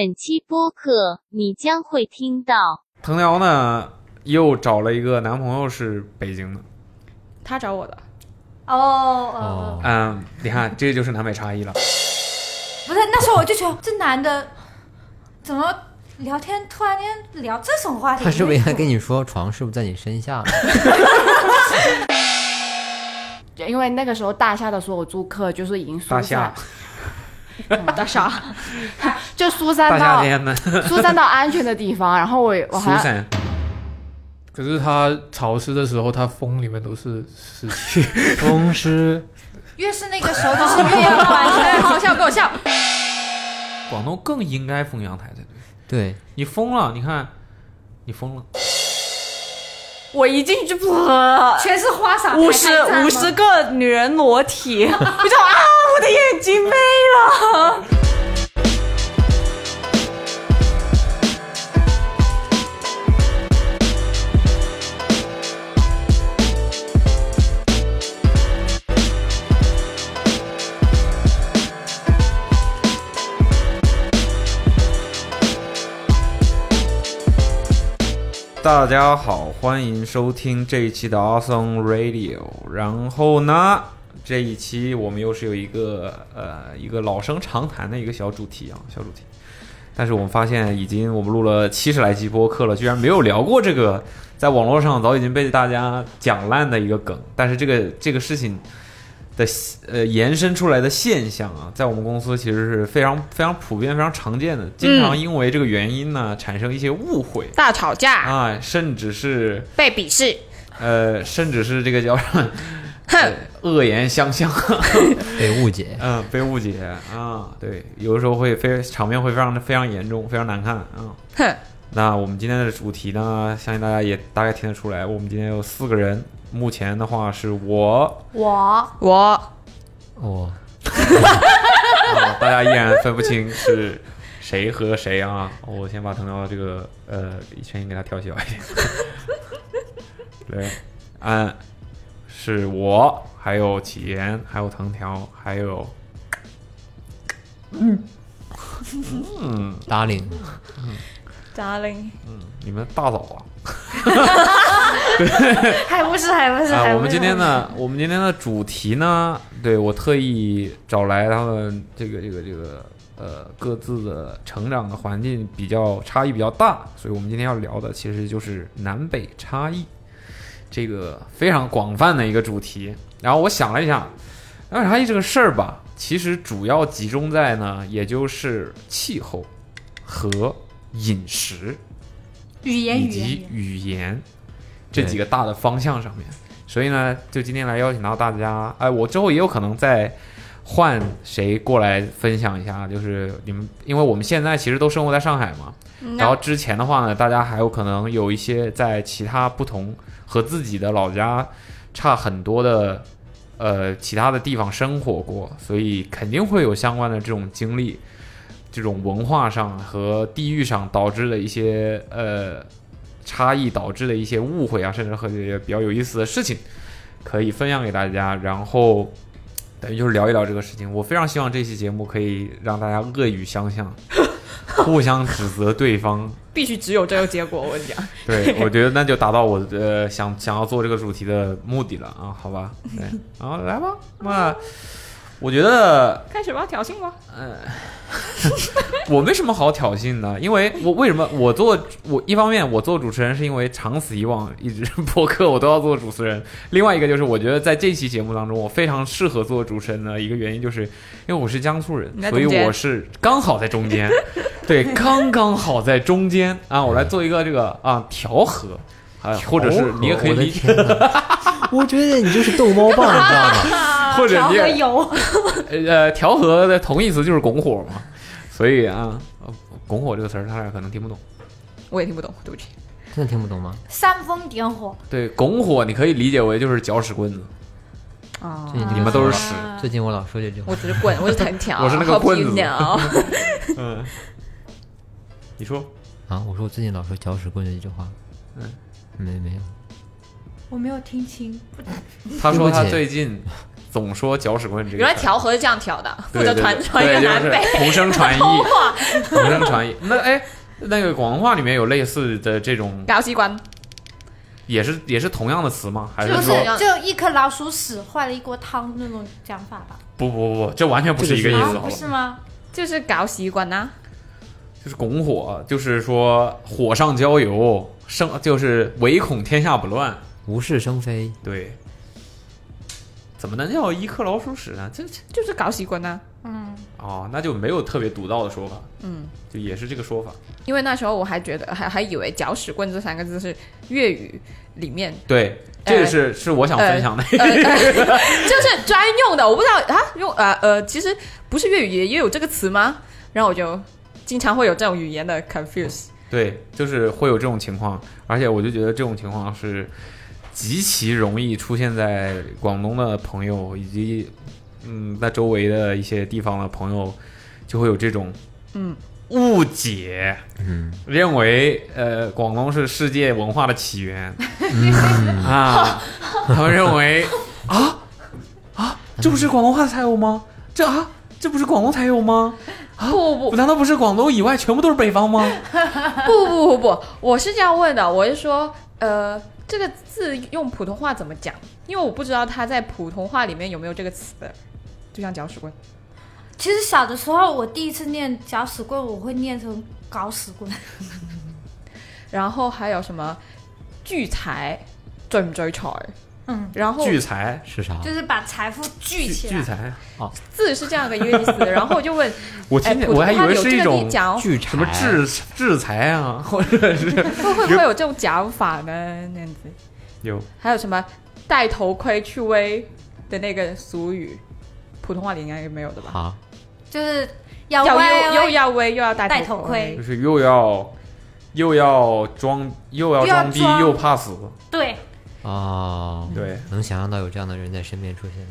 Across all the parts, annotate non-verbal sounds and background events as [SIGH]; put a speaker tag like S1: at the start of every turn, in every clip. S1: 本期播客你将会听到。
S2: 藤条呢又找了一个男朋友是北京的，
S3: 他找我的，
S4: 哦哦，
S5: 哦，
S2: 嗯，你看这就是南北差异了。
S4: 不是，那时候我就觉得这男的怎么聊天突然间聊这种话题？
S5: 他是不是应该跟你说床是不是在你身下？
S3: 因为那个时候大厦的所有租客就是已经疏
S2: 大
S3: 散
S2: 厦，
S3: [LAUGHS] 大厦，就疏散
S2: 大夏
S3: 到
S2: 天的，
S3: 疏散到安全的地方。
S2: [LAUGHS]
S3: 然后我我
S2: 苏
S3: 好像
S2: 珊，
S6: 可是它潮湿的时候，它风里面都是湿气。
S5: 风湿
S4: 越是那个时候就是
S3: 哎
S4: 越要完
S2: [LAUGHS]
S4: 全好笑给我笑。
S2: 广东更应该封阳台才对。
S5: 对，
S2: 你疯了，你看，你疯了。
S7: [LAUGHS] 我一进去，噗
S4: 全是花洒，
S7: 五十
S4: 还在吗
S7: 五十个女人裸
S3: [LAUGHS]
S7: 体，我就啊，我的眼睛没了。
S2: 大家好，欢迎收听这一期的 Awesome Radio。然后呢，这一期我们又是有一个呃一个老生常谈的一个小主题啊，小主题。但是我们发现，已经我们录了七十来期播客了，居然没有聊过这个在网络上早已经被大家讲烂的一个梗。但是这个这个事情的呃延伸出来的现象啊，在我们公司其实是非常非常普遍、非常常见的，经常因为这个原因呢产生一些误会。
S3: 大吵架，
S2: 啊，甚至是
S3: [LAUGHS] 被鄙视，
S2: 呃，甚至是这个叫哼、呃恶言相向，
S5: 被误解。
S2: 嗯、被误解啊，对，有的时候会非场面会非常的非常严重，非常难看啊。
S3: 哼，
S2: 那我们今天的主题呢，相信大家也大概听得出来，我们今天有四个人，目前的话是我，
S4: 我
S3: 我
S5: 哦，
S2: 啊，大家依然分不清是。谁和谁啊？ [LAUGHS] 我先把藤条这个呃声音给他调小一点。 [LAUGHS] 对，嗯，是我，还有启言，还有藤条，还有
S5: 达令，
S7: Darling，
S2: 你们大嫂啊。
S7: 还不是还不是
S2: 啊，我们今天？呢，我们今天的主题呢，对我特意找来他们这个这个这个呃各自的成长的环境比较差异比较大，所以我们今天要聊的其实就是南北差异这个非常广泛的一个主题。然后我想了一想，南北差异这个事儿吧，其实主要集中在呢，也就是气候和饮食。
S4: 语言
S2: 以
S4: 语言语
S2: 及
S4: 言，
S2: 语言这几个大的方向上面。所以呢，就今天来邀请到大家，哎，我之后也有可能再换谁过来分享一下，就是你们，因为我们现在其实都生活在上海嘛，
S4: 嗯
S2: 然后之前的话呢，大家还有可能有一些在其他不同和自己的老家差很多的呃其他的地方生活过，所以肯定会有相关的这种经历，这种文化上和地域上导致的一些呃差异导致的一些误会啊，甚至和一些比较有意思的事情，可以分享给大家。然后等于就是聊一聊这个事情。我非常希望这期节目可以让大家恶语相向，互相指责对方。
S7: 必须只有这个结果，我跟你讲。
S2: 对，我觉得那就达到我呃想想要做这个主题的目的了啊，好吧？对，然后来吧，那我觉得
S7: 开始吧，挑衅吧。
S2: 我没什么好挑衅的，因为我为什么我做我一方面我做主持人是因为长此以往一直 [LAUGHS] 播客我都要做主持人，另外一个就是我觉得在这期节目当中我非常适合做主持人的一个原因就是因为我是江苏人
S7: 你，在
S2: 所
S7: 中
S2: 以
S7: 间
S2: 我是刚好在中间，
S7: [LAUGHS]
S2: 对，刚刚好在中间啊，我来做一个这个啊调和。啊，或者是你也可以
S5: 哦我的
S2: 理解，
S5: 天哪！我觉得你就是逗猫棒，你知道吗？
S2: 或者
S4: 调
S2: 你
S4: 和
S2: 也
S4: 油，
S2: 呃，调和的同义词就是拱火嘛，所以啊，呃拱火这个词儿他俩可能听不懂。
S7: 我也听不懂，对不起。
S5: 真的听不懂吗？
S4: 煽风点火，
S2: 对，拱火你可以理解为就是搅屎棍子，
S3: 啊
S5: 这，
S2: 你们都是屎。
S5: 啊最近我老说这句话
S7: 我，只是棍，我是藤条，
S2: 我是那个
S7: Help you
S2: 棍子 [LAUGHS]
S7: now
S2: 嗯，你说
S5: 啊，我说我最近老说搅屎棍的这句话。
S2: 嗯，
S5: 没没有，
S4: 我没有听清，
S2: 他说他
S5: 对不起
S2: 最近总说搅屎棍这个
S7: 原
S2: 事儿，
S7: 来调和是这样调的，负责传
S2: 对
S7: 传一个
S2: 对
S7: 南北。
S2: 就是同声传译，同声传译。那哎，那个广东话里面有类似的这种，
S7: 搞习惯，
S2: 也是也是同样的词吗？还
S4: 就是是
S2: 说
S4: 就一颗老鼠屎坏了一锅汤那种讲法吧？
S2: 不不不，不这完全不是一个意思，
S4: 啊
S2: 好，吧
S4: 不？是吗？
S7: 就是搞习惯啊呐、
S2: 就是拱火，就是说火上浇油，生就是唯恐天下不乱。
S5: 无事生非，
S2: 对，怎么能叫一颗老鼠屎呢？这这
S7: 就是搞习惯呐、啊
S4: 嗯，
S2: 哦，那就没有特别独到的说法，
S7: 嗯，
S2: 就也是这个说法。
S7: 因为那时候我还觉得还还以为“搅屎棍”这三个字是粤语里面
S2: 对，这个是、是我想分享的。
S7: 呃，呃就是专用的，我不知道啊，用呃呃，其实不是粤语也也有这个词吗？然后我就经常会有这种语言的 confuse。
S2: 对，就是会有这种情况，而且我就觉得这种情况是极其容易出现在广东的朋友以及嗯，那周围的一些地方的朋友，就会有这种
S7: 嗯
S2: 误解，
S5: 嗯，
S2: 认为呃广东是世界文化的起源、
S5: 嗯
S2: 啊，他们认为啊啊，这不是广东话才有吗？这啊，这不是广东才有吗？
S7: [LAUGHS] 不不
S2: 难道不是广东以外全部都是北方吗？
S7: 不不不不，我是这样问的，我是说，呃，这个字用普通话怎么讲？因为我不知道它在普通话里面有没有这个词，就像搅屎棍。
S4: 其实小的时候我第一次念搅屎棍，我会念成搞屎棍。
S7: 然后还有什么聚财，追唔追财？
S4: 嗯，
S7: 然后
S2: 聚财，
S5: 是啥？
S4: 就是把财富聚
S2: 聚
S4: 起
S2: 聚
S4: 来。
S2: 财，啊
S7: 字是这样的一个意思，然后我就问，
S2: 我
S7: 哎，
S2: 听见
S7: 普
S2: 我
S7: 通
S2: 还以
S7: 话
S2: 为
S7: 有
S2: 是
S7: 这
S2: 一
S7: 个
S2: 种
S7: 讲，哦
S5: 聚财
S2: 什么制制裁
S7: [LAUGHS]
S2: 啊，或者是
S7: 会会不会有这种讲法呢？那样子，
S2: 有
S7: 还有什么戴头盔去威的那个俗语，普通话里应该也没有的吧？
S5: 啊？
S4: 就是要
S7: 要
S4: 歪
S7: 又又要威又要戴
S4: 戴
S7: 头
S4: 头盔
S2: 就是又要又要装又要
S4: 又要
S2: 装逼
S4: 装
S2: 又怕死，
S4: 对，
S5: 哦，
S2: 对，
S5: 能想象到有这样的人在身边出现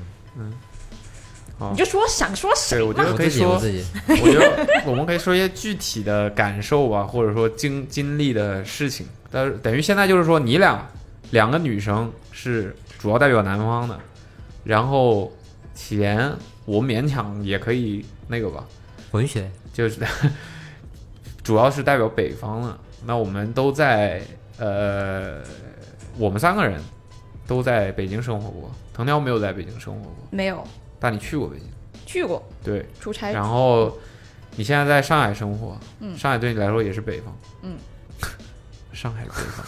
S5: 吗？
S7: 你就说想说
S2: 嗯
S7: 谁
S2: 对我觉得
S5: 我
S2: 可以
S5: 自己，
S2: 说
S5: 我，自己，
S2: 我觉得我们可以说一些具体的感受吧，或者说经经历的事情，但是等于现在就是说你俩两个女生是主要代表男方的，然后起源我勉强也可以那个吧，
S5: 文学
S2: 就是 [LAUGHS] 主要是代表北方的。那我们都在呃，我们三个人都在北京生活过，藤条没有在北京生活过，
S7: 没有
S2: 但你去过北京，
S7: 去过
S2: 对。
S7: 出差，
S2: 然后你现在在上海生活，
S7: 嗯
S2: 上海对你来说也是北方，
S7: 嗯，
S2: [LAUGHS] 上海北
S7: [LAUGHS]
S2: 方，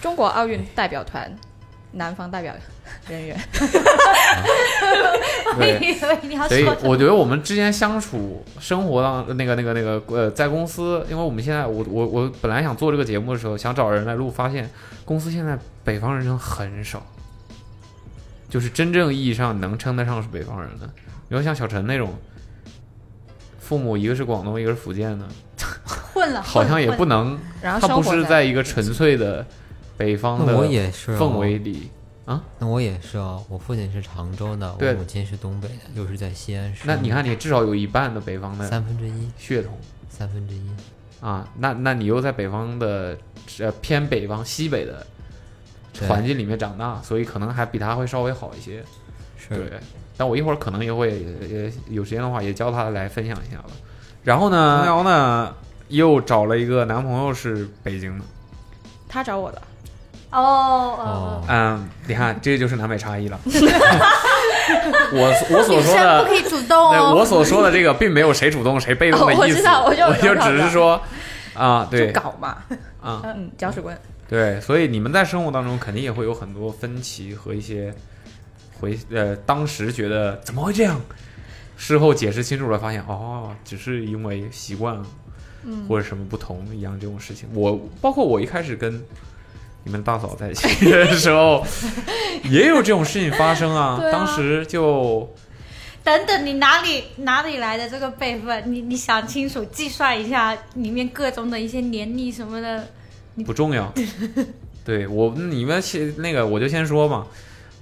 S7: 中国奥运代表团南方代表人 [LAUGHS] 员，
S4: 我以
S2: 对。
S4: 为你要
S2: 所以
S4: 说什
S2: 我
S4: 么
S2: 觉得我们之间相处、生活当那个、那个、那个呃，在公司，因为我们现在我我我本来想做这个节目的时候，想找人来录，发现公司现在北方人真的很少，就是真正意义上能称得上是北方人的。比如像小陈那种，父母一个是广东，一个是福建的，
S4: 混
S7: 啊
S4: 了，
S2: 好像也
S4: 混
S2: 不
S4: 了
S2: 能，
S7: 然后
S2: 他不
S7: 生活
S2: 是在一个纯粹的北方
S5: 那我
S2: 的
S5: 也是、哦、
S2: 氛围里。
S5: 那我也是哦，我父亲是常州的，
S2: 对
S5: 我母亲是东北的，又是在西安市。
S2: 那你看，你至少有一半的北方的
S5: 三分之一，
S2: 血统。
S5: 三分之一，
S2: 啊，那那你又在北方的呃偏北方西北的
S5: 对
S2: 环境里面长大，所以可能还比他会稍微好一些。
S5: 是
S2: 对，但我一会儿可能也会也有时间的话，也教他来分享一下吧。然后呢，然后呢，又找了一个男朋友是北京的。
S7: 他找我的，
S4: 哦哦
S5: 哦，
S2: 嗯，你看，这就是南北差
S7: [LAUGHS]
S2: 异了。我我
S4: 哦，
S2: 所
S4: 女
S2: 说
S4: 生
S2: 的
S4: 不可以主动
S2: 对，
S4: 哦。
S2: 我所说的这个并没有谁主动谁被动的意思，
S7: 哦我知道我就
S2: 我就
S7: 我知道
S2: 只是说啊，
S7: 就
S2: 对
S7: 搞嘛，
S2: 啊，
S7: 嗯，搅屎棍，
S2: 对，所以你们在生活当中肯定也会有很多分歧和一些回呃，当时觉得怎么会这样，事后解释清楚了，发现哦，只是因为习惯，嗯，或者什么不同嗯一样这种事情。我 [LAUGHS] 包括我一开始跟你们大嫂在一起的时 [LAUGHS] 候，也有这种事情发生啊。
S4: 对啊
S2: 当时就
S4: 等等，你哪里哪里来的这个辈分？你你想清楚，计算一下里面各种的一些年历什么的。
S2: 不重
S7: [LAUGHS]
S2: 要。对我，你们先那个，我就先说嘛。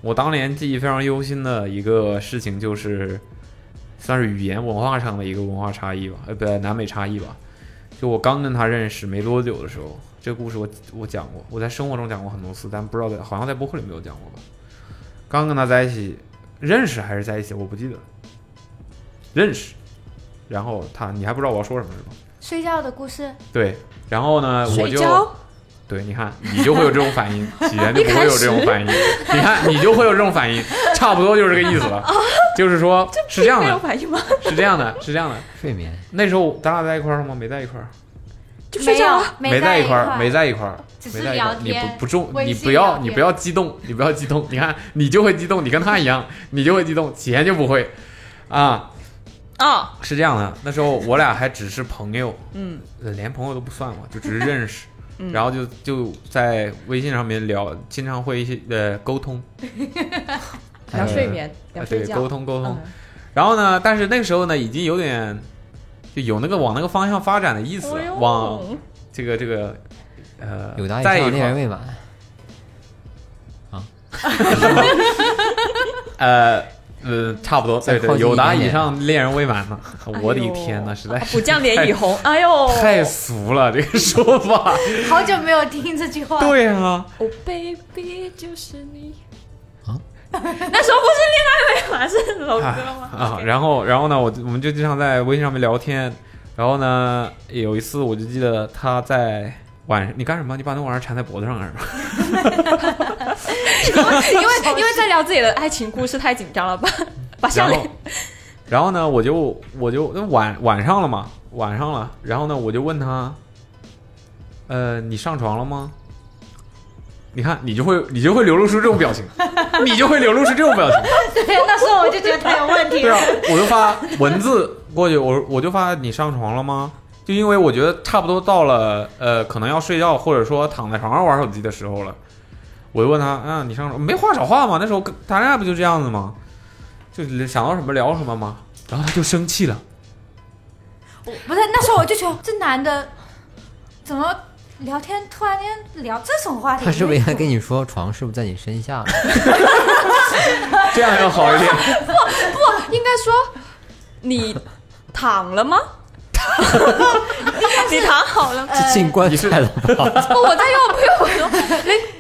S2: 我当年记忆非常忧心的一个事情，就是算是语言文化上的一个文化差异吧，呃，不，南北差异吧。就我刚跟他认识没多久的时候，这个故事我我讲过，我在生活中讲过很多次，但不知道在好像在播客里没有讲过吧。刚跟他在一起，认识还是在一起，我不记得了。认识，然后他，你还不知道我要说什么是吧？
S4: 睡觉的故事，
S2: 对，然后呢，我
S7: 睡
S2: 就
S7: 觉
S2: 对，你看，你就会有这种反应，喜人就不会有这种反应。你看，你就会有这种反应，差不多就是这个意思了。就是说，是这样啊
S7: 没有
S2: 的，
S7: 反应吗？
S2: 是这样的，是这样的。
S5: 睡眠，
S2: 那时候咱俩在一块儿了吗？没在一块儿，
S7: 就睡觉啊。
S4: 没有没
S2: 在
S4: 在
S2: 一块
S4: 儿，
S2: 儿，没在一块儿，
S4: 只
S2: 没
S4: 是
S2: 在一块
S4: 聊
S2: 儿。你
S4: 天
S2: 不，不重，
S4: 微
S2: 你
S4: 信
S2: 不
S4: 聊
S2: 要，
S4: 天
S2: 你不要激动，你不要激动。你看，你就会激动，你跟他一样，你就会激动，喜言就不会啊。
S7: 啊，
S2: 是这样的，那时候我俩还只是朋友，
S7: 嗯，
S2: 呃连朋友都不算我，就只是认
S7: [LAUGHS]
S2: 识，然后就就在微信上面聊，经常会一些呃沟通，
S7: 聊睡眠，
S2: 呃
S7: 聊
S2: 对
S7: 睡觉，
S2: 沟通沟通。
S7: 嗯
S2: 然后呢，但是那个时候呢，已经有点就有那个往那个方向发展的意思
S7: 哎
S2: 了，
S7: 呦
S2: 往这个这个呃
S5: 有答
S2: 在
S5: 以
S2: 一
S5: 上
S2: 块
S5: 恋人
S2: 儿
S5: 未满，
S2: 呃呃差不多，
S5: 再
S2: 对
S5: 靠
S2: 对，
S5: 近
S2: 有达
S5: 一点
S2: 以
S5: 点
S2: 上恋人未满呢， [LAUGHS] 我的
S7: 哎呦
S2: 天呐，实在
S7: 啊
S2: 是
S7: 不降脸以红，哎呦，
S2: 太俗了这个说法。
S4: 好久没有听这句
S7: [LAUGHS]
S4: 话。
S2: [LAUGHS] 对啊，
S7: 哦、baby 就是你
S5: 啊！
S7: [LAUGHS] 那时候不是恋爱未满，是老歌吗？
S2: [LAUGHS] 啊，然后然后呢，我就我们就经常在微信上面聊天，然后呢，有一次我就记得他在晚上，你干什么？你把那玩意儿缠在脖子上干什么？
S7: [LAUGHS] 因为 [LAUGHS] 因为在聊自己的爱情故事太紧张
S2: [LAUGHS]
S7: 了吧，把笑
S2: 然后
S7: 脸，
S2: 然后呢，我就我就那晚晚上了嘛，晚上了，然后呢，我就问他，呃，你上床了吗？你看，你就会你就会流露出这种表情，你就会流露出这种表情。
S4: 对，那时候我就觉得他有问
S2: [LAUGHS]
S4: 题
S7: [LAUGHS]
S2: 对。啊，我就发文字过去，我我就发你上床了吗？就因为我觉得差不多到了，呃，可能要睡觉或者说躺在床上玩手机的时候了，我就问他，啊，你上床没话找话吗？那时候跟谈恋爱不就这样子吗？就想到什么聊什么吗？然后他就生气了，
S4: 我不是那时候我就觉得这男的怎么聊天突然间聊这种话题？
S5: 他是不是应该跟你说床是不是在你身
S7: [LAUGHS]
S5: 下？
S2: 这样要好一点。
S7: 应该说
S2: [LAUGHS]
S7: 你躺了吗？你躺好了吗？
S5: 这进
S2: 呃
S5: 棺材了
S2: [LAUGHS]
S5: 吧？
S7: 不哦我在用不用我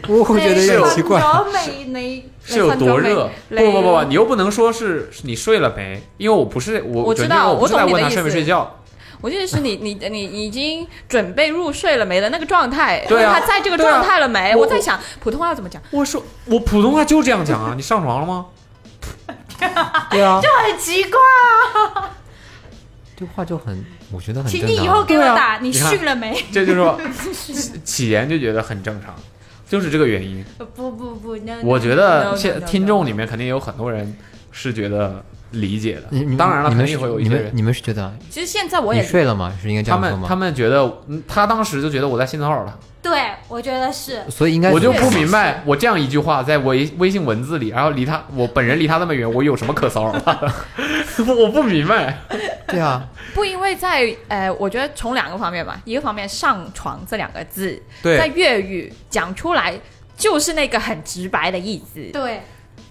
S7: 用？
S5: 我会觉得有点奇怪。
S4: 有美雷
S2: 是有多热？不
S7: 雷
S2: 不不不，你又不能说是是你睡了没，因为我不是我，
S7: 我知
S2: 准确
S7: 道
S2: 说我不是
S7: 我
S2: 在
S7: 懂你的
S2: 问他
S7: 意
S2: 睡没
S7: 思
S2: 睡觉，
S7: 我觉得
S2: [LAUGHS]
S7: 是你你你你已经准备入睡了没的那个状态，
S2: 对啊
S7: 他在这个
S2: 对啊
S7: 状态了没？
S2: 我
S7: 我在想普通话要怎么讲？
S2: 我说我普通话就这样讲啊，你上床了吗？
S5: 对啊，
S4: 很奇怪。啊
S5: 这话就很，我
S2: 啊
S5: 觉得很
S4: 请
S5: 正
S4: 你以后
S5: 常。
S4: 给我
S2: 对
S4: 打，
S2: 啊
S4: 你
S2: 你看
S4: 训了没？ [LAUGHS]
S2: 这就是
S7: [LAUGHS]
S2: 说起起言就觉得很正常，就是这个原因。
S4: 不不不，那
S2: 我觉
S7: no, no,
S2: 得
S7: no,
S2: 现
S7: no.
S2: 听众里面肯定有很多人是觉得理解
S5: 你
S2: 的，
S5: 你
S2: 当然了，肯
S5: 你们
S2: 定
S5: 是
S2: 会有一
S5: 你
S2: 些
S5: 们
S2: 人。
S5: 你们是觉得
S7: 其实现在我
S5: 你
S7: 也
S5: 睡了吗？是应该这
S2: 他
S5: 样说
S2: 们他
S5: 吗？
S2: 们觉得，嗯他当时就觉得我在性骚扰他，
S4: 对，我觉得是
S5: 所以应该
S2: 我就不
S5: 怎么
S2: 明白，我这样一句话在微微信文字里，然后离他我本人离他那么远，我有什么可骚扰他 [LAUGHS] 的？我不明白，
S5: 对啊，
S7: 不因为在呃，我觉得从两个方面吧，一个方面“上床”这两个字，在
S2: 对，
S7: 粤语讲出来就是那个很直白的意思。
S4: 对，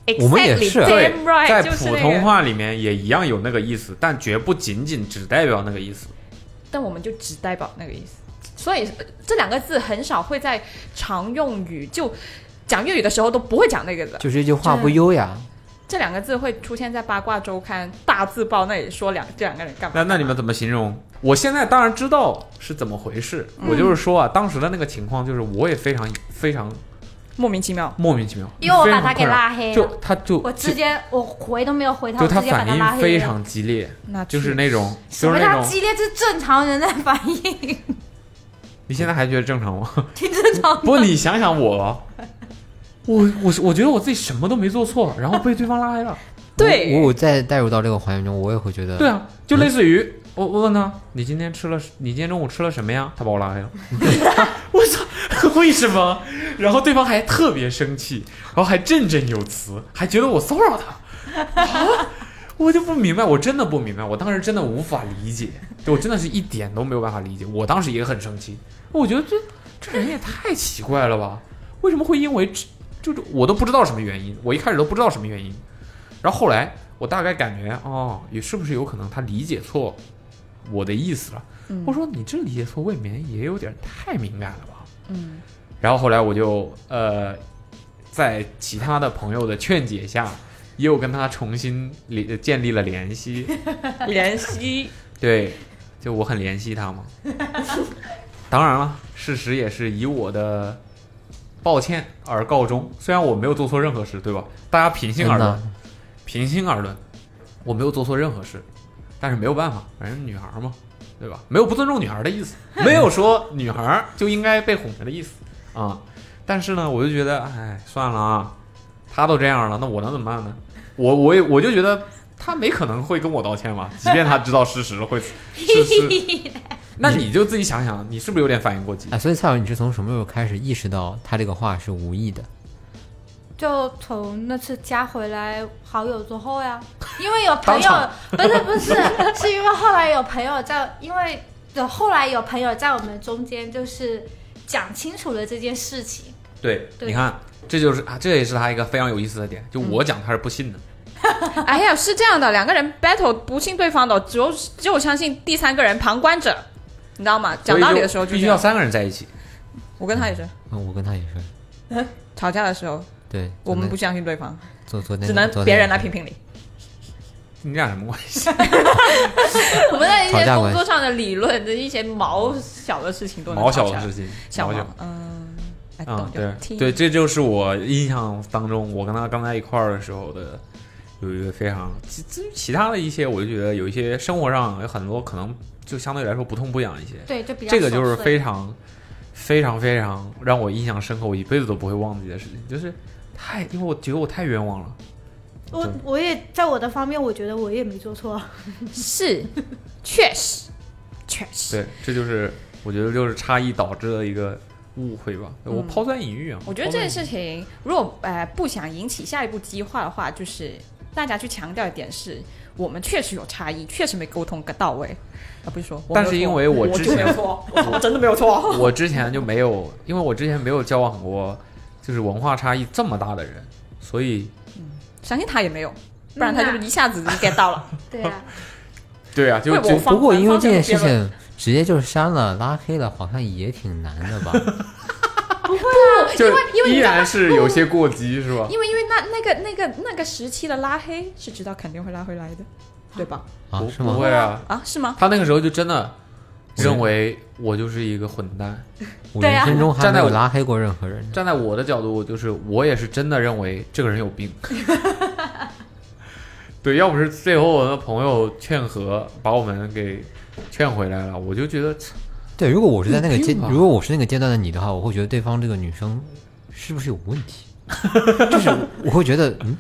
S7: Exactly,
S5: 我们也是
S2: 在
S7: damn right，就是
S2: 普
S7: 那个
S2: 通，话里面也一样有那个意思，但绝不仅仅只代表那个意思。
S7: 但我们就只代表那个意思。所以呃这两个字很少会在常用语就讲粤语的时候都不会讲那个的。
S5: 就是一句话不优雅。
S7: 这两个字会出现在八卦周刊、大字报那里说两这两个人干嘛？
S2: 那那你们怎么形容？我现在当然知道是怎么回事，
S4: 嗯
S2: 我就是说啊，当时的那个情况就是我也非常非常
S7: 莫名其妙，
S2: 莫名其妙，
S4: 因为我
S2: 非
S4: 把
S2: 常
S4: 他给
S2: 困扰
S4: 拉黑
S2: 就
S4: 了，
S2: 他就
S4: 我直接我回都没有回他，
S2: 就
S4: 我
S2: 他
S4: 直接把
S2: 反
S4: 他拉
S2: 应
S4: 黑
S2: 非
S4: 了。
S2: 常激烈，
S7: 那
S2: 就是那种
S4: 什
S2: 就是
S4: 么
S2: 那
S4: 叫
S2: 种，
S4: 激烈？这是正常人的 [LAUGHS] 反应，
S2: 你现在还觉得正常吗？ [LAUGHS]
S4: 挺正常。
S2: 不，你想想我，我我是我觉得我自己什么都没做错，然后被对方拉黑了。
S7: 对
S5: 我我再带入到这个环境中，我也会觉得
S2: 对啊，就类似于我我问他，你今天吃了，你今天中午吃了什么呀？他把我拉黑了。 [LAUGHS] 我操， [LAUGHS] 为什么？然后对方还特别生气，然后还振振有词，还觉得我骚扰他。啊我就不明白，我真的不明白，我当时真的无法理解，对我真的是一点都没有办法理解。我当时也很生气，我觉得这这人也太奇怪了吧？为什么会因为这就是我都不知道什么原因，我一开始都不知道什么原因，然后后来我大概感觉哦，也是不是有可能他理解错我的意思了？我说你这理解错未免也有点太敏感了吧？
S7: 嗯，
S2: 然后后来我就呃，在其他的朋友的劝解下，又跟他重新联建立了联系。
S7: 怜惜，
S2: 对，就我很怜惜他嘛。 [LAUGHS] 当然了，事实也是以我的抱歉而告终。虽然我没有做错任何事，对吧？大家平心而论
S5: 真，
S2: 平心而论，我没有做错任何事，但是没有办法，反正女孩嘛，对吧？没有不尊重女孩的意思，没有说女孩就应该被哄着的意思啊、但是呢，我就觉得，哎，算了啊，他都这样了，那我能怎么办呢？我我也我就觉得他没可能会跟我道歉吧，即便他知道事实会是是，
S7: [LAUGHS]
S2: 那你就自己想想，你是不是有点反应过激？
S5: 哎，所以蔡老师，你是从什么时候开始意识到他这个话是无意的？
S4: 就从那次加回来好友之后呀，因为有朋
S2: 当
S4: 友
S2: 场
S4: 不是不是， [LAUGHS] 是因为后来有朋友在，因为有后来有朋友在我们中间就是讲清楚了这件事情，
S2: 对，
S4: 对
S2: 你看，这就是啊，这也是他一个非常有意思的点，就
S7: 嗯
S2: 我讲他是不信的，
S7: [LAUGHS] 哎呀，是这样的，两个人 battle 不信对方的，只有只有相信第三个人旁观者，你知道吗？讲道理的时候
S2: 所以就
S7: 就
S2: 必
S7: 这
S2: 须要
S7: 样。
S2: 三个人在一起。
S7: 我跟他也是
S5: 嗯，我跟他也是，
S7: 吵架的时候，
S5: 对，
S7: 我们
S2: 嗯
S5: 昨天
S7: 不相信对方，
S5: 昨昨天
S7: 只能
S5: 昨天
S7: 别人来评评理。
S2: 你俩什么关系？
S7: 我们在一
S5: 吵
S7: 些
S5: 架
S7: 工
S5: 关系
S7: 作上的理论的一些毛小的事情都能
S2: 毛小
S7: 吵
S2: 的
S7: 架
S2: 事情，
S7: 小
S2: 毛
S7: 毛
S2: 小。，
S7: 嗯，哎，
S2: 啊
S7: 懂，就
S2: 对
S7: 听
S2: 对，，这就是我印象当中，我跟他刚在一块儿的时候的有一个非常，其至于其他的一些，我就觉得有一些生活上有很多可能就相对来说不痛不痒一些，
S4: 对，就比较
S2: 这个就是
S4: 琐碎
S2: 非常非常非常让我印象深刻，我一辈子都不会忘记的事情，就是太因为我觉得我太冤枉了，
S4: 我
S2: 嗯
S4: 我也在我的方面，我觉得我也没
S2: [LAUGHS]
S4: 做错，
S7: 是，确实，确实。
S2: 对，这就是我觉得就是差异导致的一个误会吧，我抛砖引玉啊，
S7: 嗯我觉得
S2: 抛
S7: 这
S2: 砖引玉
S7: 件事情，如果呃不想引起下一步激化的话，就是大家去强调一点是，我们确实有差异，确实没沟通个到位，而不是说我没有错，
S2: 但是因为我
S7: 我
S2: 之
S7: 就没有
S2: 前
S7: 错，我真的没有错，
S2: [LAUGHS] 我之前就没有，因为我之前没有交往过就是文化差异这么大的人，所以
S7: 相信他也没有，不然他就一下子就 get 到了。
S4: 对啊，
S2: 对啊，就
S7: 为我
S2: 就
S7: 方
S5: 不过因为
S7: 方
S5: 这
S7: 便
S5: 件事
S7: 辩论
S5: 情，直接就是删了、拉黑了，好像也挺难的吧？
S2: 就
S7: 因为你
S2: 依
S7: 知道吗
S2: 然是有些过激是吧？
S7: 因为因为那那个那个那个时期的拉黑是知道肯定会拉回来的，对吧？
S5: 啊，
S2: 不
S5: 是
S2: 不
S5: 吗？
S2: 会啊，
S7: 啊，是吗？
S2: 他那个时候就真的
S5: 是
S2: 认为我就是一个混蛋。
S5: 我
S4: 对
S5: 人
S4: 啊
S5: 生中还
S2: 站
S5: 没
S2: 在
S5: 有
S2: 我
S5: 拉黑过任何人呢。
S2: 站在我的角度，就是我也是真的认为这个人有 [LAUGHS] 病。对，要不是最后我的朋友劝和，把我们给劝回来了，我就觉得
S5: 对，如果我是在那个阶，
S2: 吧
S5: 如果我是那个阶段的你的话，我会觉得对方这个女生是不是有问题？就是我会觉得，嗯，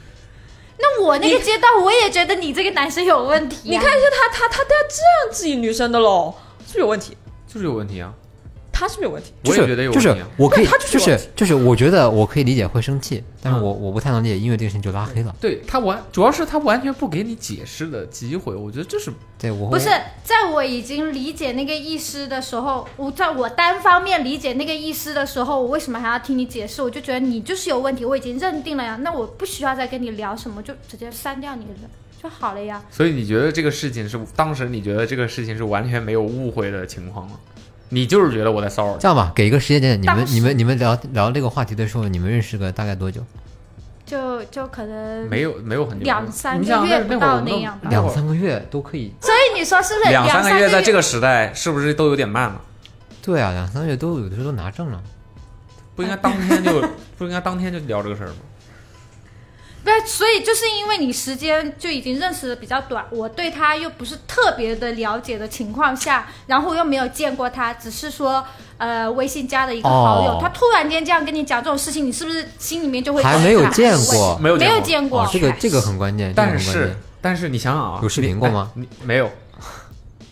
S4: 那我那个阶段，我也觉得你这个男生有问题、啊
S7: 你看，一下他他他他这样质疑女生的喽，是不是有问题？
S2: 就是有问题啊。
S7: 他是不是有问题？
S5: 就
S2: 我
S5: 是
S2: 也觉得有
S5: 就
S2: 问题
S5: 是
S2: 啊。
S5: [LAUGHS] 我可以，
S7: [LAUGHS] 他就
S5: 就
S7: 是有问
S5: 是就是，我觉得我可以理解会生气，但是我我不太能理解，因为这个事情就拉黑了。
S2: 对他完，主要是他完全不给你解释的机会，我觉得这是
S5: 对我会
S4: 不是在我已经理解那个意思的时候，我在我单方面理解那个意思的时候，我为什么还要听你解释？我就觉得你就是有问题，我已经认定了呀，那我不需要再跟你聊什么，就直接删掉你了就好了呀。
S2: 所以你觉得这个事情是当时你觉得这个事情是完全没有误会的情况吗？你就是觉得我在骚扰你，
S5: 这样吧，给一个时间点，你
S4: 当
S5: 们
S4: 时
S5: 你们你们聊聊这个话题的时候，你们认识个大概多久？
S4: 就就可能
S2: 没有没有很久嗯
S4: 两三
S2: 你想
S4: 个月
S2: 那那
S4: 不
S2: 会儿
S4: 到
S2: 我们都
S4: 那样吧
S2: 那会
S5: 两
S2: 儿
S5: 三个月都可以。
S4: 所以你说是不是
S2: 两
S4: 三
S2: 三
S4: 个
S2: 个月，在这个时代是不是都有点慢了？
S5: 对啊，两三个月都有的时候都拿证了。
S2: 不应该当天就不应该当天就聊这个事儿吗？
S4: 不是，所以就是因为你时间就已经认识的比较短，我对他又不是特别的了解的情况下，然后又没有见过他，只是说呃微信加的一个好友，
S5: 哦
S4: 他突然间这样跟你讲这种事情，你是不是心里面就会
S5: 还
S4: 觉得
S5: 没有
S4: 他
S5: 见
S4: 很
S5: 过
S4: 怪
S2: 没有
S4: 没
S2: 见
S4: 有
S2: 过
S4: 见过
S5: 哦，，这个这
S4: [LAUGHS]
S5: 个很关键，这个
S2: 但
S5: 很关
S2: 是
S5: 键。
S2: 但是你想想啊，
S5: 有视频过吗
S2: 你哎你没有。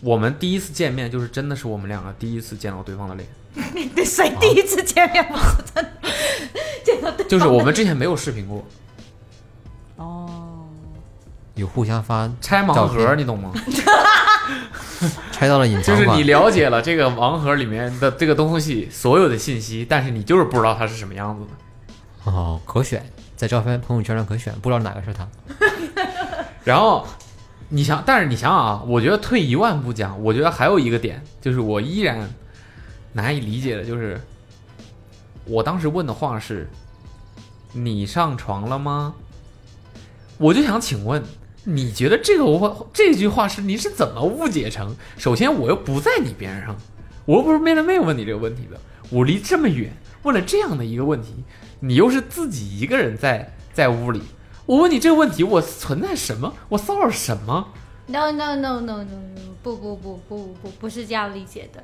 S2: 我们第一次见面就是真的是我们两个第一次见到对方的脸，
S4: 对谁第一次见面吗？真的见到对
S2: 就是我们之前没有视频过，
S7: 哦，
S5: 有互相发
S2: 拆盲
S5: 照
S2: 盒
S5: 片
S2: 你懂吗？
S5: 拆到了隐
S2: 就
S5: 藏
S2: 是
S5: 款
S2: 你，了解了这个盲盒里面的这个东西所有的信息，但是你就是不知道它是什么样子的。
S5: 哦，可选，在照片朋友圈上可选，不知道哪个是他。
S2: 然后你想，但是你想想啊，我觉得退一万步讲，我觉得还有一个点，就是我依然难以理解的，就是我当时问的话是：“你上床了吗？”我就想请问，你觉得这个我这句话是你是怎么误解成？首先，我又不在你边上，我又不是面对面问你这个问题的，我离这么远，问了这样的一个问题，你又是自己一个人在在屋里，我问你这个问题，我存在什么？我骚扰什么？
S4: No no no no no no，不不不不不不是这样理解的。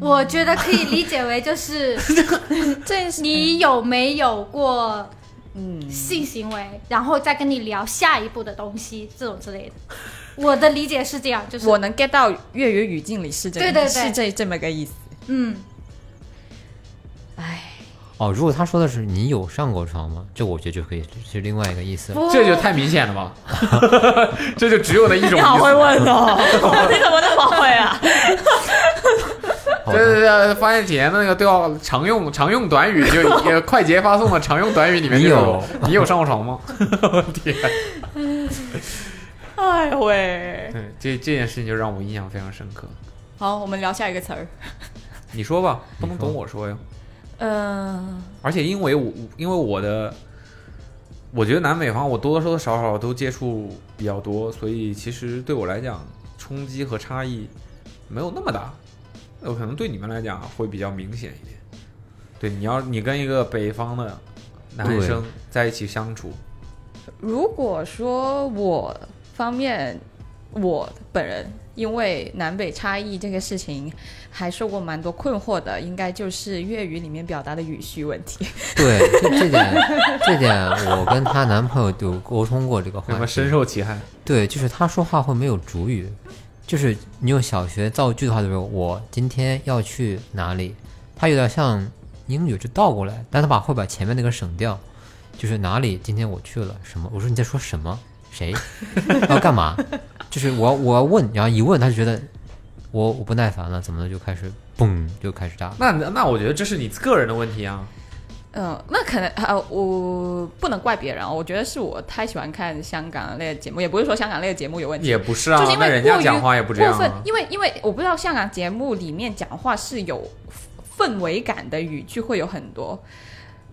S4: 我觉得可以理解为就是
S7: 嗯 [LAUGHS] 这嗯件事
S4: 你有没有过性行为，然后再跟你聊下一步的东西这种之类的。我的理解是这样，就是
S7: 我能 get 到粤语语境里是这，
S4: 对对对
S7: 是这这么个意思。
S4: 嗯，
S7: 哎，
S5: 哦，如果他说的是你有上过床吗？这我觉得就可以是另外一个意思了。
S4: 不
S2: 这就太明显了吧？ [LAUGHS] 这就只有那一种
S7: 你
S2: 意
S7: 好会
S2: 思。
S7: 问哦，你怎么那么会啊？
S5: 好
S2: 对
S5: 的
S2: 对对，发现简言的那个对话常用常用短语就也快捷发送的常用短语里面就
S5: 你有
S2: 你有上过床吗？我天！
S7: 哎呦喂！
S2: 对，这这件事情就让我印象非常深刻。
S7: 好，我们聊下一个词儿。
S2: 你说吧，不能
S5: 你说
S2: 总我说呀。
S7: 嗯、
S2: 而且因为我我因为我的，我觉得南北方我多多少少都接触比较多，所以其实对我来讲冲击和差异没有那么大。呃，可能对你们来讲会比较明显一点。对，你要你跟一个北方的男
S5: 对
S2: 生在一起相处，
S7: 如果说我方面，我本人因为南北差异这个事情，还受过蛮多困惑的，应该就是粤语里面表达的语序问题。
S5: 对，这这点，这点我跟她男朋友有沟通过这个
S2: [LAUGHS] 那
S5: 话
S2: 么
S5: 题
S2: 深。受其害。
S5: 对，就是她说话会没有主语，就是你用小学造句的话，就是我今天要去哪里，它有点像英语就倒过来，但她把会把前面那个省掉，就是哪里今天我去了什么，我说你在说什么，谁， [LAUGHS] 要干嘛，就是我要我要问，然后一问她就觉得我我不耐烦了，怎么了就开始嘣就开始炸了。
S2: 那那我觉得这是你个人的问题啊。
S7: 嗯，那可能 [LAUGHS] 呃，我不能怪别人啊，我觉得是我太喜欢看香港类的节目，也不是说香港类的节目有问题，
S2: 也不是啊
S7: 就是，因
S2: 那
S7: 为
S2: 人
S7: 过
S2: 家
S7: 于
S2: 讲话也不这样、
S7: 过分
S2: 啊，。
S7: 因为因为我不知道香港节目里面讲话是有氛围感的语句会有很多，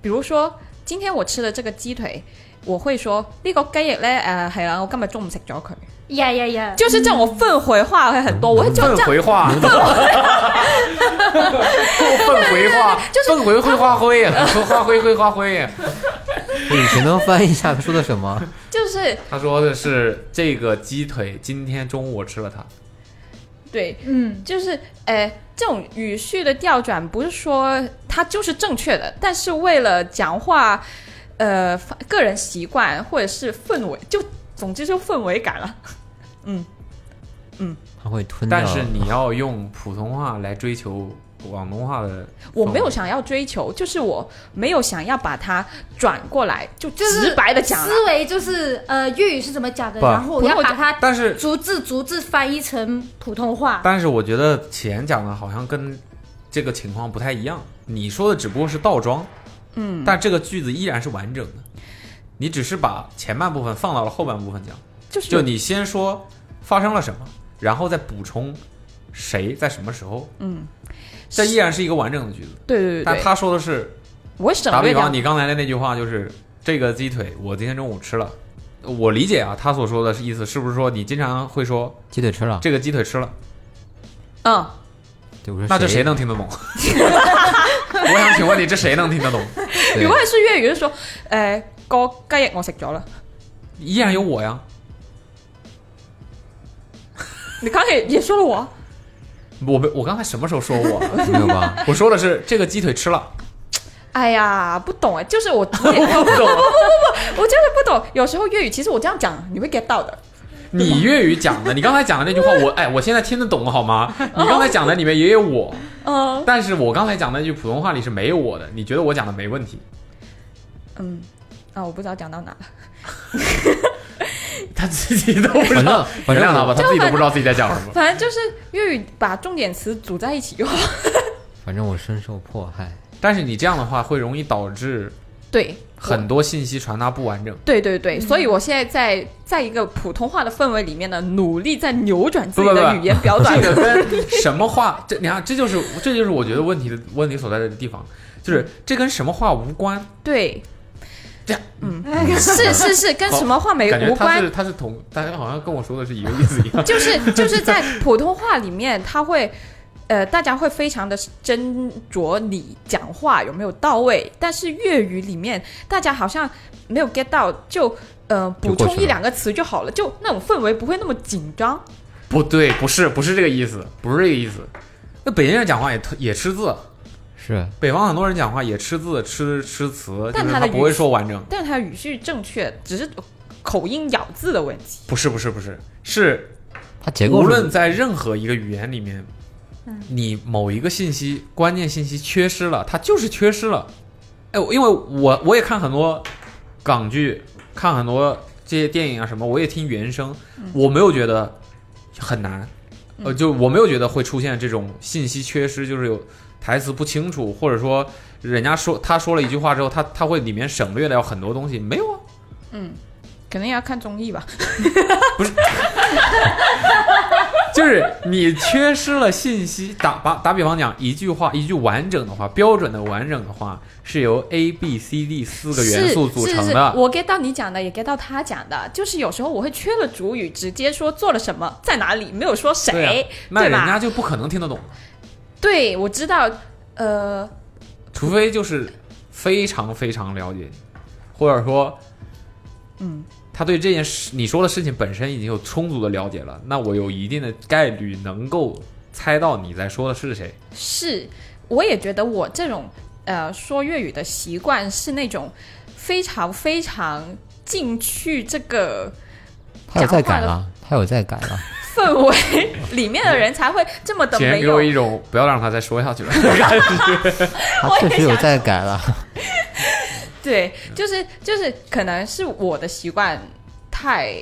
S7: 比如说今天我吃了这个鸡腿，我会说呢、個雞翼呢，誒係啦，我今日中午食咗佢，
S4: 呀呀呀，
S7: 就是這種氛圍化會很多，我會就
S2: 粪
S7: 這樣
S2: 回话，啊 [LAUGHS] 粪回话， [LAUGHS] 粪回会花灰，会花灰会花灰。
S5: 你只能翻译一下他说的什么。
S7: 就是
S2: 他说的是这个鸡腿，今天中午我吃了它。
S7: 對。
S4: 嗯，
S7: 就是呃，这种语序的调转，不是说它就是正确的，但是为了讲话，呃，发个人习惯或者是氛围，就总之就氛围感了。
S5: 他会吞掉。
S2: 但是你要用普通话来追求广东话的，
S7: 我
S2: 哦
S7: 没有想要追求，就是我没有想要把它转过来，就
S4: 就是
S7: 直白的讲了。啊
S4: 思维就是呃粤语是怎么讲的，
S2: 不
S4: 然后我要
S7: 不是
S4: 把
S7: 我
S4: 它
S2: 但是
S4: 逐字逐字翻译成普通话。
S2: 但是我觉得钱讲的好像跟这个情况不太一样。你说的只不过是倒装，嗯，但这个句子依然是完整的，你只是把前半部分放到了后半部分讲。
S7: 就是
S2: 就你先说发生了什么，然后再补充谁在什么时候，
S7: 嗯，
S2: 这依然是一个完整的句子。
S7: 对对对
S2: 但
S7: 对，
S2: 他说的是，
S7: 我省
S2: 打
S7: 略
S2: 比方，
S7: 掉
S2: 你刚才的那句话就是这个鸡腿，我今天中午吃了。我理解啊，他所说的意思是不是说你经常会说
S5: 鸡腿吃了，
S2: 这个鸡腿吃了？
S7: 嗯，
S5: 对我说
S2: 那这谁
S5: 谁？
S2: 能听得 [LAUGHS] 懂？我想请问你，这谁能听得懂？
S5: 对
S7: 如果是粤语，就说诶個雞翼我食咗啦。 [LAUGHS]
S2: 依然有我呀，
S7: 你刚才也也说了我，
S2: 我没我刚才什么时候说我了？
S5: 没有吧？
S2: [LAUGHS] 我说的是这个鸡腿吃了， [LAUGHS]
S7: 哎呀，不懂哎，就是我 [LAUGHS] 我也
S2: 不懂。
S7: 我真的不懂，有时候粤语其实我这样讲你会 get 到的。
S2: 你粤语讲的，你刚才讲的那句话，我哎，我现在听得懂好吗？你刚才讲的里面也有我，
S4: 哦
S7: 嗯
S2: 但是我刚才讲的那句普通话里是没有我的，你觉得我讲的没问题？ [LAUGHS]
S7: 嗯，啊，我不知道讲到哪了。
S2: 他自己都不知
S5: 反
S2: 道，
S5: 正反
S2: 原
S5: 正
S2: 谅他吧，
S5: 我
S2: 他自己都不知道自己在讲什么。
S7: 反正就是粤语把重点词组在一起就好。
S5: 反正我深受迫害。
S2: 但是你这样的话，会容易导致
S7: 对，
S2: 很多信息传达不完整。
S7: 对对对，所以我现在在在一个普通话的氛围里面呢，努力在扭转自己
S2: 不不不
S7: 的语言表
S2: [LAUGHS]
S7: 达
S2: 这。个跟什么话？这你看，这就是这就是我觉得问题的问题所在的地方，就是这跟什么话无关。
S7: 对，嗯是是是，跟什么话没
S2: 感觉
S7: 哎
S2: [LAUGHS]
S7: 无
S2: 他
S7: 关
S2: 是，他是同，他好像跟我说的是一个意思一样。
S7: 就是就是在普通话里面，他会。呃，大家会非常的斟酌你讲话有没有到位，但是粤语里面大家好像没有 get 到，就呃
S5: 就
S7: 补
S5: 过去
S7: 充
S5: 了
S7: 一两个词就好了，就那种氛围不会那么紧张。
S2: 不对，不是，不是这个意思，不是这个意思。那北京人讲话也特也吃字，
S5: 是
S2: 北方很多人讲话也吃字、吃吃词，
S7: 但
S2: 就是
S7: 他
S2: 他
S7: 的
S2: 不会
S7: 语
S2: 说完整。
S7: 但它语序正确，只是口音咬字的问题。
S2: 不是，不是，不是，是
S5: 它结构
S2: 无
S5: 是
S2: 论在任何一个语言里面，你某一个信息关键信息缺失了，它就是缺失了。哎，我因为我我也看很多港剧，看很多这些电影啊什么，我也听原声，我没有觉得很难，呃，就我没有觉得会出现这种信息缺失，就是有台词不清楚，或者说人家说他说了一句话之后，他他会里面省略掉很多东西，没有啊，
S7: 可能也要看综艺吧。
S2: [LAUGHS] 就是你缺失了信息。打把打比方讲，一句话，一句完整的话，标准的完整的话，是由 A、B、C、D 四个元素组成
S7: 是是是，
S2: 的。
S7: 我 get 到你讲的，也 get 到他讲的，就是有时候我会缺了主语，直接说做了什么，在哪里，没有说谁，
S2: 对啊，那
S7: 对
S2: 人
S7: 吧
S2: 家就不可能听得懂，
S7: 对我知道，呃，
S2: 除非就是非常非常了解你，或者说，
S7: 嗯，
S2: 他对这件事你说的事情本身已经有充足的了解了，那我有一定的概率能够猜到你在说的是谁。
S7: 是，我也觉得我这种呃说粤语的习惯是那种非常非常进去这个
S5: 它有在
S7: 讲话
S5: 改
S7: 的
S5: 了，它有在改
S2: [LAUGHS]
S5: 了。
S7: 氛围里面的人才会这么的
S2: 简
S7: 没
S2: 直给我
S7: 有
S2: 一种不要让他再说下去了的感觉。
S5: 它确实有在改了，
S7: 对，就是就是，可能是我的习惯太，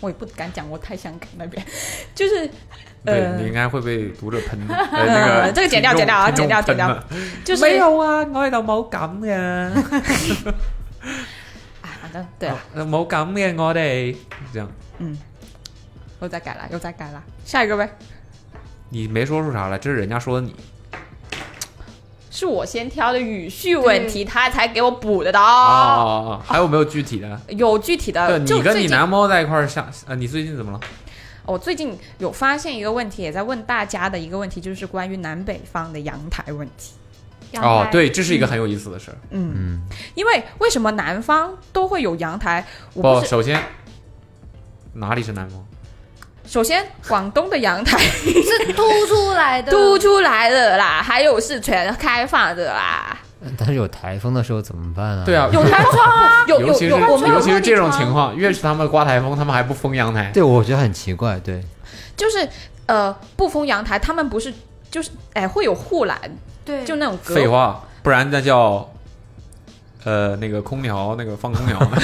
S7: 我也不敢讲我太香港那边， [LAUGHS] 就是
S2: 对
S7: 呃
S2: 你应该会被读者
S7: [LAUGHS]
S2: 喷的。呃，那
S7: 呃
S2: 个
S7: 这个剪掉
S2: 听众
S7: 剪掉
S2: 听众
S7: 啊剪
S2: 喷的
S7: 掉剪掉就是
S2: 没有啊，我喺度冇咁嘅，
S7: 啊，反正对啊，
S2: [LAUGHS] 冇咁嘅，我哋这样。
S7: 又在改了，又在改了，下一个呗，
S2: 你没说出啥来，这是人家说的你。
S7: 是我先挑的语序问题，他才给我补的的
S2: 哦
S7: 哦。
S2: 哦哦，还有没有具体的？
S7: 有具体
S2: 对，
S7: 的，就
S2: 你跟
S7: 最
S2: 你
S7: 近
S2: 男猫在一块儿下，呃，你最近怎么了？
S7: 我最近有发现一个问题，也在问大家的一个问题，就是关于南北方的阳台问题。
S4: 阳
S2: 哦，
S4: 台，
S2: 对，这是一个很有意思的事儿。
S7: 嗯，因为为什么南方都会有阳台？我
S2: 不
S7: 不，是，
S2: 首先哪里是南方？
S7: 首先广东的阳 [LAUGHS] 台
S4: 是凸出来
S7: [LAUGHS]
S4: 的，
S7: 凸出来的啦，还有是全开放的啦，
S5: 但是有台风的时候怎么办啊？
S2: 对啊，
S7: 有开放啊， [LAUGHS] 有
S2: 尤
S7: 有
S2: 其是
S7: 有，我们
S2: 尤
S7: 有
S2: 其是
S7: 落地
S2: 这种
S7: 窗
S2: 情况，越是他们刮台风，他们还不封阳台。
S5: [LAUGHS] 对，我觉得很奇怪，对，
S7: 就是呃不封阳台，他们不是就是哎会有护栏，
S4: 对，
S7: 就那种隔
S2: 废话，不然那叫呃那个空调那个放空调
S5: [LAUGHS]
S2: 呢。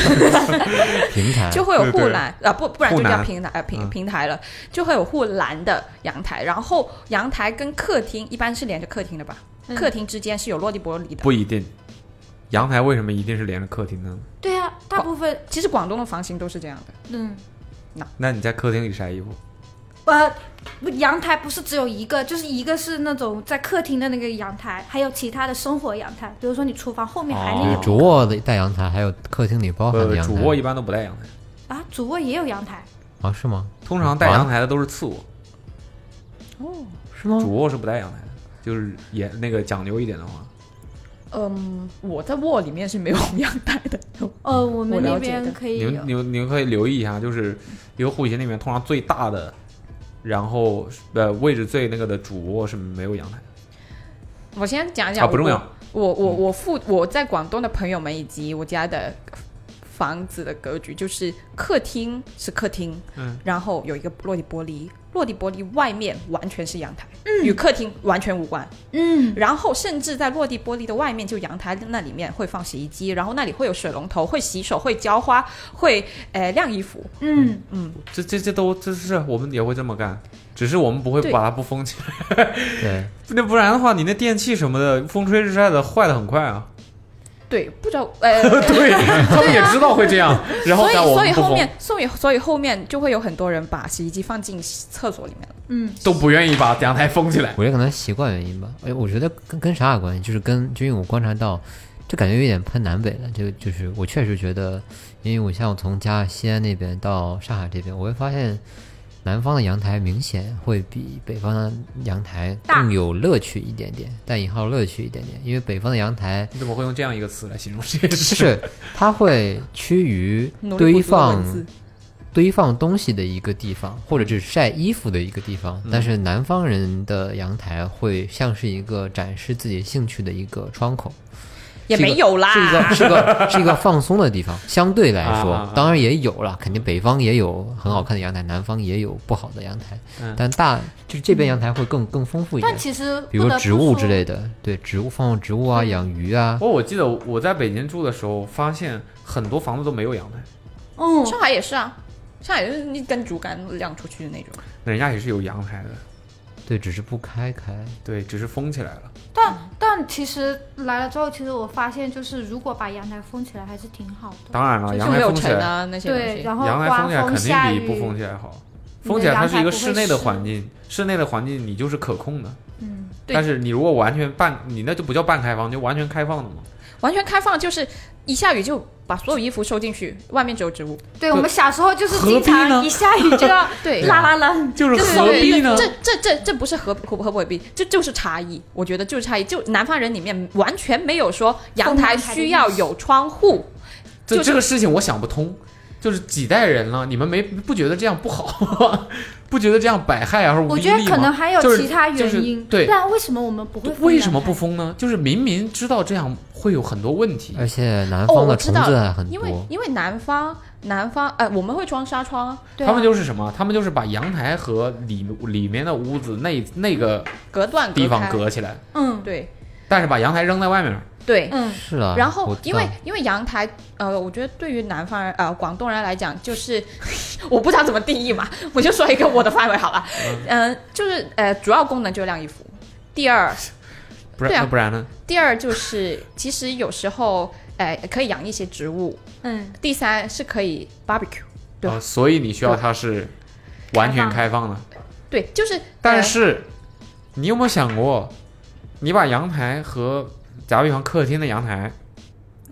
S5: 平台
S7: 就会有
S2: 对
S7: 护
S2: 对
S7: 栏啊，不不然
S2: 护
S7: 就叫
S2: 栏
S7: 平台呃平
S2: 嗯
S7: 平台了，就会有护栏的阳台，然后阳台跟客厅一般是连着客厅的吧，
S4: 嗯
S7: 客厅之间是有落地玻璃的。
S2: 不一定，阳台为什么一定是连着客厅呢？
S4: 对啊，大部分
S7: 其实广东的房型都是这样的，
S4: 嗯。
S2: 那你在客厅里晒衣服？
S4: 呃，阳台不是只有一个，就是一个是那种在客厅的那个阳台，还有其他的生活阳台，比如说你厨房后面还那
S5: 就
S4: 个、
S5: 是主卧的带阳台，还有客厅里包含的
S2: 呃，
S5: 哦阳
S2: 主
S5: 台。
S2: 卧一般都不带阳台，
S4: 啊，主卧也有阳台，
S5: 啊，是吗？
S2: 通常带阳台的都是次卧，
S5: 哦是吗？
S2: 主卧是不带阳台的。就是也那个讲究一点的话，
S7: 嗯，我在卧里面是没有阳台的，
S4: 呃，我
S7: 我
S4: 们
S7: 了
S4: 那
S7: 解的
S4: 边
S5: 哎
S4: 可以
S2: 你
S4: 有
S2: 们你们你们可以留意一下，就是一个户型里面通常最大的，然后呃位置最那个的主卧是没有阳台的
S7: 我先讲
S2: 啊，
S7: 讲
S2: 不重要。嗯
S7: 我我我父我在广东的朋友们以及我家的房子的格局，就是客厅是客厅，
S2: 嗯，
S7: 然后有一个落地玻璃，落地玻璃外面完全是阳台，与客厅完全无关。
S4: 嗯，
S7: 然后甚至在落地玻璃的外面，就阳台那里面会放洗衣机，然后那里会有水龙头，会洗手，会浇花，会呃晾衣服。
S4: 嗯，
S2: 这这这都这是我们也会这么干，只是我们不会
S7: 对
S2: 把它不封起来。 [LAUGHS]
S5: 对，
S2: 那不然的话，你那电器什么的，风吹日晒的坏的很快啊。
S7: 对，不 [LAUGHS] 知道呃，
S2: 对，他们也知道会这
S7: [LAUGHS]
S2: 样，然后
S7: 所以
S2: 但我
S7: 所以
S2: 们不
S7: 后
S2: 封，
S7: 面所以所以后面就会有很多人把洗衣机放进厕所里面了。
S2: 都不愿意把阳台封起来。
S5: 我觉得可能习惯原因吧。哎，我觉得跟跟啥有关系？就是跟，就因为我观察到，就感觉有点偏南北了。就就是我确实觉得，因为我像我从家西安那边到上海这边，我会发现南方的阳台明显会比北方的阳台
S7: 大
S5: 更有乐趣一点点，带引号乐趣一点点，因为北方的阳
S7: [LAUGHS]
S5: 台。
S2: 你怎么会用这样一个词来形容这件
S5: 就
S2: 事？ [LAUGHS]
S5: 是它会趋于
S7: 努力
S5: 堆
S7: 捕捉
S5: 放
S7: 文字
S5: 堆放东西的一个地
S7: 嗯
S5: 方，或者是晒衣服的一个地方。但是南方人的阳台会像是一个展示自己兴趣的一个窗口，
S7: 也
S5: 是一
S7: 没
S5: 个
S7: 有啦，
S5: 是一个是个是一个放松的地方。相对来
S2: 啊啊
S5: 说
S2: 啊，
S5: 当然也有了，肯定北方也有很好看的阳台，南方也有不好的阳台
S2: 嗯，
S5: 但大就是这边阳台会更更丰富一点
S4: 但。其实
S5: 比
S4: 不
S5: 如
S4: 得不
S5: 植物之
S4: 说
S5: 类的，对植物放植物啊，养鱼啊
S2: 不，过我记得我在北京住的时候，发现很多房子都没有阳台，
S4: 嗯，
S7: [LAUGHS] 上海也是啊，上海就是一根竹竿亮出去的那种。
S2: 那人家也是有阳台的，
S5: 对，只是不开开。
S2: 对，只是封起来了。
S4: 但但其实来了之后，其实我发现就是如果把阳台封起来，还是挺好的。
S2: 当然了，
S7: 就
S2: 阳
S7: 是没
S2: 台
S7: 有
S2: 封起
S7: 尘
S2: 来，
S7: 啊那些东
S4: 对，
S7: 西。
S4: 然后
S2: 阳台
S4: 刮
S2: 起来肯
S4: 下
S2: 定比
S4: 雨，
S2: 不封起来好。
S4: 你的
S2: 封起来它
S4: 阳
S2: 是一
S4: 台
S2: 个
S4: 不会
S2: 室内的
S4: 湿
S2: 环境，室内的环境你就是可控的。
S4: 嗯，
S7: 对
S2: 但是你如果完全半，你那就不叫半开放，就完全开放的嘛。
S7: 完全开放就是一下雨就把所有衣服收进去，外面只有植物。
S4: 对我们小时候就是
S2: 何
S4: 经
S2: 必呢
S4: 常一下雨就要
S7: 对
S4: 啦啦啦，
S2: [LAUGHS] 就
S7: 就是
S2: 何必呢？
S7: 这这这这不是合合合不合必，这就是差异。我觉得就是差异，就南方人里面完全没有说阳台需要有窗户，
S2: 这
S7: 就是
S2: 这个事情我想不通，就是几代人了，你们没不觉得这样不好 [LAUGHS] 吗？不觉得这样百害而无
S4: 我
S2: 一
S4: 觉得
S2: 利
S4: 可能
S2: 吗？
S4: 还有
S2: 就是
S4: 其他
S2: 就是
S4: 原因，
S2: 对
S4: 不啊然为什么我们不会？
S2: 为什么不？封呢？就是明明知道这样会有很多问题，
S4: 哎
S5: 而且南
S7: 哦
S5: 方的
S7: 我知
S5: 虫
S7: 道
S5: 子还很
S7: 因
S5: 多，
S7: 为因为南方南方呃我们会装纱窗啊，
S4: 对啊
S2: 他们就是什么？他们就是把阳台和里里面的屋子那那个
S7: 隔断
S2: 地
S7: 开
S2: 方隔起来，
S4: 嗯
S7: 对
S2: 但是把阳台扔在外面。
S7: 对。
S4: 嗯，
S5: 是啊，
S7: 然后
S5: 我，知
S7: 因为
S5: 道
S7: 因为阳台，呃，我觉得对于南方人，呃，广东人来讲，就是 [LAUGHS] 我不知道怎么定义嘛，我就说一个我的范围好了，嗯、就是呃，主要功能就是晾衣服。第二，
S2: 不然、
S7: 对啊
S2: 那不然呢？
S7: 第二就是其实有时候，呃，可以养一些植物。
S4: 嗯，
S7: 第三是可以 barbecue，对
S2: 啊，所以你需要它是完全开放的。
S7: 对，就是
S2: 但
S7: 呃
S2: 是你有没有想过，你把阳台和假如比方客厅的阳台，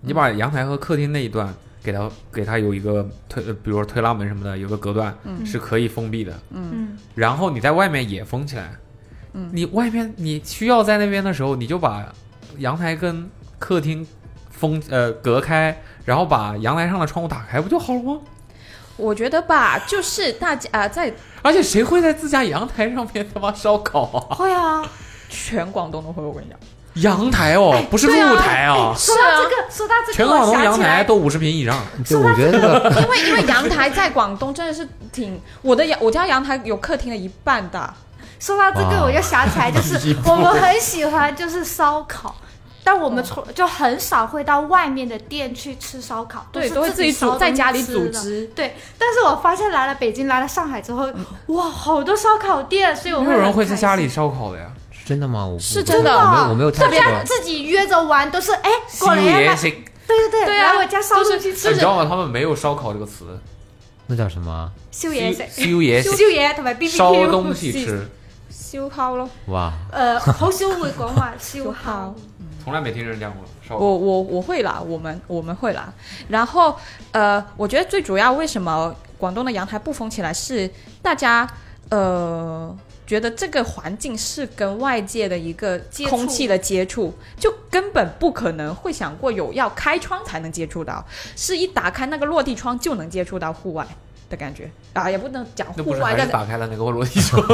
S2: 你把阳台和客厅那一段给它给它有一个推，呃比如说推拉门什么的，有个隔断、
S7: 嗯
S2: 是可以封闭的。
S4: 嗯，
S2: 然后你在外面也封起来。
S7: 嗯
S2: 你外面你需要在那边的时候，你就把阳台跟客厅封呃隔开，然后把阳台上的窗户打开，不就好了吗？
S7: 我觉得吧，就是大家啊、呃在
S2: 而且谁会在自家阳台上面他妈烧烤啊？
S4: 会啊。
S7: 全广东都会，我跟你讲，
S2: 阳台
S4: 哎
S2: 哦，不是露台啊！
S4: 说到这个，说到这个，
S2: 全
S4: 我
S2: 广东
S4: 想
S2: 阳
S4: 起
S2: 台
S4: 来
S2: 都五十平以上，
S5: 就我觉得这个
S7: 因为因为阳台在广东真的是挺，我的阳我家阳台有客厅的一半大，
S4: 说到这个，
S5: 哇
S4: 我就想起来，就
S2: 一
S4: 是
S2: 步
S4: 我们很喜欢就是烧烤，但
S2: 哦
S4: 我们从就很少会到外面的店去吃烧烤，
S7: 对，
S4: 都
S7: 都会
S4: 是
S7: 自
S4: 己
S7: 己
S4: 烧
S7: 组在家里
S4: 东西
S7: 组
S4: 吃的。
S7: 织。
S4: 对，但是我发现来了北京，来了上海之后，哇，好多烧烤店，所以我
S2: 嗯没有人
S4: 很
S2: 会在家
S4: 开
S2: 里
S4: 心。
S2: 烧烤的呀。
S5: 是真的吗？我
S7: 是
S5: 我
S7: 真的
S5: 我没有我没有太
S4: 大
S5: 熟
S4: 家自己约着玩，都是哎，过来要
S2: 言
S4: 来，
S2: 行，
S4: 对对对，
S7: 对啊
S4: 来我家烧
S7: 就是
S4: 东西
S7: 就
S2: E 你
S4: 吃
S2: 知
S7: 是，
S2: 道吗？他们没有烧烤这个词，E
S5: 那叫什么啊？
S4: 修爷噻，
S2: 修爷
S4: 修爷同埋 B B Q，
S2: 烧东西
S4: E
S2: 吃，
S7: 烧烤咯，
S5: 哇，
S4: 呃，好少会讲话烧烤
S7: 烤。
S2: 从来没听人讲过烧烤。
S7: 我我我会啦，我们我们会啦。然后呃，我觉得最主要为什么广东的阳台不封起来是大家呃觉得这个环境是跟外界的一个
S4: 接触
S7: 空气的接触，就根本不可能会想过有要开窗才能接触到，是一打开那个落地窗就能接触到户外。的感觉啊，也不能讲
S2: 那
S7: 户
S2: 不是
S7: 外，
S2: 还
S7: 但
S2: 是打开了那个落地窗？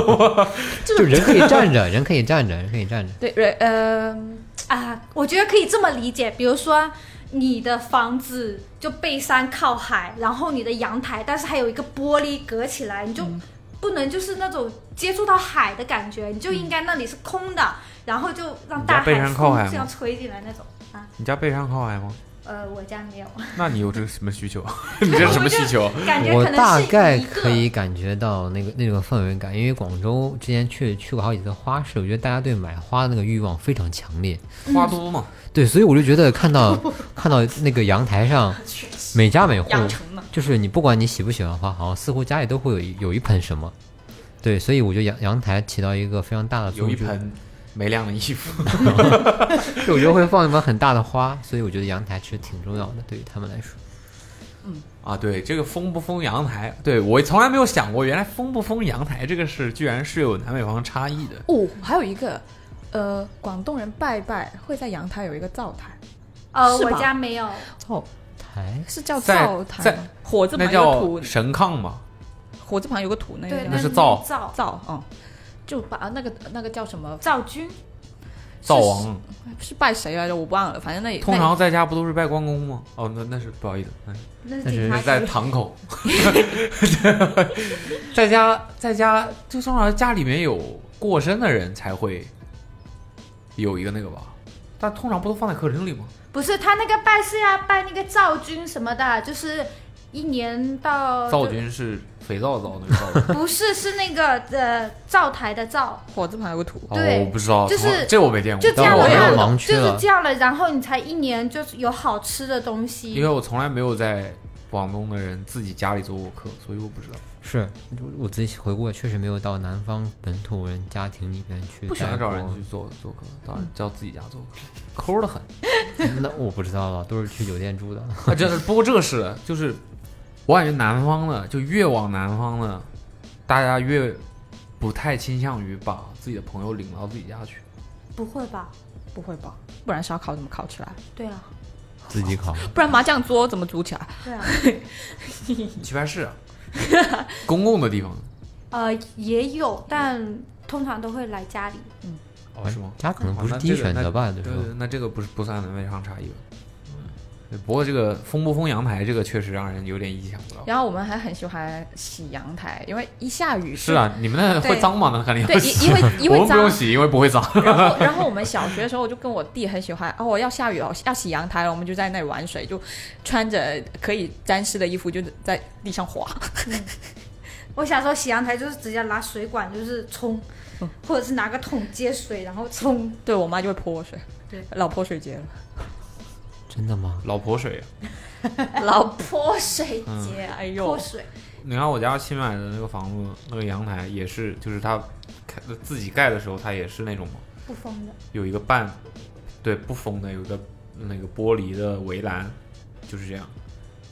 S5: 就人可以站着， [LAUGHS] 人可以站着，人可以站着。
S7: 对，呃，
S4: 啊，我觉得可以这么理解，比如说你的房子就背山靠海，然后你的阳台，但是还有一个玻璃隔起来，你就
S2: 嗯
S4: 不能就是那种接触到海的感觉，你就应该那里是空的，然后就让
S2: 你
S4: 大
S2: 家背山靠海
S4: 风这
S2: 吗
S4: 样吹进来那种。
S2: [LAUGHS] 你家背上靠海吗？
S4: 呃，我家没有，
S2: 那你有这个什么需求？你这是什么需求？
S4: 感觉
S5: 我
S4: 可能
S5: 大
S4: 是
S5: 概
S4: 一个
S5: 可以感觉到那个那种氛围感，因为广州之前去去过好几次花市，我觉得大家对买花的那个欲望非常强烈。
S2: 花都嘛，
S5: 对，所以我就觉得
S4: [LAUGHS]
S5: 看到看到那个阳台上每家每户，
S7: 养成嘛，
S5: 就是你不管你喜不喜欢花，好像似乎家里都会有一有一盆什么。对，所以我觉得阳阳台起到一个非常大的
S2: 有
S5: 作用。
S2: 一盆没晾的衣服。
S5: 就我觉得会放一盆很大的花，所以我觉得阳台其实挺重要的，对于他们来说。
S2: 啊，对，这个封不封阳台，对我从来没有想过，原来封不封阳台这个事，居然是有南北方差异的。
S7: 哦，还有一个，呃，广东人拜拜会在阳台有一个灶台，
S4: 呃，
S7: 是吧
S4: 我家没有，
S5: 灶台
S7: 是叫
S2: 在
S7: 灶台
S2: 在
S7: 吗？火字
S2: 那
S7: 旁有个
S2: 叫
S7: 土，
S2: 神炕嘛，
S7: 火字旁有个土那
S4: 对，
S7: 个
S2: 那是灶
S4: 灶灶
S7: 灶，嗯，就把那个那个叫什么
S4: 灶君，
S2: 灶王。
S7: 是拜谁来着？我忘了，反正那也
S2: 通常在家不都是拜关公吗？哦，那那是不好意思，那是
S4: 那是
S5: 那是
S4: 警
S2: 那
S4: 察
S2: 是在
S4: 局
S2: 堂口， [LAUGHS] 在家在家就通常家里面有过身的人才会有一个那个吧，但通常不都放在客厅里吗？
S4: 不是他那个拜是要拜那个灶君什么的，就是一年到，
S2: 灶君是肥皂的皂那个 [LAUGHS] 灶
S4: 不是是那个呃灶台的灶，
S7: 那火字旁有个土，
S2: 哦，
S4: 对
S2: 我不知道，
S4: 就是
S2: 从来这我没见过，
S4: 就这
S2: 但
S4: 样
S2: 我
S4: 的
S5: 我也
S2: 没有
S5: 是
S4: 话，
S5: 盲
S4: 就
S5: 区
S4: 是
S5: 了
S4: 这样了，然后你才一年就是有好吃的东西。
S2: 因为我从来没有在广东的人自己家里做过客，所以我不知道。
S5: 是我自己回顾，确实没有到南方本土人家庭里边去。
S2: 不喜欢找人去做嗯做客，当然叫自己家做客，抠的很。
S5: 去，那我不知道了，都是去酒
S2: [LAUGHS]
S5: 店住的。
S2: 啊，真的。不过这个是，就是我感觉南方的，就越往南方的，大家越不太倾向于把自己的朋友领到自己家去。
S4: 不会吧？
S7: 不会吧？不然烧烤怎么烤起来？
S4: 对啊，
S5: 自己
S2: 哦
S5: 烤，
S7: 不然麻将桌怎么组起来？
S4: 对啊，
S2: 棋牌
S7: [LAUGHS]
S2: 室、啊，公共的地方
S4: 呃，也有，但通常都会来家里。
S2: 哦，是吗？
S5: 哎家可能
S2: 好
S5: 不是
S2: 那
S5: 第一
S2: 这个
S5: 选
S2: 那
S5: 择吧，
S2: 对
S5: 对
S2: 对
S5: 吧？，
S2: 那这个不是不算南北方差异吧？对不过这个封不封阳台，这个确实让人有点意想
S7: [LAUGHS]
S2: 不到。
S7: 然后我们还很喜欢洗阳台，因为一下雨
S2: 是，啊，你们那会
S7: 对
S2: 脏吗？那肯定
S7: 对，
S2: 会
S7: 因
S2: 洗。 [LAUGHS]
S7: 因为因
S2: 我们
S7: 为
S2: 不
S7: 脏
S2: 用。洗，因为不会脏。
S7: [LAUGHS] 然后，然后我们小学的时候，我就跟我弟很喜欢哦，要下雨了，要洗阳台了，我们就在那里玩水，就穿着可以沾湿的衣服，就在地上滑。
S4: 我小时候洗阳台就是直接拿水管就是冲，或者是拿个桶接水然后冲。
S7: 对我妈就会泼水，
S4: 对，
S7: 老泼水 [LAUGHS] 节了，
S5: 真的吗？
S2: 老婆水，啊
S7: 老泼水节，哎
S4: 啊泼
S7: 呦，
S4: 水，
S2: 你看我家新买的那个房子，那个阳台也是，就是它开自己盖的时候，它也是那种
S4: 不封的，
S2: 有一个半，对不封的，有一个那个玻璃的围栏，就是这样。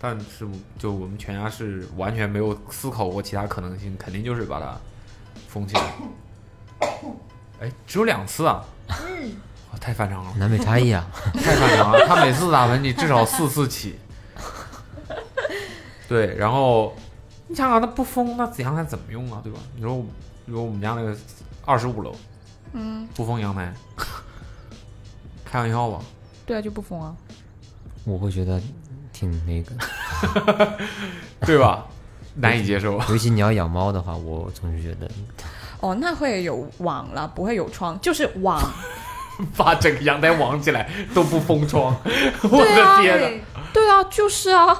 S2: 但是就我们全家是完全没有思考过其他可能性，肯定就是把它封起来。哎，只有两次啊！哇太反常了，
S5: 南北差异啊，
S2: 太反常了。他每次打喷嚏至少四次起。对，然后你想想，那不封，那阳台怎么用啊？对吧？你说我，比如我们家那个二十五楼，嗯，不封阳台，开玩笑吧？
S7: 对啊，就不疯啊，
S5: 我会觉得挺那个，
S2: 对吧？难以接
S5: [LAUGHS]
S2: 受。
S5: 尤其你要养猫的话，我总是觉得
S7: 哦，那会有网了，不会有窗，就是网，
S2: 把整个阳台网起来都不封窗， [LAUGHS] 我
S7: 对啊
S2: 的天哪！
S4: 对，
S7: [LAUGHS] 对啊，就是啊，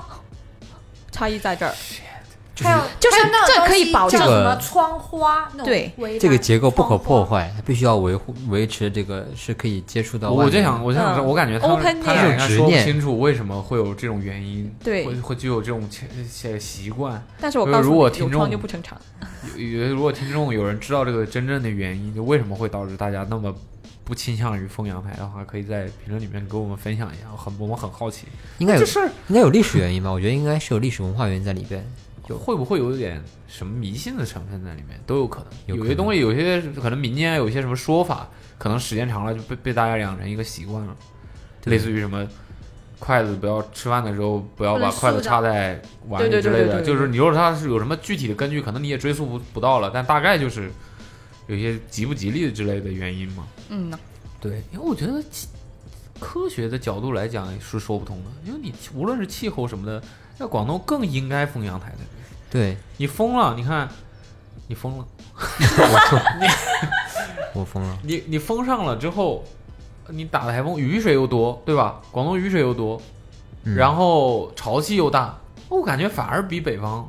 S7: 差异在这儿，
S4: 还有
S7: 就是
S4: 还有那种
S7: 这可
S4: 东
S7: 以
S4: 西
S7: 保
S4: 叫
S5: 证
S4: 什么窗花那种
S7: 对
S4: 围栏
S5: 这个结构不可破。
S4: 窗花
S5: 坏，它必须要维护维持这个是可以接触到外
S2: 我
S5: 面的。
S2: 就想，我就想说，
S7: 嗯
S2: 我感觉他们
S7: open
S2: 他俩应该
S5: net
S2: 说不
S5: 有执念
S2: 清楚为什么会有这种原因，
S7: 对
S2: 会会具有这种习习惯。
S7: 但是我告诉
S2: 呃如果
S7: 你，
S2: 听
S7: 有
S2: 众
S7: 窗就不正常，
S2: 有 [LAUGHS] 有如果听众有人知道这个真正的原因，就为什么会导致大家那么不倾向于封阳台的话，可以在评论里面给我们分享一下，我很我们很好奇，
S5: 应该有
S2: 这事儿
S5: 应该有历史原因吧？我觉得应该是有历史文化原因在里边。
S2: 会不会有点什么迷信的成分在里面，都有可能。
S5: 有可能
S2: 些东西，有些可能民间有一些什么说法，可能时间长了就被被大家养成一个习惯了，类似于什么。筷子不要吃饭的时候不要
S4: 不
S2: 把
S4: 能
S2: 筷子
S4: 竖着
S2: 插在碗里
S7: 对对
S2: 之
S7: 对
S2: 类
S7: 对
S2: 的，
S7: 对对
S2: 就是你说它是有什么具体的根据，可能你也追溯不不到了，但大概就是有一些吉不吉利之类的原因嘛。
S7: 嗯，
S2: 对，因为我觉得气科学的角度来讲是说不通的，因为你无论是气候什么的，在广东更应该封阳台的。
S5: 对
S2: 你疯了，你看，你疯
S5: [LAUGHS]
S2: 了，
S5: 我疯了，
S2: 你你封上了之后，你打台风，雨水又多，对吧？广东雨水又多，
S5: 嗯
S2: 然后潮气又大，我感觉反而比北方，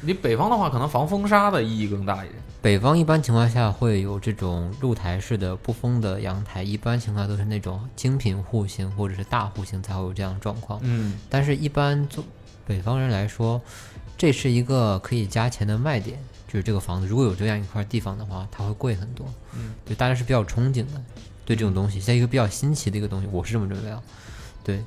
S2: 你北方的话可能防风沙的意义更大一点。
S5: 北方一般情况下会有这种露台式的不封的阳台，一般情况下都是那种精品户型或者是大户型才会有这样的状况。
S2: 嗯，
S5: 但是，一般做北方人来说，这是一个可以加钱的卖点，就是这个房子如果有这样一块地方的话，它会贵很多。
S2: 嗯，
S5: 对，大家是比较憧憬的，对这种东西，像一个比较新奇的一个东西，我是这么认为啊。对，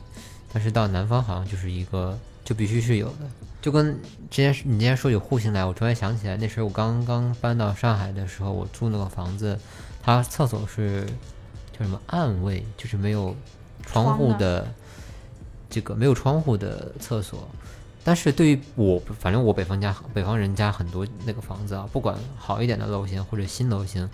S5: 但是到南方好像就是一个就必须是有的，就跟之前你之前说起户型来，我突然想起来，那时候我刚刚搬到上海的时候，我住那个房子，它厕所是叫什么暗卫，就是没有窗户
S4: 窗
S5: 的这个没有窗户的厕所。但是对于我，反正我北方家北方人家很多那个房子啊，不管好一点的楼型或者新楼型，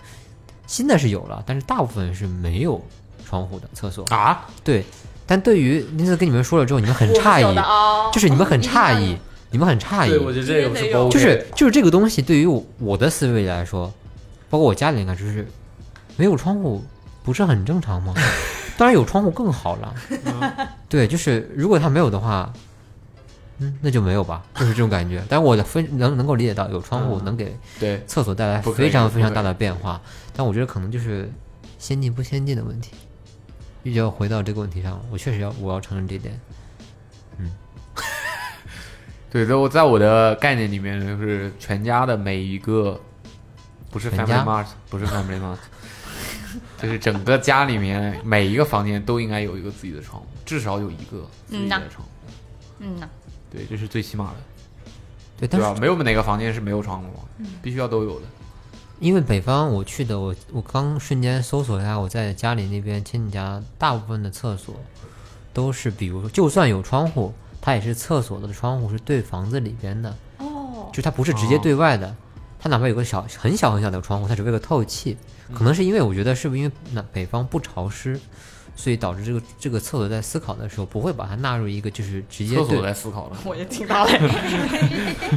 S5: 新的是有了，但是大部分是没有窗户的厕所。
S2: 啊，
S5: 对，但对于那次跟你们说了之后，你们很
S7: 我
S5: 诧
S7: 们有
S5: 异
S7: 的，哦，
S5: 就是你们很
S7: 一定要
S5: 诧
S7: 有
S5: 异，你们很诧
S2: 对，我
S5: 异，
S2: 觉得这个
S7: 得
S2: 是
S7: 有
S2: 包
S5: 哎就是就是这个东西对于我我的思维来说，包括我家里应该就是没有窗户不是很正常吗？当然有窗户更好了。
S2: 嗯
S5: [LAUGHS] 对，就是如果它没有的话，嗯，那就没有吧，就是这种感觉。但我的分能能够理解到有窗户
S2: 嗯
S5: 能给
S2: 对，
S5: 厕所带来
S2: 不可以
S5: 非常
S2: 不
S5: 非常
S2: 可以
S5: 大的变化，但我觉得可能就是先进不先进的问题，又要回到这个问题上，我确实要我要承认这一点。
S2: 对，在我在我的概念里面，就是全家的每一个，不是
S5: 全
S2: Family
S5: 家
S2: Mart，不是 Family Mart，就是整个家里面每一个房间都应该有一个自己的窗户，至少有一个自己
S7: 嗯呐
S2: 的窗户。
S7: 嗯呐，
S2: 对，这是最起码的，
S5: 对，但
S2: 对
S5: 是
S2: 吧？没有哪个房间是没有窗户的，
S7: 嗯
S2: 必须要都有的。
S5: 因为北方我去的，我我刚瞬间搜索一下，我在家里那边亲戚家大部分的厕所都是，比如说就算有窗户，它也是厕所的窗户是对房子里边的，
S7: 哦，
S5: 就它不是直接对外的，它哪怕有个小很小很小的窗户，它只为了透气。可能是因为我觉得是不是因为那北方不潮湿，所以导致这个这个厕所在思考的时候不会把它纳入一个就是直接
S2: 厕所
S5: 对
S2: 在思考了，
S7: [LAUGHS] 我也听到了，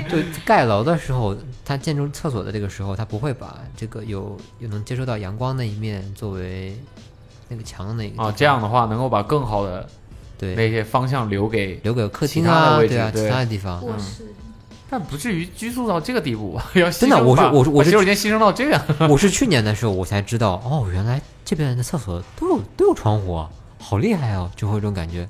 S5: 对盖楼的时候，它建筑厕所的这个时候，它不会把这个有有能接收到阳光那一面作为那个墙的那一个
S2: 啊，
S5: 地
S2: 这样
S5: 方
S2: 的话能够把更好的
S5: 对
S2: 那些方向留给，
S5: 留给客
S2: 其
S5: 厅
S2: 他的
S5: 啊，
S2: 位
S5: 对啊，
S2: 置
S5: 其
S2: 对
S5: 他的地
S2: [LAUGHS]
S5: 方。
S4: 卧室
S5: 嗯
S2: 但不至于拘束到这个地步吧？ [LAUGHS] 要牺
S5: 真的
S2: 牲
S5: 我是
S2: 把
S5: 我是我
S2: 把
S5: 是
S2: 洗手间牺牲到这样，
S5: 我是去年的时候我才知道，哦，原来这边的厕所都有都有窗户啊，好厉害哦，就会有这种感觉。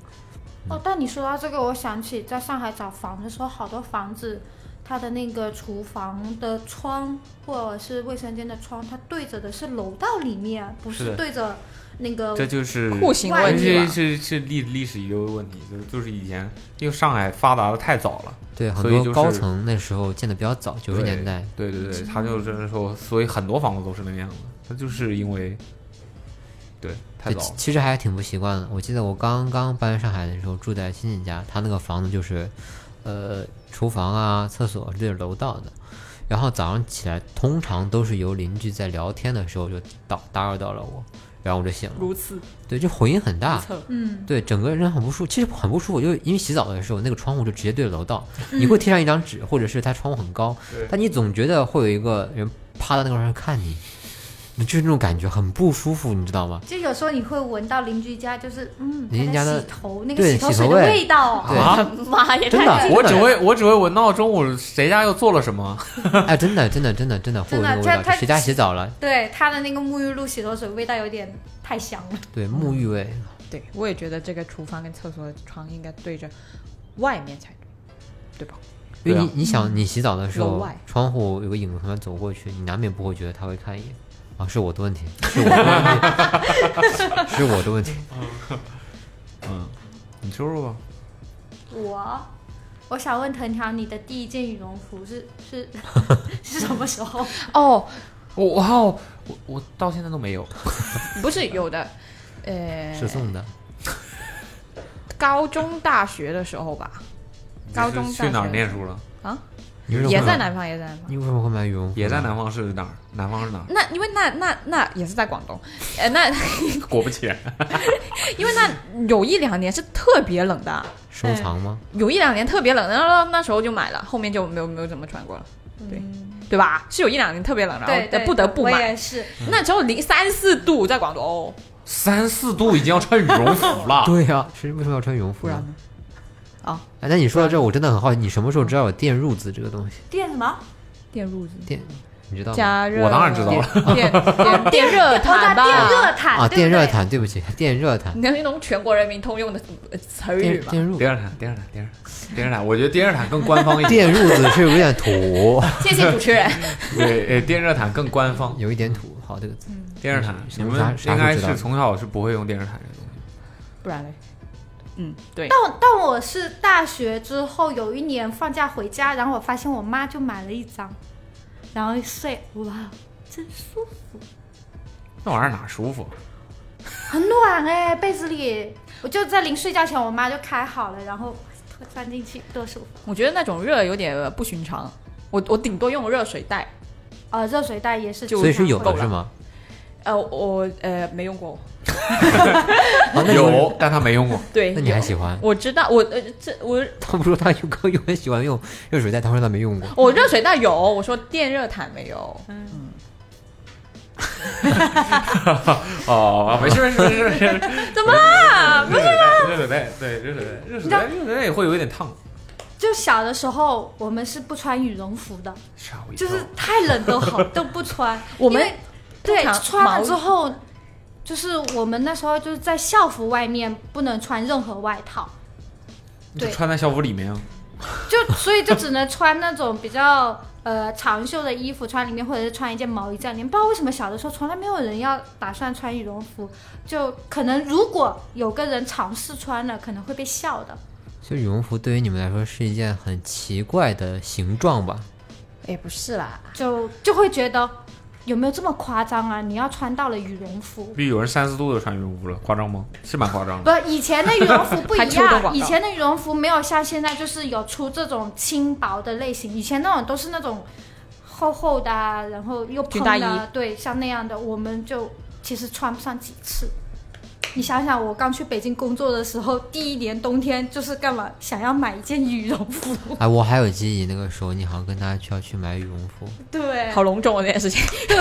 S4: 哦，但你说到这个，我想起在上海找房的时候，好多房子它的那个厨房的窗或者是卫生间的窗，它对着的是楼道里面，不
S2: 是
S4: 是
S2: 的
S4: 对着那个
S2: 这就是
S7: 户型问题
S2: 这
S7: 吧，
S2: 是是是历历史遗留的问题，就是就是以前因为上海发达的太早了，
S5: 对，很
S2: 所以就是
S5: 多高层那时候建的比较早，九十
S2: 对
S5: 年代。，
S2: 对对
S7: 嗯
S2: 对，他就是说，所以很多房子都是那个样子，他就是因为对太
S5: 对，
S2: 早
S5: 其
S2: 了，
S5: 其实还挺不习惯的。我记得我刚刚搬上海的时候，住在亲戚家，他那个房子就是，呃，厨房啊、厕所是对着楼道的。然后早上起来，通常都是由邻居在聊天的时候就打打扰到了我，然后我就醒了。
S7: 如此
S5: 对，就回音很
S7: 如
S5: 大，
S7: 厕，
S4: 嗯，
S5: 对，整个人很不舒服，其实很不舒服，因为因为洗澡的时候那个窗户就直接对着楼
S7: [LAUGHS]
S5: 道，你会贴上一张纸，或者是它窗户很高
S2: 对，
S5: 但你总觉得会有一个人趴在那个上看你，就是那种感觉很不舒服，你知道吗？
S4: 就有时候你会闻到邻居家就是嗯，
S5: 邻居
S4: 他在
S5: 家的
S4: 洗头那个
S5: 对
S4: 洗头
S5: 洗
S4: 水
S5: 头
S4: 的
S5: 味
S4: 味道，[LAUGHS]
S5: 对
S7: 妈呀，
S5: 真的啊
S7: 太
S2: 啊我只会我只会闻到中午谁家又做了什么，
S5: 哎，真的，真的，真的，真
S2: 啊
S5: 的会有
S4: 真的
S5: 那个味
S4: 它
S5: 道，就
S4: 它
S5: 谁家洗澡了？
S4: 对它的那个沐浴露、洗头水味道有点太香了。
S5: 对，沐浴味，
S7: 对，我也觉得这个厨房跟厕所的窗应该对着外面才对，对吧？
S5: 因为
S2: 对
S5: 你
S2: 啊
S5: 你想，你洗澡的时
S7: 楼
S5: 候
S7: 外，
S5: 窗户有个影子从那走过去，你难免不会觉得他会看一眼啊，是我的问题，是我的问题， [LAUGHS] 是我的问题。
S2: 嗯，你说说吧，
S4: 我我想问藤条，你的第一件羽绒服是是
S7: [LAUGHS]
S4: 是什么时候？
S7: 哦，
S2: 我哇哦，我我到现在都没有，
S7: 不是有的，呃，
S5: 是送的，
S7: 高中、大学的时候吧，高中
S2: 你是去哪儿
S7: 大学
S2: 念书了？
S7: 啊，
S5: 你为什么
S7: 也
S5: 会
S7: 在
S5: 买？
S7: 南方，也在南方。
S5: 你为什么会买羽绒服？
S2: 也在南方是哪儿？南方是哪儿？
S7: 那因为那那那也是在广东，呃，那
S2: [LAUGHS] 果不其然，
S7: [LAUGHS] 因为那有一两年是特别冷的，
S5: 收藏吗？，
S7: 有一两年特别冷，然后那时候就买了，后面就没有没有怎么穿过了，对、对吧？是有一两年特别冷，然
S4: 嗯对
S7: 后
S4: 对，
S7: 呃不得不
S4: 我
S7: 买
S4: 也。是，
S7: 那时候零三四度在广东，
S2: 三四度已经要穿羽绒服了 [LAUGHS]
S5: 对呀、是为什么要穿羽绒服
S7: 不然
S5: 呢？
S7: 呢？啊，
S5: 哎，那你说到这儿，我真的很好奇，你什么时候知道有电褥子这个东西？
S4: 电什么？
S7: 电褥子
S5: 电你知道吗？
S7: 加热，
S2: 嗯我当然知道了，
S7: 电电电热
S4: 哦对
S7: 毯
S4: 电
S7: 吧。
S4: 热毯对不
S5: 啊，
S4: 对
S5: 电热毯，对不起，电热毯，
S7: 你能用全国人民通用的词语
S5: 电
S7: 吗？
S5: 电褥，
S2: 电热毯，电热毯，电热毯，电热毯，我觉得电热毯更官方一 [LAUGHS] 点。
S5: 电褥子是有点土，
S7: 谢谢主持人。
S2: 对，呃，电热毯更官方。
S5: 有一点土。好，这个词
S2: 电热毯，
S5: 什
S2: 你
S5: 么
S2: 们
S5: 嗯啥啥
S2: 应该
S5: 都知道
S2: 是从小是不会用电热毯这个东西。
S7: [LAUGHS] 不然嘞？嗯，对，
S4: 但但我是大学之后有一年放假回家，然后我发现我妈就买了一张，然后一睡，哇，真舒服，
S2: 那玩意儿哪舒服？啊
S4: 很暖哎、被子里，我就在临睡觉前，我妈就开好了，然后钻进去，多舒服。
S7: [LAUGHS] 我觉得那种热有点不寻常。我我顶多用热水袋，
S4: 呃，热水袋也是经常
S5: 所
S4: 会，
S5: 以是有
S7: 够
S5: 的
S7: 了
S5: 是吗？
S7: 呃，我呃没用过。
S5: 啊，那你们
S2: 有，，但他没用过。
S7: 对，
S5: 那你还
S7: 有
S5: 喜欢？ [LAUGHS]
S7: 我知道，我呃这我
S5: 他不说他有刚有人喜欢用热水袋，他说他没用过。
S7: 我热水袋有，我说电热毯没有。
S2: 哦，没事没事没事没事。
S7: 怎么
S4: 啊
S7: 啦？
S2: 热水袋，热水袋，对，热水袋，热水袋，热水袋也会有一点烫，
S4: 就小的时候我们是不穿羽绒服的，
S2: 吓我一跳
S4: 就。是太冷都
S7: [LAUGHS]
S4: 好都不穿。
S7: 我们
S4: 因为对
S7: 通常
S4: 穿
S7: 毛
S4: 了之后，就是我们那时候就是在校服外面不能穿任何外套，
S2: 你就
S4: 对
S2: 穿在校服里面啊。
S4: 就
S7: [LAUGHS]
S4: 所以就只能穿那种比较呃长袖的衣服穿里面，或者是穿一件毛衣在里面。不知道为什么小的时候从来没有人要打算穿羽绒服，就可能如果有个人尝试穿了，可能会被笑的。
S5: 所以羽绒服对于你们来说是一件很奇怪的形状吧？
S7: 也不是啦，
S4: 就就会觉得有没有这么夸张啊？你要穿到了羽绒服，
S2: 比如有人三四度都穿羽绒服了，夸张吗？是蛮夸张的。
S4: 不，以前的羽绒服不
S7: 还
S4: 一
S7: 抽动广告
S4: 样，以前的羽绒服没有像现在就是有出这种轻薄的类型，以前那种都是那种厚厚的、啊，然后又蓬
S7: 军
S4: 的
S7: 大
S4: 啊，对，像那样的，我们就其实穿不上几次。你想想，我刚去北京工作的时候，第一年冬天就是干嘛？想要买一件羽绒
S7: [LAUGHS]
S4: 服，
S5: 哎，我还有记忆，那个时候你好像跟他去要去买羽绒服，
S4: 对，
S7: 好隆重啊这件事
S5: [LAUGHS]
S7: 情。
S4: 对，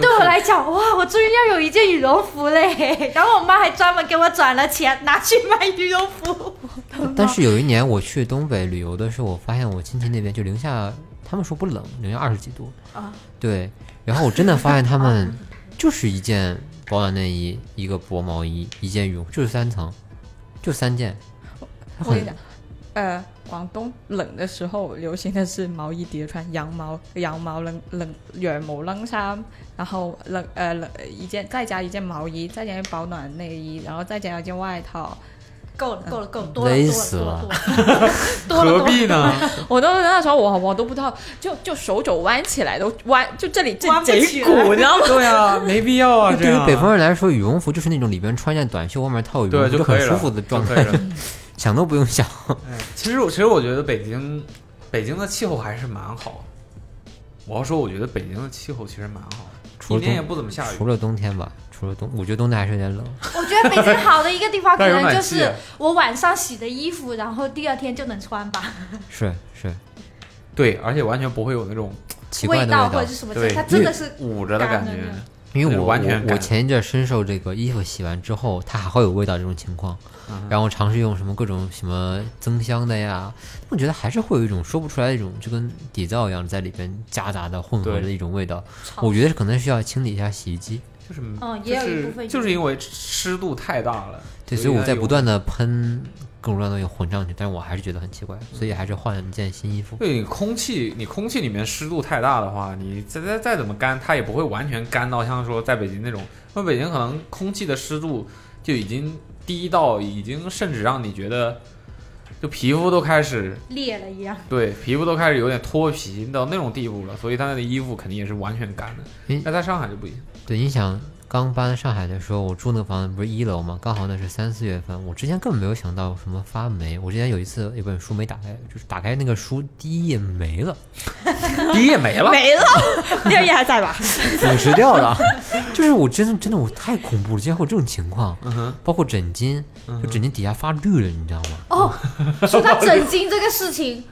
S4: 对我来讲，哇，我终于要有一件羽绒服嘞！ [LAUGHS] 然后我妈还专门给我转了钱，拿去买羽绒服。
S5: 但是有一年我去东北旅游的时候，我发现我亲戚那边就零下，他们说不冷，零下二十几度
S4: 啊，
S5: 对，然后我真的发现他们就是一件保暖内衣，一个薄毛衣，一件羽绒，就是三层，就三件，
S7: 我跟你讲，呃，广东冷的时候流行的是毛衣叠穿，羊毛、羊毛冷冷羊毛冷衫，然后冷呃冷一件，再加一件毛衣，再加一件保暖内衣，然后再加一件外套。
S4: 够了，够了，够了，多了，
S5: 累
S4: 多
S5: 死了
S4: 了，多了，多了，多了，多了。
S7: [LAUGHS]
S2: 呢？
S7: 我都那时候我我都不知道，就就手肘弯起来都弯，就这里这
S4: 弯不
S7: 贼
S4: 起
S7: 骨，你知道吗？
S2: 对啊，没必要啊，这
S5: 对于
S2: 样。
S5: 北方人来说，羽绒服就是那种里边穿件短袖，外面套羽绒
S2: 对啊
S5: 服，
S2: 就可
S5: 很
S2: 以了，
S5: 舒服的状
S2: 就可
S5: 态
S2: 以，了。
S5: [LAUGHS] 想都不用想。
S2: [LAUGHS] 其实我其实我觉得北京北京的气候还是蛮好。我要说，我觉得北京的气候其实蛮好，
S5: 除
S2: 一
S5: 了
S2: 年
S5: 冬
S2: 也不怎么下雨
S5: 除。了冬天吧，除了冬，我觉得冬天还是有点冷。
S4: 我觉得北京好的一个地方，可
S2: 但有
S4: 能
S2: 暖
S4: 就
S2: 气
S4: 是我晚上洗的衣服，然后第二天就能穿吧，
S5: 是是，
S2: 对，而且完全不会有那种
S5: 奇怪的
S4: 道或
S5: 道，
S4: 者是什么之类，
S2: 对
S4: 它真的是
S2: 捂着的感
S4: 干的
S2: 觉
S4: 那。
S5: 因为
S2: 对
S5: 我
S2: 完全
S5: 我
S2: 感
S5: 我前一阵深受这个衣服洗完之后它还会有味道这种情况，
S2: 嗯
S5: 然后尝试用什么各种什么增香的呀，我觉得还是会有一种说不出来的一种就跟底皂一样在里边夹杂的混合
S2: 对
S5: 的一种味道，
S4: 潮
S5: 我觉得是可能需要清理一下洗衣机。
S2: 就是
S4: 嗯
S2: 就
S4: 也有一
S2: 是
S4: 部分
S2: 就是
S4: 原因
S2: 因为湿度太大了，
S5: 对，所以我在不断
S2: 的。
S5: 的喷各种各样的东西混上去，但是我还是觉得很奇怪，所以还是换了一件新衣服。
S2: 对你空气，你空气里面湿度太大的话，你再再再怎么干，它也不会完全干到像说在北京那种，因为北京可能空气的湿度就已经低到已经甚至让你觉得，就皮肤都开始
S4: 裂了一样。
S2: 对皮肤都开始有点脱皮到那种地步了，所以他的衣服肯定也是完全干的
S5: 嗯。
S2: 那在上海就不一样，
S5: 对，你想刚搬上海的时候，我住那个房子不是一楼嘛，刚好那是三四月份，我之前根本没有想到什么发霉。我之前有一次有本书没打开，就是打开那个书第一页没了，
S2: 底也没了，
S7: [LAUGHS] 没 [LAUGHS] 了，第二页还在吧？
S5: 腐蚀掉了。 [LAUGHS] 就是我真的真的我太恐怖了，竟然会有这种情况。
S2: 嗯哼，
S5: 包括枕巾，就枕巾底下发绿了，你知道吗？
S4: 哦，说到枕巾这个事情，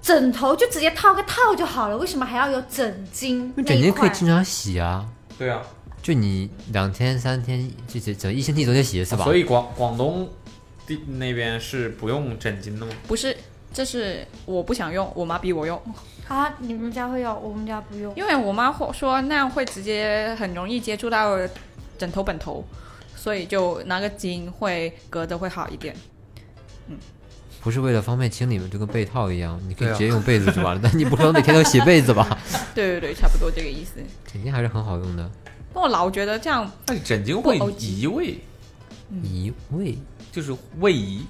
S4: 枕头就直接套个套就好了，为什么还要有枕巾
S5: 因为
S4: 那
S5: 枕
S4: 一
S5: 巾可
S4: 块
S5: 以？经常洗啊，
S2: 对啊，
S5: 就你两天三天，就就整一星啊期总得洗一次吧。
S2: 所以广广东地那边是不用枕巾的吗？
S7: 不是，这是我不想用，我妈逼我用，
S4: 啊，你们家会有，我们家不用。
S7: 因为我妈会说那样会直接很容易接触到枕头本头，所以就拿个巾会隔着会好一点。
S5: 不是为了方便清理吗？就跟被套一样，你可
S8: 对
S5: 以
S8: 啊
S5: 直接用被子就完了。 [LAUGHS] 但你不可能每天都洗被
S2: [LAUGHS]
S5: 子吧？
S7: 对对对，差不多这个意思。
S5: 枕巾还是很好用的，
S7: 但我老觉得这样
S2: 但枕巾会
S7: 不欧
S2: 移位，嗯
S5: 移位
S2: 就是位移，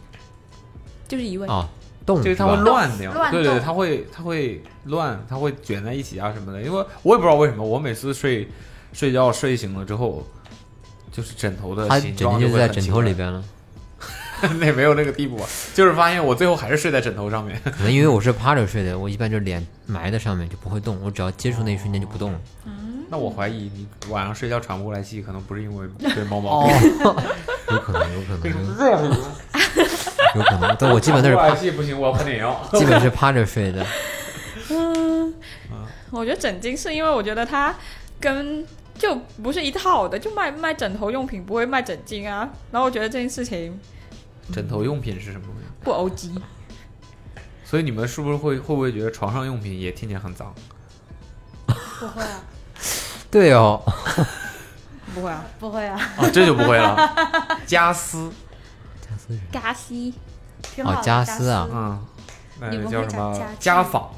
S7: 就是疑问。
S5: 啊，动
S2: 就是它
S5: 是
S2: 会
S5: 吧
S2: 乱掉
S4: 乱，
S2: 对对，
S4: 动
S2: 它会它会乱，它会卷在一起啊什么的。因为我也不知道为什么，我每次睡睡觉睡醒了之后，就是枕头的
S5: 它
S2: 形
S5: 枕
S2: 状
S5: 巾就
S2: 会
S5: 在
S2: 很
S5: 枕
S2: 奇
S5: 头
S2: 怪
S5: 里，
S2: [LAUGHS]
S5: 边了。
S2: 那没有那个地步啊，就是发现我最后还是睡在枕头上面。 [LAUGHS]
S5: 可能因为我是趴着睡的，我一般就脸埋在上面就不会动，我只要接触那一瞬间就不动了。
S2: 那我怀疑你晚上睡觉喘不过来气，可能不是因为对猫毛
S5: 哦
S2: 病。， [LAUGHS]
S5: 有可能，有可能，有 [LAUGHS] 可能。但我基本
S2: [LAUGHS]
S5: 都是
S2: 喘不过来
S5: 趴
S2: 哎气不行，我要喷点药。
S5: 基本是趴着
S2: [LAUGHS]
S5: 睡的，
S7: 我觉得枕巾是因为我觉得它跟就不是一套的，就卖卖枕头用品不会卖枕巾啊。然后我觉得这件事情
S2: 枕头用品是什么东西？
S7: 不 O G，
S2: 所以你们是不是会会不会觉得床上用品也听起来很脏？
S4: 不会啊，
S5: 对哦，
S7: 不会啊。
S4: 不会啊，
S2: 哦，这就不会了。 [LAUGHS] 家私，
S5: 加斯人
S7: 嘎西
S4: 挺好的。
S5: 哦家私啊
S2: 嗯，那
S4: 你不会
S2: 叫什
S4: 讲
S2: 么
S4: 家具？
S2: 家访，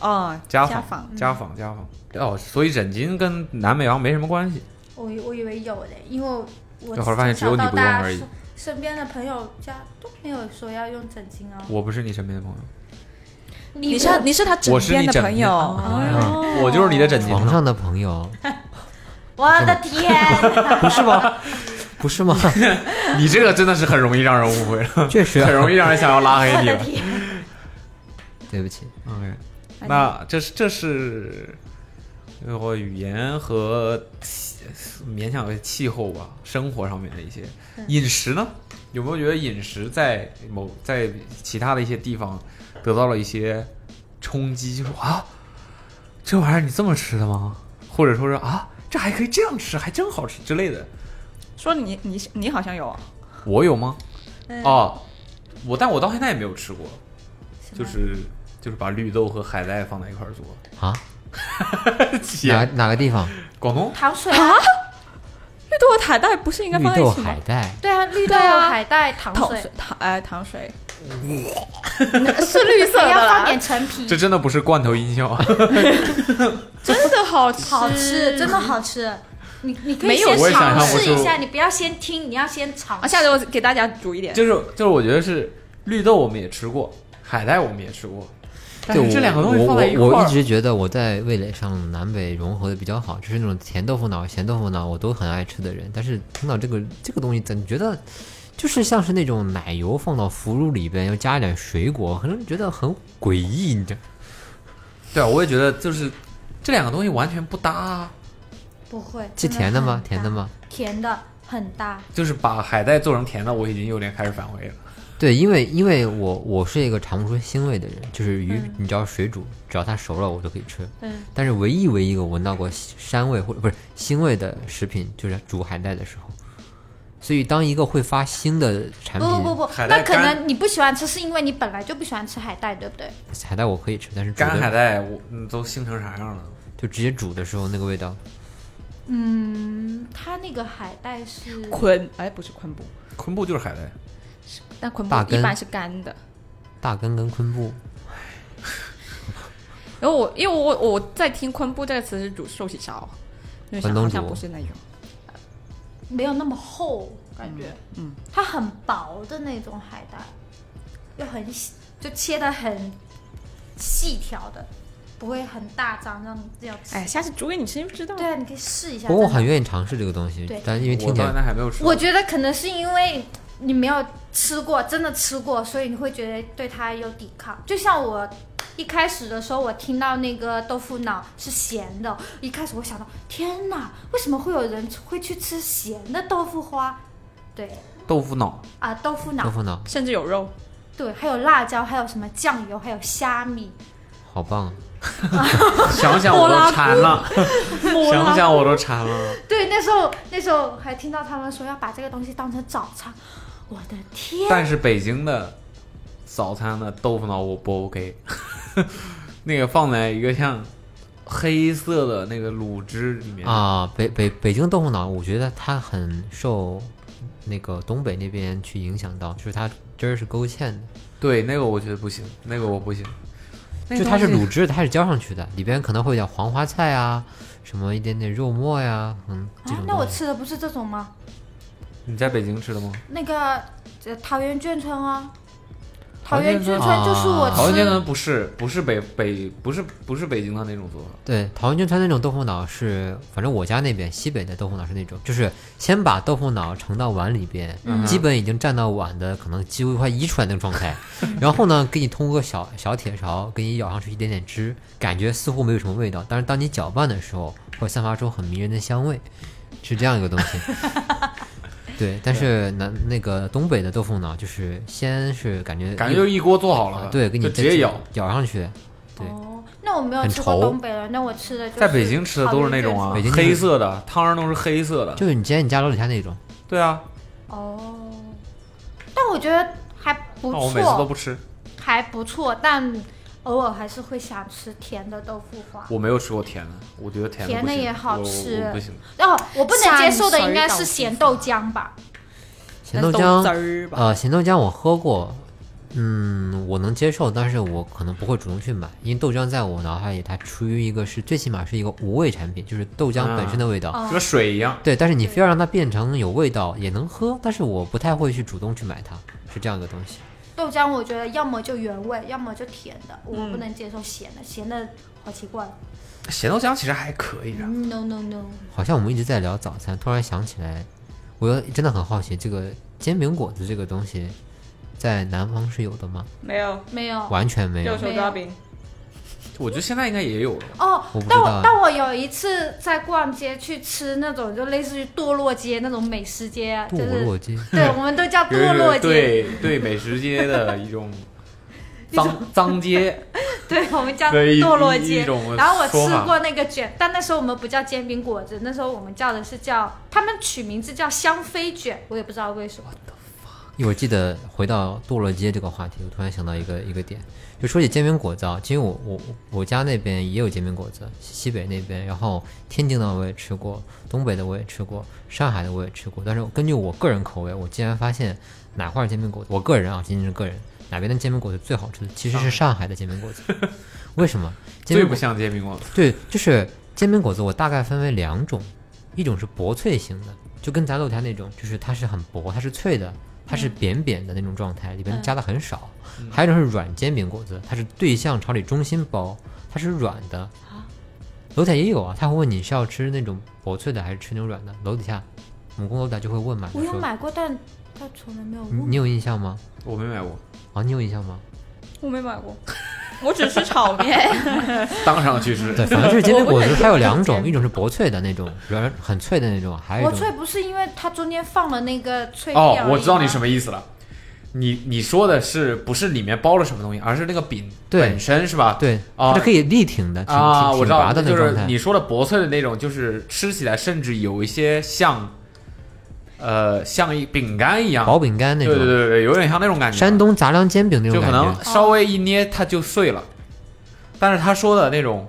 S7: 啊，
S2: 家
S7: 家
S2: 访，
S7: 访
S2: 家访，家访。哦，所以枕巾跟南北洋没什么关系。
S4: 我以我以为有嘞，因为我
S2: 这会儿发现只有
S4: 从
S2: 你
S4: 小到
S2: 不用
S4: 大
S2: 而已
S4: 身身边的朋友家都没有说要用枕巾啊。
S2: 我不是你身边的朋友，
S7: 你是你是他枕
S2: 我是
S7: 边
S2: 你
S7: 的
S2: 枕嗯
S7: 朋友，
S5: 边
S7: 哎
S2: [LAUGHS]
S7: 呦
S2: 我就是你的枕巾
S5: 床。上的朋友，
S4: 我的天，
S5: 不是吗？不
S2: [LAUGHS]
S5: 是吗？
S2: 你这个真的是很容易让人误会了，
S5: 确实，
S2: 很容易让人想要拉黑
S4: 我
S2: 你
S4: 的
S2: 了。
S4: 天，
S5: 对不起，
S2: OK，那这是这是，然后语言和气勉强为气候吧，生活上面的一些饮食呢，有没有觉得饮食在某在其他的一些地方得到了一些冲击？就是啊，这玩意儿你这么吃的吗？或者说是啊，这还可以这样吃，还真好吃之类的。
S7: 说你你你好像有啊
S2: 我有吗？
S4: 嗯
S2: 哦，我但我到现在也没有吃过，
S4: 什么
S2: 就是就是把绿豆和海带放在一块儿做，
S5: 啊，哪哪个地方？
S2: 广东
S4: 糖水啊，
S7: 绿豆和海带不是应该
S5: 绿
S7: 放在
S5: 豆
S7: 一起吗
S5: 海？带，
S4: 对啊，绿豆
S7: 对啊
S4: 海带糖
S7: 糖
S4: 水
S7: 水，糖呃糖水，
S4: 是绿
S7: 色的啦
S4: 要放点陈皮
S2: 这，真的不是罐头音效啊！
S7: 真的好吃
S4: [LAUGHS] 好吃，真的好吃。你你可
S7: 没
S4: 以
S7: 有
S4: 先
S2: 我也想
S4: 尝
S2: 象不
S4: 试一
S2: 出
S4: 下，你不要先听，你要先尝
S7: 啊！下次我给大家煮一点。
S2: [LAUGHS] 就是就是，我觉得是绿豆我们也吃过，海带我们也吃过，但
S5: 我
S2: 是这两个东西
S5: 我
S2: 放在一块
S5: 我我一
S2: 儿，
S5: 直觉得我在味蕾上南北融合的比较好，就是那种甜豆腐脑、咸豆腐脑我都很爱吃的人。但是听到这个这个东西，怎么觉得就是像是那种奶油放到腐乳里边，要加一点水果，可能觉得很诡异，你知道？
S2: 对啊，我也觉得就是这两个东西完全不搭啊，
S4: 不会。
S5: 是
S4: 真
S5: 甜的吗
S4: 很？搭
S5: 甜的？吗？
S4: 甜的很搭，
S2: 就是把海带做成甜的，我已经有点开始反胃了。
S5: 对，因为因为我我是一个尝不出腥味的人，就是鱼，你只要水煮，只要它熟了，我就可以吃。
S4: 嗯，
S5: 但是唯一唯一一个闻到过膻味或者不是腥味的食品，就是煮海带的时候。所以，当一个会发腥的产
S4: 不
S5: 品，
S4: 不不不，
S2: 海带
S4: 那可
S2: 干
S4: 能你不喜欢吃，是因为你本来就不喜欢吃海带，对不对？
S5: 海带我可以吃，但是煮
S2: 干海
S5: 的
S2: 带我嗯都腥成啥样了？
S5: 就直接煮的时候那个味道，
S4: 嗯，它那个海带是
S7: 昆哎不是昆布，
S2: 昆布就是海带，
S7: 但昆布
S5: 大根
S7: 一般是干的。
S5: 大根跟昆布
S7: 然后我因为我我在听昆布这个词是煮寿喜烧，就想
S5: 关东
S7: 好像
S5: 煮
S7: 不是那种。
S4: 没有那么厚，感觉，
S7: 嗯嗯
S4: 它很薄的那种海带，又很细，就切的很细条的，不会很大张让你这样吃。
S7: 哎，下次煮给你吃就知道了。
S4: 对啊，你可以试一下。
S5: 不过我
S4: 真的
S5: 很愿意尝试这个东西
S4: 对，
S5: 但因为
S2: 我
S5: 听起
S2: 到现
S5: 来
S2: 在还没有吃过。
S4: 我觉得可能是因为你没有吃过，真的吃过，所以你会觉得对它有抵抗。就像我一开始的时候，我听到那个豆腐脑是咸的，一开始我想到，天哪，为什么会有人会去吃咸的豆腐花？对
S2: 豆腐脑，
S4: 啊，豆腐
S5: 豆
S4: 脑，
S5: 腐脑
S7: 甚至有肉，
S4: 对，还有辣椒，还有什么酱油，还有虾米，
S5: 好棒，啊
S2: 想想 [LAUGHS] 我都馋了，想想我都馋了。
S4: 对，那时候那时候还听到他们说要把这个东西当成早餐，我的天！
S2: 但是北京的早餐的豆腐脑我不 OK，那个放在一个像黑色的那个卤汁里面，
S5: 啊，北北北京豆腐脑，我觉得它很受那个东北那边去影响到，就是它汁儿是勾芡的，
S2: 对，那个我觉得不行，那个我不行，那
S5: 就它是
S2: 东西
S5: 卤汁，它是浇上去的，里边可能会有点黄花菜啊，什么一点点肉末呀、嗯，这
S4: 啊
S5: 种，
S4: 那我
S5: 东西。
S4: 吃的不是这种吗？
S2: 你在北京吃的吗？
S4: 那个呃桃园眷村啊，
S2: 桃
S4: 桃
S2: 园
S4: 园
S2: 眷
S4: 眷
S2: 村
S4: 村就是我
S5: 啊
S2: 桃园
S4: 吃
S2: 煎呢不是不是北北不是不是北京的那种做法，
S5: 对，桃园军川那种豆腐脑是，反正我家那边西北的豆腐脑是那种，就是先把豆腐脑盛到碗里边，
S2: 嗯
S5: 基本已经占到碗的可能几乎快溢出来那种状
S2: [LAUGHS]
S5: 态，然后呢，给你通过小小铁勺给你舀上去一点点汁，感觉似乎没有什么味道，但是当你搅拌的时候，会散发出很迷人的香味，是这样一个东
S2: [LAUGHS]
S5: 西。对，但是南那个东北的豆腐脑就是先是感觉
S2: 感
S5: 一啊
S2: 觉就一锅做好了，
S5: 对，给你
S2: 就直接舀。
S5: 舀上去，对
S4: 哦，那我没有
S5: 很
S4: 吃过
S5: 稠
S4: 东北的，那我吃的就是
S2: 在北京吃的都是那种啊
S5: 北京，就是
S2: 黑色的汤儿都是黑色的。
S5: 就是你之前你家楼底下那种。
S2: 对啊，
S4: 桃园眷村。哦，但我觉得还不
S2: 那我每次都
S4: 错，
S2: 不吃。
S4: 还不错，但偶尔还是会想吃甜的豆腐花。
S2: 我没有吃过甜的，我觉得甜
S4: 甜
S2: 不
S4: 的
S2: 行
S4: 也好
S2: 我我
S4: 吃
S2: 我不行。
S4: 哦，我不能接受的
S7: 下水
S4: 应该
S7: 倒
S4: 是
S7: 计
S4: 咸豆浆吧？
S5: 咸豆
S7: 汁
S5: 浆，
S7: 儿吧，
S5: 呃，咸豆浆我喝过，嗯，我能接受，但是我可能不会主动去买，因为豆浆在我脑海里它处于一个是最起码是一个无味产品，就是豆浆本身的味道。
S4: 哦
S2: 就跟水一样，
S5: 对，但是你非要让它变成有味道也能喝，但是我不太会去主动去买它，是这样的东西。
S4: 豆浆我觉得要么就原味，要么就甜的，我不能接受咸的，咸的好奇怪。
S2: 咸豆浆其实还可以啊。
S4: 嗯 No no no，
S5: 好像我们一直在聊早餐，突然想起来，我真的很好奇，这个煎饼果子这个东西在南方是有的吗？
S7: 没有
S4: 没有。
S5: 完全没有
S7: 右。手抓饼，
S2: 我觉得现在应该也有了。
S4: 哦
S5: 我不，
S4: 但
S5: 知道
S4: 我但我有一次在逛街去吃那种就类似于堕落街那种美食街啊，就
S5: 堕
S4: 是
S5: 落街，
S4: 对，我们都叫 [LAUGHS] 堕落街，
S2: 对对，美食街的一种脏脏街，
S4: 对我们叫
S2: 对一
S4: 堕落
S2: 一一
S4: 街
S2: 种。
S4: 然后我
S2: 说
S4: 吃
S2: 法
S4: 过那个卷，但那时候我们不叫煎饼果子，那时候我们叫的是叫他们取名字叫香妃卷，我也不知道为什么。
S5: 一会儿记得回到堕落街这个话题，我突然想到一个一个点，就说起煎饼果子啊，其实我我我家那边也有煎饼果子，西北那边，然后天津的我也吃过，东北的我也吃过，上海的我也吃过，但是根据我个人口味，我竟然发现哪块儿煎饼果子，我个人啊，仅仅是个人，哪边的煎饼果子最好吃的其实是上海的煎饼果子，为什么？煎
S2: 最
S5: 饼
S2: 不
S5: 果子
S2: 像煎饼果子。
S5: 对，就是煎饼果子，我大概分为两种，一种是薄脆型的，就跟咱楼底下那种，就是它是很薄，它是脆的，它
S4: 嗯
S5: 是扁扁的那种状态，里边加的很少；还有一种是软煎饼果子，它是对向朝里中心包，它是软的。
S4: 啊
S5: 楼底下也有啊，他会问你是要吃那种薄脆的还是吃那种软的。楼底下，母公楼底下就会问嘛，
S4: 我
S5: 就
S4: 有
S5: 说
S4: 买过，但他从来没有
S5: 你
S4: 问
S2: 嗯
S5: 你。有印象吗？
S2: 我没买过，
S5: 啊，你有印
S4: [LAUGHS]
S5: 象吗？
S7: 我没买过， [LAUGHS] 我只吃炒面，
S2: 当场去吃。
S5: 对，反正就是煎饼果子，它有两种，一种是薄脆的那种，软很脆的那种，还有
S4: 薄
S5: 一种
S4: 脆不是因为它中间放了那个脆片
S2: 哦，我知道你什
S4: 么。
S2: 么意思了。你你说的是不是里面包了什么东西，而是那个饼
S5: 对
S2: 本身是吧？
S5: 对，
S2: 啊
S5: 它是可以立挺的，挺
S2: 啊，
S5: 挺
S2: 我
S5: 挺
S2: 知
S5: 拔
S2: 道，
S5: 的那
S2: 就
S5: 状
S2: 是
S5: 态。
S2: 你说的薄脆的那种，就是吃起来甚至有一些像，呃，像一饼干一样，
S5: 薄饼干那
S2: 对
S5: 种，
S2: 对对对，有点像那种感觉。
S5: 山东杂粮煎饼那
S2: 就
S5: 种
S2: 可
S5: 感
S2: 能
S5: 觉。
S2: 稍微一捏它就碎了，但是他说的那种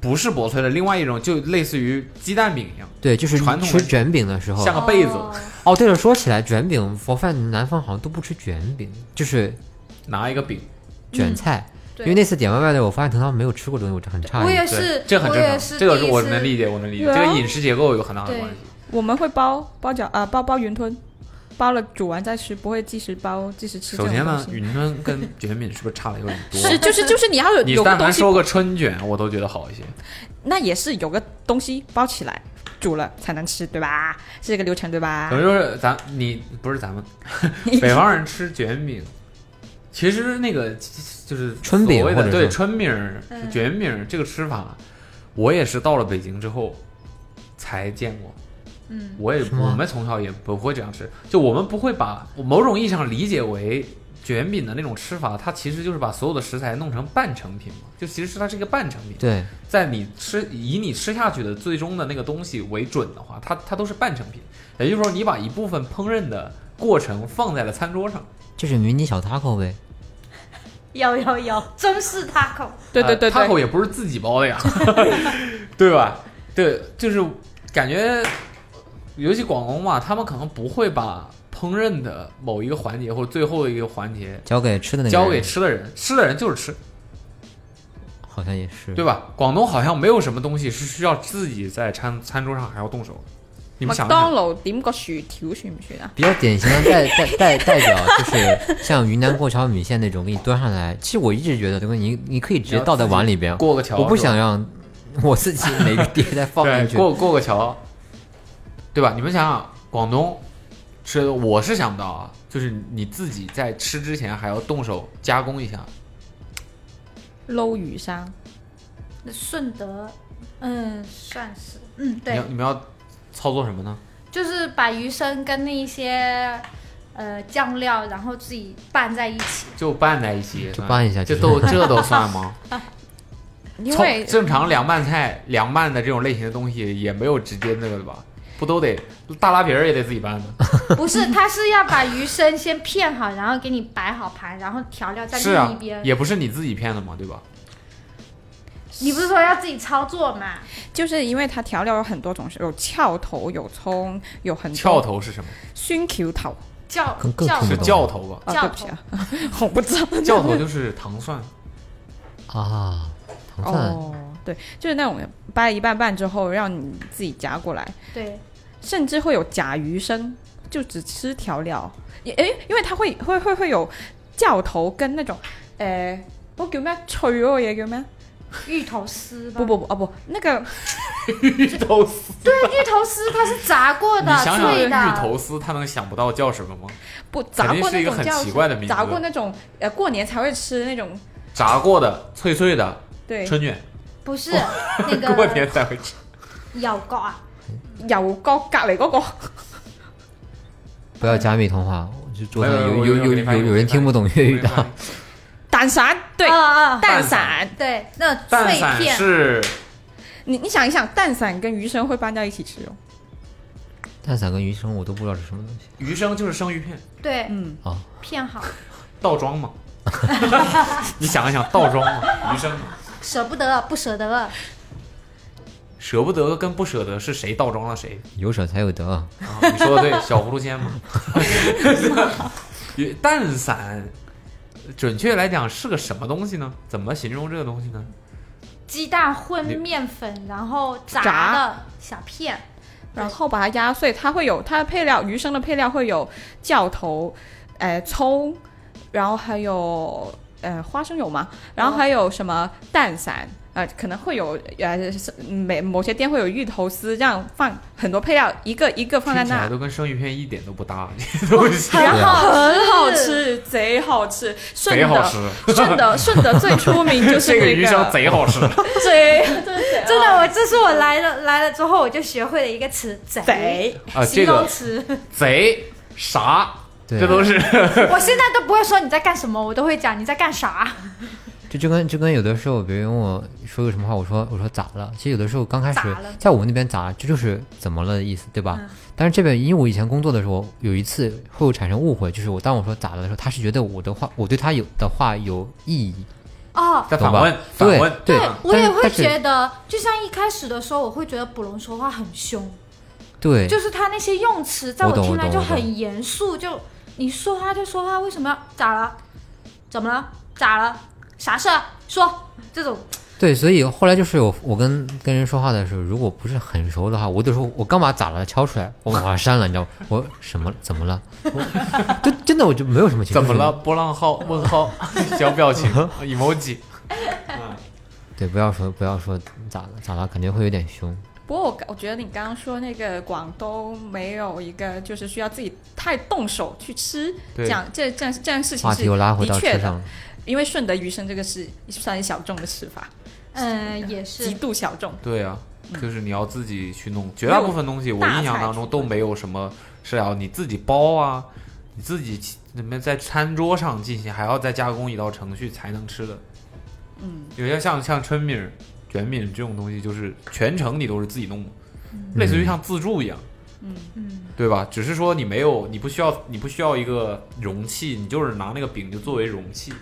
S2: 不是薄脆的，另外一种就类似于鸡蛋饼一样，
S5: 对，就是
S2: 传
S5: 你
S2: 统
S5: 吃
S2: 的
S5: 卷饼的时候，
S2: 像个被子。
S4: 哦
S5: 哦，对了，说起来卷饼，我发现南方好像都不吃卷饼，就是
S2: 拿一个饼，
S5: 卷菜。
S4: 嗯对
S5: 因为那次点外卖的，我发现藤堂没有吃过这个东西，我就很诧
S4: 我
S5: 异。
S4: 也
S2: 对
S4: 是，
S2: 这很
S4: 我
S2: 正
S4: 也
S2: 常，
S4: 是
S2: 这个
S4: 第一
S2: 我能
S4: 次
S2: 理解，我能理解，
S7: 对
S2: 这
S7: 啊
S2: 跟饮食结构有很大的
S4: 对
S2: 关系。
S7: 我们会包包饺啊，包包云吞，包了煮完再吃，不会即时包即时吃
S2: 首
S7: 这种
S2: 先
S7: 东
S2: 呢，
S7: 西。
S2: 云吞跟卷饼是不是差的有点多？
S7: 是，就是就是你要有
S2: 你
S7: 有个
S2: 但
S7: 东
S2: 凡
S7: 西
S2: 说个春卷，我都觉得好一些。
S7: 那也是有个东西包起来煮了才能吃，对吧？是这个流程对吧
S2: 可？能就是咱你不是咱们 [LAUGHS] 北方人吃卷饼，其实那个就是
S5: 春饼
S2: 所谓的
S5: 或者是
S2: 对春饼儿、卷饼儿这个吃法，我也是到了北京之后才见过。嗯，我也
S5: 是吗
S2: 我们从小也不会这样吃，就我们不会把某种意义上理解为卷饼的那种吃法，它其实就是把所有的食材弄成半成品嘛，就其实是它是一个半成品。
S5: 对，
S2: 在你吃以你吃下去的最终的那个东西为准的话，它它都是半成品，也就是说你把一部分烹饪的过程放在了餐桌上。
S5: 就是迷你小 taco 呗。
S4: 有有有，中式 taco，
S7: 对对对
S2: 呃，taco
S7: 对，
S2: 也不是自己包的呀， [LAUGHS] 对吧？对，就是感觉，尤其广东嘛，他们可能不会把烹饪的某一个环节或者最后的一个环节
S5: 交给吃的那个人，
S2: 交给吃的人，吃的人就是吃，
S5: 好像也是
S2: 对吧？广东好像没有什么东西是需要自己在餐餐桌上还要动手的，你们
S7: 麦
S2: 想一
S7: 當
S2: 想，
S7: 勞點個薯條算唔算啊？
S5: 比较典型的代代代代表就是像云南过桥米线那种，给你端上来。其实我一直觉得，这个你你可以直接倒在碗里边，
S2: 过个桥，
S5: 我不想让 [LAUGHS] 我自己每个碟再放
S2: 对
S5: 进去。
S2: 过过个桥，对吧？你们想想，广东吃的，我是想不到啊，就是你自己在吃之前还要动手加工一下。
S7: 撈魚生，
S4: 顺德，嗯，算是，嗯，
S2: 你
S4: 对
S2: 要，你们要操作什么呢？
S4: 就是把鱼生跟那一些呃酱料，然后自己拌在一
S2: [LAUGHS]
S4: 起。
S2: 就拌在一起，
S5: 就拌一下
S2: 这
S5: 就 [LAUGHS]
S2: 都这都算
S4: [LAUGHS]
S2: 吗？
S7: 因
S2: 操
S7: 為
S2: 正常凉拌菜、凉拌的这种类型的东西也没有直接那个的吧？不都得大拉皮儿也得自己拌的？
S4: 不是，他是要把鱼生先片好，然后给你摆好盘，然后调料在
S2: 是
S4: 另
S2: 啊
S4: 一边。，
S2: 也不是你自己片的嘛，对吧？
S4: 你不是说要自己操作吗？
S7: 就是因為它調料有很多種，有翘頭、有葱、有
S4: 嗯
S7: 很多
S2: 翘头是什么？
S7: 酸橋頭
S4: 叫
S5: 更更
S4: 叫
S5: 听不
S2: 是
S5: 懂
S2: 教头吧？
S7: 啊，
S4: 教
S7: 對不起啊， [LAUGHS] 我不知道
S2: [LAUGHS] 教头就是糖
S5: [LAUGHS]
S2: 蒜，
S5: 啊，糖蒜、
S7: 哦，对，就是那種掰一半半之後，讓你自己夾過來。
S4: 对，
S7: 甚至会有假鱼生，就只吃调料，也诶，因为它会会会会有教头跟那种诶，嗰、叫咩脆嗰個嘢叫咩？
S2: 嗯
S4: 芋头丝吧。
S7: 不不不啊不，那个
S2: 芋头丝。
S4: 芋头丝它是炸过
S2: 你
S4: 的，
S2: 想想
S4: 脆
S2: 芋
S4: 的。
S2: 头丝，他能想不到叫什么吗？
S7: 不炸
S2: 肯
S7: 过
S2: 定是
S7: 那
S2: 一个
S7: 种
S2: 很
S7: 叫
S2: 奇怪的名字啊
S7: 炸过那种呃过年才会吃那种
S2: 炸过的、脆脆的
S7: 对
S2: 春卷，
S4: 不是
S2: 哦
S4: 那
S2: [LAUGHS] 过
S4: 个
S2: 年才会吃。
S4: 咬糕啊，
S7: 油角隔離嗰個
S5: 不要加密通话，就桌上
S2: 没有哎
S5: 有
S2: 没有
S5: 有
S2: 我
S5: 有
S2: 给你翻译
S5: 有有
S2: 我给
S5: 人
S2: 你
S5: 听不懂粤语的，
S7: 蛋散，对，
S2: 哦
S4: 啊啊，
S7: 蛋
S2: 蛋
S7: 散
S2: 散。
S4: 对，那种
S2: 蛋
S4: 呃脆
S2: 散
S4: 片。
S2: 是
S7: 你你想一想，蛋散跟鱼生会搬到一起吃哦。
S5: 蛋散跟鱼生我都不知道是什么东西
S2: 鱼生，就是生鱼片，
S4: 对，
S7: 嗯，
S5: 啊。
S4: 片好，
S2: 倒装
S7: [LAUGHS]
S2: 嘛。你想一想，倒装嘛，鱼生嘛。
S4: 舍不得，不舍得。
S2: 舍不得跟不舍得是谁倒装了谁？
S5: 有舍才有得，
S2: 啊，你说的对，小葫芦仙嘛。 [LAUGHS] 蛋散，准确来讲是个什么东西呢？怎么形容这个东西呢？
S4: 鸡蛋混面粉，然后炸
S7: 炸
S4: 的小片，
S7: 然后把它压碎，它会有它的配料，鱼生的配料会有教头，呃，葱，然后还有呃花生油嘛，然后
S2: 哦
S7: 还有什么蛋散，呃，可能会有呃是每某些店会有芋头丝，这样放很多配料，一个一个放在
S2: 听起来
S7: 那。
S2: 都跟生鱼片一 [LAUGHS] 点都不搭，这些东西
S7: 然后很好
S4: 吃
S7: 吃，贼好吃，顺
S2: 贼好吃
S7: 德，顺德顺德最出名就是
S2: 这
S7: 那
S2: 个
S7: 个
S2: 鱼生贼好吃。
S7: 贼
S4: 真
S7: 哦
S4: 的，我这是我来了来了之后我就学会了一个词，贼，
S7: 贼，
S2: 啊，
S4: 形
S2: 这
S4: 容
S2: 个 [LAUGHS]
S4: 词。
S2: 贼啥，
S5: 对
S2: 这都是
S4: 我现在都不会说你在干什么，我都会讲你在干啥。
S5: 这就跟就跟有的时候别人问我说个什么话，我说我说咋了？其实有的时候刚开始
S4: 咋了嗯
S5: 在我们那边咋了，这就是怎么了的意思，对吧？但是这边因为我以前工作的时候，有一次会有产生误会，就是我当我说咋了的时候，他是觉得我的话我对他有的话有意义，
S4: 哦，
S2: 在
S5: 懂
S2: 反
S5: 吧
S2: 问，反问，
S4: 对
S5: 对但，
S4: 我也会
S5: 但是
S4: 觉得，就像一开始的时候，我会觉得卜龙说话很凶，
S5: 对，
S4: 就是他那些用词，在
S5: 我懂
S4: 听
S5: 我
S4: 来
S5: 懂
S4: 就
S5: 我懂
S4: 很严肃，就你说话就说话，为什么要咋了？怎么了？咋了？啥事儿？说这种
S5: 对，所以后来就是我我跟跟人说话的时候，如果不是很熟的话，我就说我刚把咋了敲出来，我把它删了，你知道吗？我什么怎么了？ [LAUGHS] 我就真的我就没有什么情绪。
S2: 怎么了？？波浪号、问号、小表情、emoji。
S5: 对，不要说不要说咋了咋了，肯定会有点凶。
S7: 不过我我觉得你刚刚说那个广东没有一个就是需要自己太动手去吃，这
S2: 对
S7: 样这这样这样事情
S5: 话
S7: 是
S5: 题又拉回
S7: 的
S5: 到
S7: 确
S5: 车
S7: 的，
S5: 上了。
S7: 因为顺德鱼生这个是算是小众的吃法，
S4: 嗯，也是
S7: 极度小众。
S2: 对啊，
S7: 嗯
S2: 就是你要自己去弄，绝大部分东西我印象当中都没有什么是要你自己包啊，你自己你们在餐桌上进行，还要再加工一道程序才能吃的。
S7: 嗯，
S2: 有些像像春饼、卷饼这种东西，就是全程你都是自己弄的，类似于像自助一样。
S7: 嗯
S4: 嗯，
S2: 对吧？只是说你没有，你不需要，你不需要一个容器，你就是拿那个饼就作为容器，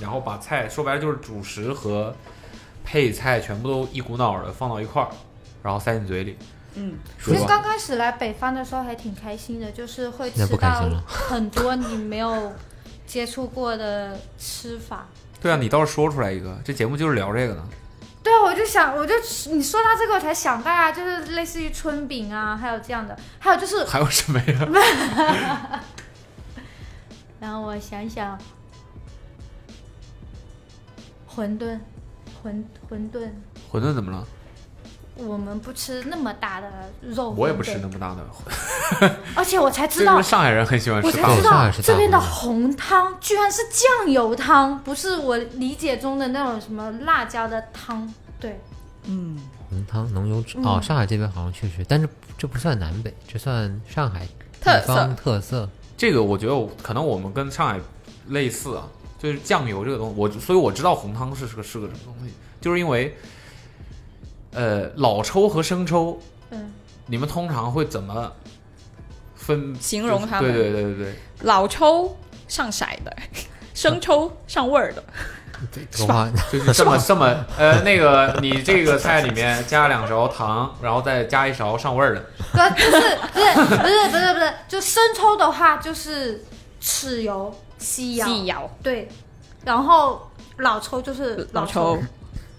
S2: 然后把菜说白了就是主食和配菜全部都一股脑的放到一块儿，然后塞进嘴里。
S7: 嗯，
S4: 其
S2: 说
S4: 实
S2: 吧，
S4: 刚开始来北方的时候还挺开心的，就是会
S5: 现在
S4: 吃
S5: 不开
S4: 到
S5: 心了
S4: 很多你没有接触过的吃法。
S2: 对啊，你倒是说出来一个，这节目就是聊这个呢。
S4: 对啊，我就想，我就你说到这个，我才想到啊，就是类似于春饼啊，还有这样的，还有就是，
S2: 还有什么呀？
S4: 然后我想想，馄饨，馄馄饨，
S2: 馄饨怎么了？
S4: 我们不吃那么大的肉，
S2: 我也不吃
S4: 对
S2: 那
S4: 对，
S2: 么大的，
S4: 而且我才
S2: 这
S4: 知道
S2: 就是，上海人很喜欢
S4: 我
S2: 吃
S4: 才
S2: 大
S5: 道
S4: 知
S2: 的。
S5: 上海
S4: 道
S5: 是大
S4: 这边的
S5: 馄饨
S4: 红汤居然是酱油汤，不是我理解中的那种什么辣椒的汤。对，
S7: 嗯，
S5: 浓汤浓油脂哦，上海这边好像确实，但是这不算南北，这算上海
S7: 特
S5: 地方特色。
S2: 这个我觉得我可能我们跟上海类似啊，就是酱油这个东西，我所以我知道红汤是是个是个什么东西，就是因为，呃，老抽和生抽，
S4: 嗯，
S2: 你们通常会怎么分
S7: 形容它
S2: 对
S7: 们
S2: 对对对对，
S7: 老抽上色的， [LAUGHS] 生抽上味儿的，
S5: 说话
S2: 就是
S7: [LAUGHS]
S2: 这么这么呃，那个你这个菜里面加两勺糖，然后再加一勺上味儿的，
S4: 不就是不是不是不是不是，就生抽的话就是豉油、西洋，
S7: 细 [LAUGHS] 咬
S4: 对，然后老抽就是
S7: 老
S4: 抽
S7: 抽，，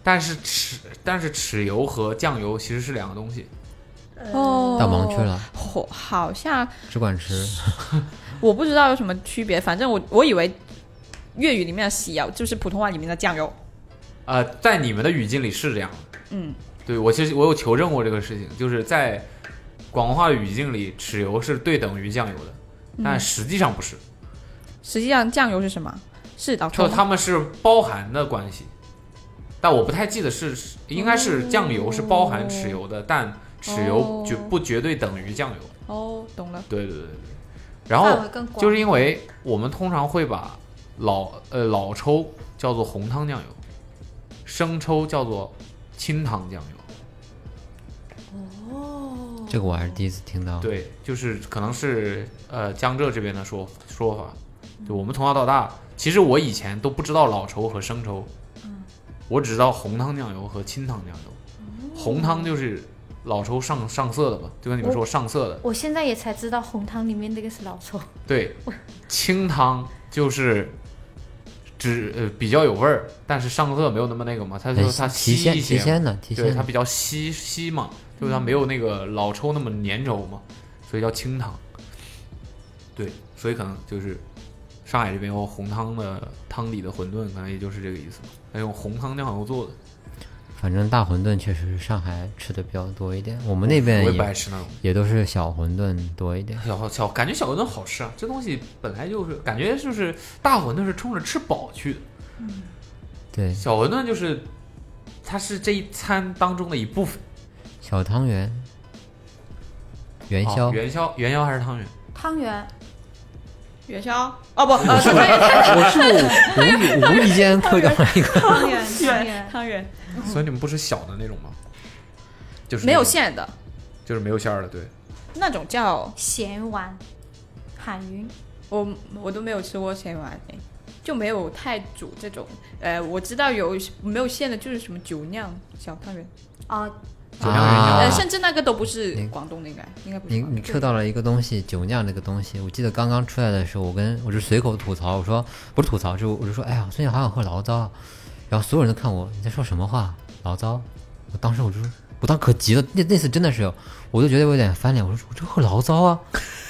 S2: 但是豉但是豉油和酱油其实是两个东西，
S4: 呃
S7: 哦
S5: 到盲区了，
S7: 好好像
S5: 只管吃，
S7: 我不知道有什么区别，反正我我以为粤语里面的细咬就是普通话里面的酱油。
S2: 呃，在你们的语境里是这样的。
S7: 嗯，
S2: 对我其实我有求证过这个事情，就是在广东话语境里，豉油是对等于酱油的，
S7: 嗯
S2: 但实际上不是，
S7: 哦实际上酱油是什么？是老抽
S2: 就
S7: 吗。
S2: 它们是包含的关系。但我不太记得是，是应该是酱油是包含豉油的，但豉油
S7: 哦
S2: 绝不绝对等于酱油。
S7: 哦，懂了。
S2: 对对对对对。然
S4: 范
S2: 后
S4: 围更广，
S2: 就是因为我们通常会把老呃老抽叫做红汤酱油，生抽叫做清汤酱油。
S5: 这个我还是第一次听到。
S2: 对，就是可能是呃江浙这边的说说法。
S4: 嗯
S2: 就我们从小到大，其实我以前都不知道老抽和生抽，
S4: 嗯
S2: 我只知道红汤酱油和清汤酱油。
S4: 哦
S2: 红汤就是老抽上上色的嘛，就跟你们说上色的。
S4: 我现在也才知道红汤里面那个是老抽，
S2: 对，清汤就是只呃比较有味儿，但是上色没有那么那个嘛，它就
S5: 哎，
S2: 它稀
S5: 提鲜
S2: 一些
S5: 提
S2: 嘛，
S5: 鲜的提
S2: 对，
S5: 鲜
S2: 它
S5: 的，
S2: 比较稀稀嘛，就是它没有那个老抽那么粘稠嘛，所以叫清汤。对，所以可能就是上海这边有红汤的汤底的馄饨，可能也就是这个意思嘛。它用红汤酱油做的，
S5: 反正大馄饨确实是上海吃的比较多一点，我们
S2: 嗯
S5: 那
S2: 我
S5: 边
S2: 也不爱
S5: 也
S2: 吃那种。
S5: 也都是小馄饨多一点。
S2: 小小感觉小馄饨好吃啊，这东西本来就是感觉就是大馄饨是冲着吃饱去的，
S5: 对，
S2: 小馄饨就是它是这一餐当中的一部分。
S5: 小汤圆、元
S2: 啊
S5: 宵、
S2: 元宵元宵还是汤圆？
S4: [LAUGHS] 汤 [LAUGHS] 圆
S7: 元宵哦不，
S5: [LAUGHS]
S7: 呃，汤圆
S5: 我是无无意无意间推到了
S2: [LAUGHS]
S5: 一个，
S4: 汤圆
S7: 汤
S4: 汤
S7: 圆
S4: 圆，
S7: 汤圆
S4: 嗯
S2: 所以你们不吃小的那种吗？就是
S7: 没有
S2: 那种
S7: 馅的
S2: 就是没有馅儿的，对。
S7: 那种叫
S4: 咸丸，喊云
S7: 我我都没有吃过咸丸，哎就没有太煮这种。呃，我知道有没有馅的，就是什么酒酿小汤圆，
S4: 啊，
S2: 酒酿元宵
S5: 啊
S7: 呃，甚至那个都不是
S5: 你
S7: 广东的，应该应该不是
S5: 你
S7: 广东。
S5: 你 Q 到了一个东西，酒酿这个东西，我记得刚刚出来的时候，我跟我是随口吐槽，我说不是吐槽，是我就说，哎呀，最近好想喝醪糟，然后所有人都看我，你在说什么话？醪糟？我当时我就我当时可急了，那那次真的是，我都觉得我有点翻脸，我说我这喝醪糟啊，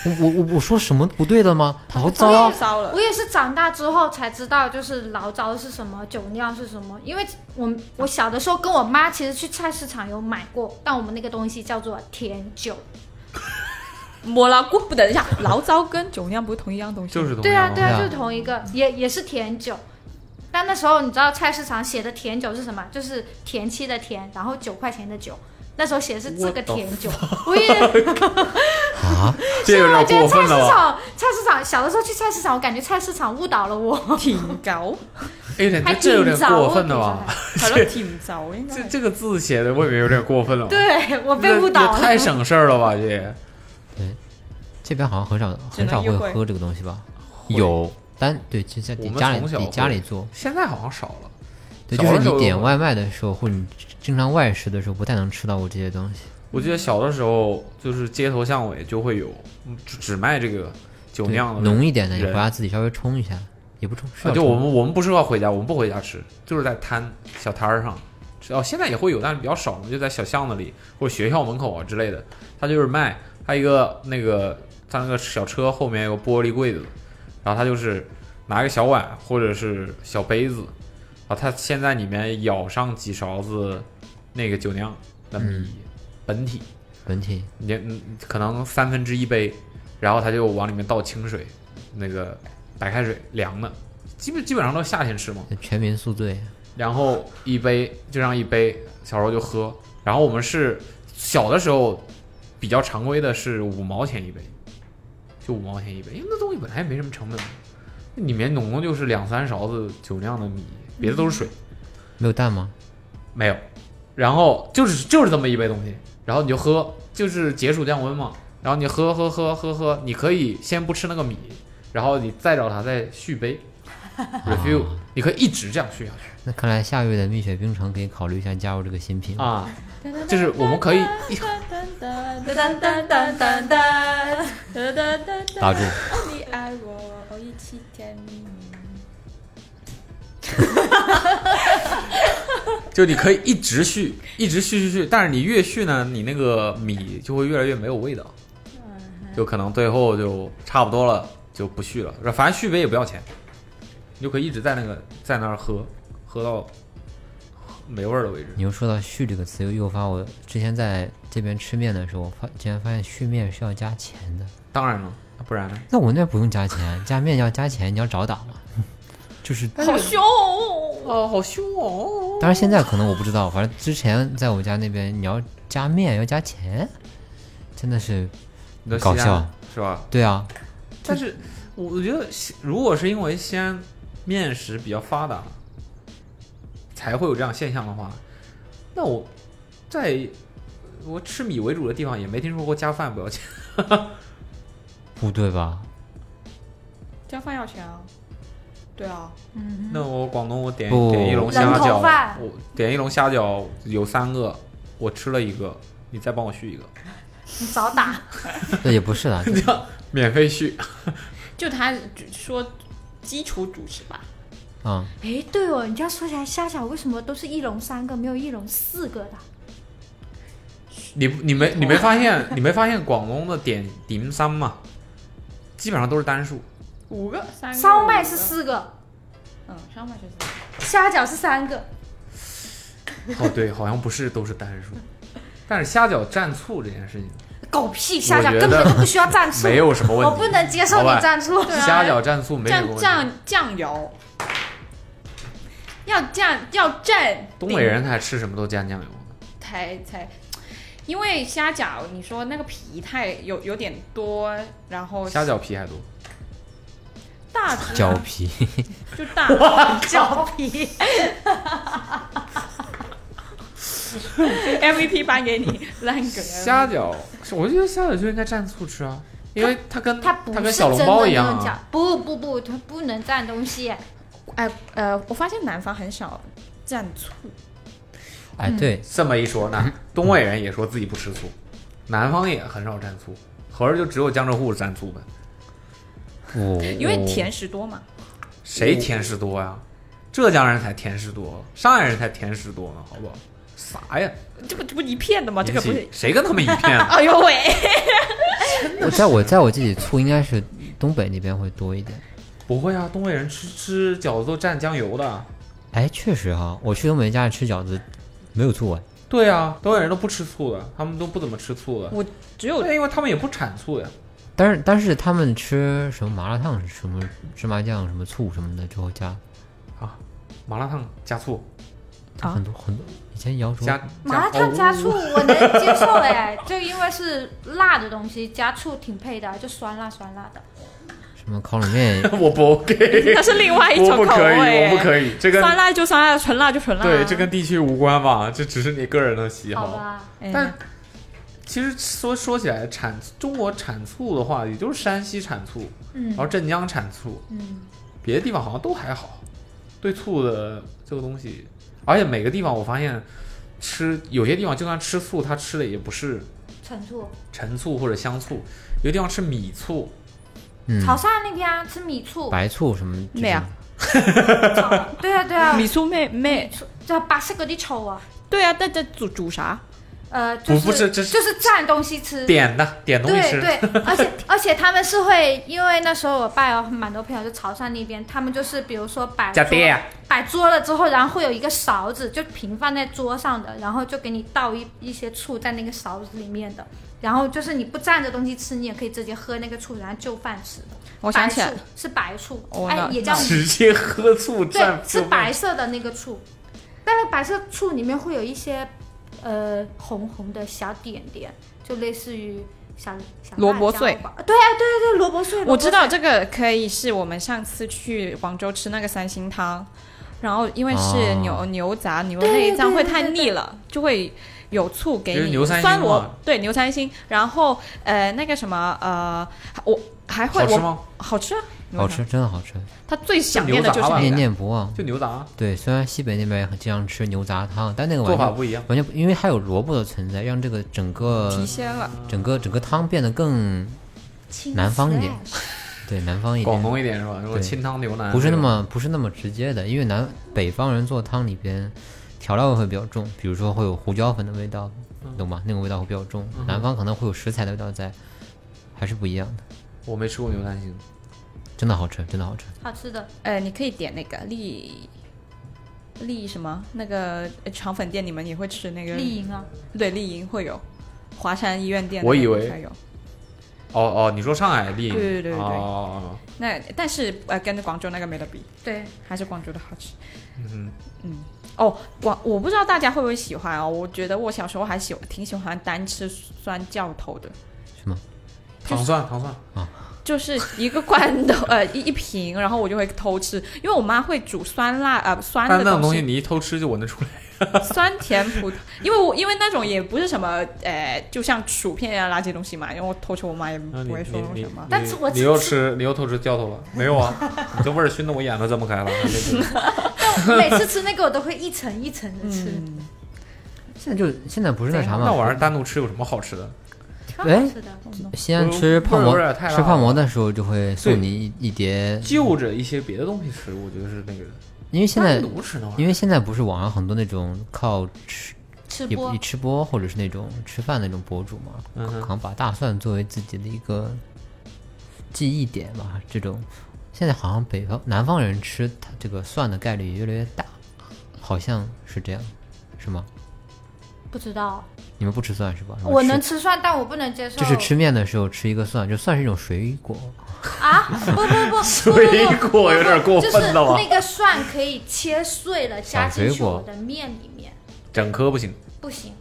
S5: 我我我我说什么不对的吗？醪糟
S7: 烧
S5: 啊，
S7: 烧了
S4: 我，也是长大之后才知道，就是醪糟是什么，酒酿是什么。因为我我小的时候跟我妈其实去菜市场有买过，但我们那个东西叫做甜酒。
S7: 磨了过不等一下，醪糟跟酒酿不是同一样东西吗，
S2: 就是东
S4: 对啊，对
S5: 对啊
S4: 啊，就是同一个，也也是甜酒。但那时候你知道菜市场写的甜酒是什么？就是田七的甜，然后九块钱的酒。那时候写的是这个甜酒，我也
S5: 啊，
S2: 这有点
S4: 我觉得
S2: 过
S4: 菜
S2: 分
S4: 市
S2: 了吧？
S4: 场，菜市场小的时候去菜市场，我感觉菜市场误导了我，
S7: 甜糕，
S2: 哎，有点
S4: 还
S2: 这这有点
S4: 挺早
S2: 过分了
S4: 我挺早
S2: 吧？
S7: 好像甜糟应
S2: 这。
S7: 该
S2: 这个字写的未免有点过分了吧？
S4: 对我被误
S2: 这
S4: 导
S2: 也
S4: 了。
S2: 太省事儿了吧？这也
S5: 这边好像很少
S7: [LAUGHS] 只
S5: 很
S7: 能
S5: 少
S7: 约会
S5: 会喝这个东西吧？有，单对就在你
S2: 我们
S5: 家
S2: 从
S5: 里
S2: 小
S5: 你家
S2: 会
S5: 里做，
S2: 现在好像少了。
S5: 对，
S2: 小
S5: 就
S2: 的
S5: 是
S2: 时
S5: 你
S2: 候
S5: 点外卖的时候或者你经常外食的时候不太能吃到我这些东西。
S2: 我记得小的时候，就是街头巷尾就会有嗯只只卖这个酒
S5: 对
S2: 酿的
S5: 浓一点的，你回
S2: 人
S5: 家自己稍微冲一下，也不冲，是
S2: 啊，
S5: 要
S2: 就我
S5: 冲
S2: 们我们不是要回家，我们不回家吃，就是在摊小摊儿上。哦，现在也会有，但是比较少嘛，就在小巷子里或者学校门口啊之类的。他就是卖，他一个那个他那个小车后面有个玻璃柜子，然后他就是拿一个小碗或者是小杯子，然后他先在里面舀上几勺子那个酒酿的米、
S5: 嗯
S2: 本体，
S5: 本体
S2: 你嗯可能三分之一杯，然后他就往里面倒清水，那个白开水凉的，基本基本上都是夏天吃嘛。
S5: 全民宿醉，
S2: 然后一杯就这样一杯，小时候就喝。然后我们是小的时候比较常规的是五毛钱一杯，就五毛钱一杯，因为那东西本来也没什么成本，那里面总共就是两三勺子酒酿的米，别的都是水。
S5: 没有蛋吗？
S2: 没有，然后就是就是这么一杯东西，然后你就喝，就是解暑降温嘛。然后你喝喝喝喝喝，你可以先不吃那个米，然后你再找他再续杯
S5: 啊
S2: ，refill，你可以一直这样续下去
S5: 那看来下个月的蜜雪冰城可以考虑一下加入这个新品。
S2: 啊。就是我们可以一
S7: 噔噔噔噔噔噔噔噔
S5: 打住，
S7: 你爱我，我一起甜蜜蜜。
S2: 就你可以一直续，一直续续续，但是你越续呢，你那个米就会越来越没有味道，就可能最后就差不多了，就不续了。反正续杯也不要钱，你就可以一直在那个在那儿喝，喝到没味儿的为止。
S5: 你又说到“续”这个词，又诱发我之前在这边吃面的时候，我发竟然发现续面是要加钱的。
S2: 当然了，不然呢？
S5: 那我那不用加钱，加面要加钱，你要找打嘛。就是，
S2: 哎
S7: 好凶哦！
S2: 哦，好凶哦！
S5: 当然现在可能我不知道，反正之前在我家那边，你要加面要加钱，真的是
S2: 你的西
S5: 搞
S2: 安
S5: 笑
S2: 是吧？
S5: 对啊，
S2: 但是我觉得西，如果是因为西安面食比较发达，才会有这样现象的话，那我在我吃米为主的地方也没听说过加饭不要钱。
S5: 不对吧？
S7: 加饭要钱啊？对啊，
S2: 那我广东我点
S5: 不
S2: 点一笼虾
S4: 人头
S2: 饺
S4: 饭，
S2: 我点一笼虾饺有三个，我吃了一个，你再帮我续一个， [LAUGHS]
S4: 你早打，
S5: 那也不是啦，就
S2: 免费续。
S7: 就他只说基础主食吧。
S5: 啊、
S4: 哎，对哦，你这样说起来，虾饺为什么都是一笼三个，没有一笼四个的？
S2: 你你没你没发现你没发现广东的点点三吗？基本上都是单 [LAUGHS] 数。
S7: 五个三个
S4: 烧麦是
S7: 五个
S4: 四个，
S7: 嗯，烧麦是四个
S4: 虾饺是三个，
S2: 哦，对，好像不是都是单数，但是虾饺蘸醋这件事情
S4: 狗屁！虾
S2: 我
S4: 饺
S2: 觉得
S4: 根本都不需要蘸醋，
S2: [LAUGHS] 没有什么
S4: 我
S2: 问
S4: 哦不
S2: 题。
S4: 能啊接受你
S2: 老板
S4: 蘸醋。
S7: 对啊
S2: 虾饺蘸醋没什么
S7: 酱
S2: 问题。
S7: 酱酱油，要酱要蘸
S2: 东北人才吃什么都蘸酱油呢
S7: 才才，因为虾饺你说那个皮太有有点多，然后
S2: 虾饺皮还多。
S7: 大只啊
S5: 胶皮，
S7: 就
S2: [LAUGHS]
S7: 大，
S4: 脚皮，
S7: MVP 颁给你，烂梗。啊
S2: 虾饺，是我觉得虾饺就应该蘸醋吃啊，因为它跟
S4: 它
S2: 它
S4: 不
S2: 跟
S4: 是
S2: 小笼
S4: 真
S2: 包
S4: 的
S2: 一样
S4: 那种饺
S2: 啊。，
S4: 不不不，它不能蘸东西。
S7: 哎呃，我发现南方很少蘸醋，
S5: 哎，对，
S2: 这么一说呢，东北人也说自己不吃醋，南方也很少蘸醋，合着就只有江浙沪蘸醋呗。
S5: 我
S2: 哦
S7: 因为甜食多嘛。嗯
S2: 谁甜食多呀、浙江人才甜食多，上海人才甜食多呢，好不好？啥呀？
S7: 这不这不一片的啊吗？这个不
S2: 引
S7: 是
S2: 起。谁跟他们一片
S7: [LAUGHS]
S2: 啊？
S7: 哎呦喂！
S5: 我在我在我自己醋应该是东北那边会多一点。
S2: 不会啊，东北人吃吃饺子都蘸酱油的。
S5: 哎，确实哈、我去东北家里吃饺子，没有醋哎。
S2: 对啊，东北人都不吃醋的，他们都不怎么吃醋的。
S7: 我只有
S2: 对，因为他们也不产醋呀。
S5: 但是但是他们吃什么麻辣烫、什么芝麻酱、什么醋什么的之后加
S2: 麻辣烫加醋，
S7: 啊
S5: 很多很多。以前瑶说
S2: 加
S9: 哦
S4: 麻辣烫加醋我能接受哎，就因为是辣的东西，加醋挺配的，啊就酸辣酸辣的。
S5: 什么烤冷面，
S2: [LAUGHS] 哦我不 OK，
S7: 那是另外一
S2: 我
S7: 种
S2: 不
S7: 口
S2: 可以，
S7: 味。
S2: 我不可以，这跟
S7: 酸辣就酸辣，纯辣就纯辣。
S2: 对这跟地区无关吧，这只是你个人的喜
S4: 好
S2: 好。
S4: 吧，
S7: 哎
S2: 但其实说说起来，产中国产醋的话，也就是山西产醋，
S4: 嗯
S2: 然后镇江产醋，
S4: 嗯，
S2: 别的地方好像都还好。对醋的这个东西，而且每个地方我发现吃有些地方就算吃醋，它吃的也不是
S4: 陈醋，
S2: 陈醋或者香醋，有些地方吃米醋，
S5: 嗯，
S4: 潮汕那边啊，吃米醋，
S5: 白醋什么
S7: 咩啊？
S4: 炒对啊对啊，
S7: 米醋咩咩？
S4: 这白色嗰啲醋啊，
S7: 对啊，但这煮煮啥？
S4: 呃，就是
S2: 不是这是
S4: 就是蘸东西
S7: 嗯
S4: 吃，
S2: 点的点东西
S4: 对
S2: 吃。
S4: 对，而且而且他们是会，因为那时候我爸有蛮多朋友就潮汕那边，他们就是比如说摆
S2: 加
S4: 桌
S2: 爹啊
S4: 摆桌了之后，然后会有一个勺子，就平放在桌上的，然后就给你倒一一些醋在那个勺子里面的，然后就是你不蘸着东西吃，你也可以直接喝那个醋，然后就饭吃的。
S7: 我想起来
S4: 白醋是白醋，
S7: 我
S4: 哎
S7: 那，
S4: 也叫
S2: 直接喝醋蘸
S4: 对，是白色的那个醋，但是白色醋里面会有一些呃红红的小点点，就类似于小小
S7: 萝卜
S4: 辣椒
S7: 碎
S4: 吧。对啊，对对对，萝卜碎。萝
S7: [LAUGHS] 我
S4: 卜
S7: 知道这个可以是我们上次去广州吃那个三星汤，然后因为是
S5: 哦
S7: 牛、牛杂，牛
S4: 对
S7: 内脏
S4: 对
S7: 会
S4: 对
S7: 太
S4: 对
S7: 腻了，就会有醋给
S2: 就是
S7: 你
S2: 牛三
S7: 酸
S2: 星
S7: 萝
S2: 嘛，
S7: 对牛三星，然后呃那个什么呃我还会
S2: 好吃
S7: 我
S2: 吗？
S7: 好吃啊，牛
S5: 好
S7: 杂
S5: 吃，真的好吃，
S7: 他最想念的
S2: 牛
S7: 就
S2: 杂
S7: 是
S2: 吧
S7: 那
S5: 念
S7: 个，
S5: 念不忘。
S2: 就牛杂
S5: 对，虽然西北那边也很经常吃牛杂汤，但那个
S2: 做
S5: 完
S2: 法
S5: 全
S2: 不一样，
S5: 完全不因为它有萝卜的存在，让这个整
S7: 提
S5: 个
S7: 鲜了。
S5: 整个整个汤变得更
S4: 青
S5: 南方一
S4: 菜
S5: 点，对南方一
S2: 广
S5: 点，
S2: 东一点是吧？如果
S5: 对
S2: 清汤牛腩
S5: 不是
S2: 这
S5: 那
S2: 种
S5: 么不是那么直接的，因为南北方人做汤里边调料会比较重，比如说会有胡椒粉的味道，
S2: 嗯
S5: 懂吗？那个味道会比较重，南方可能会有食材的味道在，还是不一样的，
S2: 我没吃过牛三星，
S5: 真的好吃，真的好吃。
S4: 好吃的。
S7: 呃，你可以点那个丽丽什么那个呃肠粉店，你们也会吃那个
S4: 丽莹啊，
S7: 对丽莹会有，华山医院店
S2: 我
S7: 那
S2: 以
S7: 边
S2: 为
S7: 还有。
S2: 哦哦，你说上海丽颖，
S7: 对对对对
S2: 哦哦，哦
S7: 那但是呃，跟广州那个没得比，
S4: 对，
S7: 还是广州的好吃。
S2: 嗯
S7: 哦，我我不知道大家会不会喜欢哦。我觉得我小时候还喜挺喜欢单吃酸教头的，
S2: 哼，糖蒜糖蒜，
S7: 就是一个罐头 [LAUGHS] 呃一一瓶，然后我就会偷吃，因为我妈会煮酸辣呃酸
S2: 但
S7: 的
S2: 那种东
S7: 东
S2: 西你一偷吃就闻得出来，
S7: 酸甜普通，因为我因为那种也不是什么呃，就像薯片啊垃圾东西嘛，因为我偷吃我妈也
S2: 那
S7: 不
S2: 啊你
S7: 会说
S2: 你
S7: 什
S2: 你
S7: 么。
S4: 但是我
S2: 你又吃你又偷吃掉头了？没有啊，你这味儿熏得我眼都睁不 [LAUGHS] 开了。
S4: 我每次吃那个我都会一层一层的吃，
S7: 嗯，
S5: 现在就现在不是那啥嘛，
S2: 那玩意儿单独吃有什么好吃的？
S4: 挺好
S5: 哎
S4: 吃的。嗯
S5: 西安吃泡馍
S2: 味儿有点太辣
S5: 吃泡馍的时候就会送你一一碟，
S2: 就着一些别的东西吃，我觉得是那个
S5: 因为现在
S2: 单独吃那玩意
S5: 因为现在不是网上很多那种靠吃
S4: 吃
S5: 也
S4: 播
S5: 也吃播或者是那种吃饭那种博主嘛，
S2: 嗯哼
S5: 可能把大蒜作为自己的一个记忆点吧。这种现在好像北方南方人吃它这个蒜的概率也越来越大，好像是这样，是吗？
S4: 不知道，
S5: 你们不吃蒜是吧？然后
S4: 我
S5: 吃
S4: 能。吃蒜，但我不能接受。
S5: 就是吃面的时候吃一个蒜，就蒜是一种水果，
S4: 啊！不
S2: [LAUGHS]
S4: 不不不，
S2: 水果有点过分了吧
S4: 就是那个蒜可以切碎了加进
S5: 小水
S4: 去
S5: 果
S4: 我的面里面，
S2: 儿，整颗不行。
S4: 不行。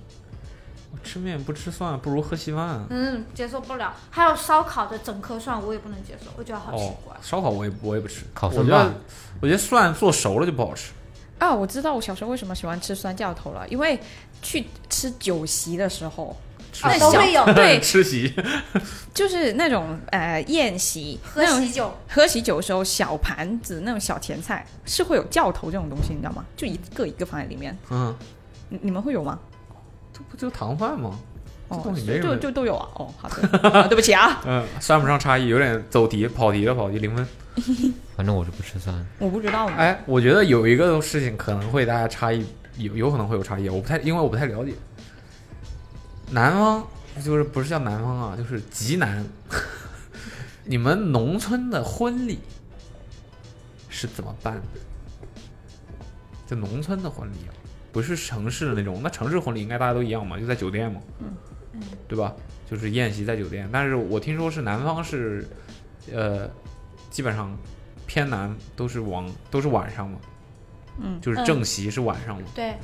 S2: 吃面不吃蒜，不如喝稀饭啊。
S4: 嗯，接受不了。还有烧烤的整颗蒜，我也不能接受，我觉得好奇
S2: 哦
S4: 怪。，
S2: 烧烤我也不我也不吃，
S5: 烤
S2: 我
S5: 蒜
S2: 觉得
S5: 瓣
S2: 我觉得蒜做熟了就不好吃。 [LAUGHS]
S7: 啊，我知道我小时候为什么喜欢吃酸教头了，因为去吃酒席的时候，
S2: 吃 [LAUGHS]
S4: 啊，
S7: 那
S4: 都
S7: 小
S4: 会有
S7: 对，
S2: 吃席，
S7: 就是那种呃宴席，
S4: 喝
S7: 那种
S4: 喜酒，
S7: 喝喜酒的时候，小盘子那种小甜菜是会有教头这种东西，你知道吗？就一个一个放在里面，
S2: 嗯，
S7: 你你们会有吗？
S2: 这不就糖饭吗？这
S7: 哦，
S2: 东西没什么
S7: 就就都有啊。哦，好的、 [LAUGHS] 啊对不起啊，
S2: 嗯，算不上差异，有点走题，跑题了，跑题零分。
S5: 反正我是不吃蒜的。
S7: 我不知道呢。
S2: 哎，我觉得有一个事情可能会大家差异有有可能会有差异，我不太因为我不太了解。南方就是不是叫南方啊，就是极南。 [LAUGHS] 你们农村的婚礼是怎么办的？就农村的婚礼啊，不是城市的那种。那城市婚礼应该大家都一样嘛，就在酒店嘛，嗯嗯，对吧？就是宴席在酒店。但是我听说是南方是，呃，基本上偏南都是往都是晚上嘛，
S7: 嗯
S2: 就是正席是晚上嘛。
S4: 对，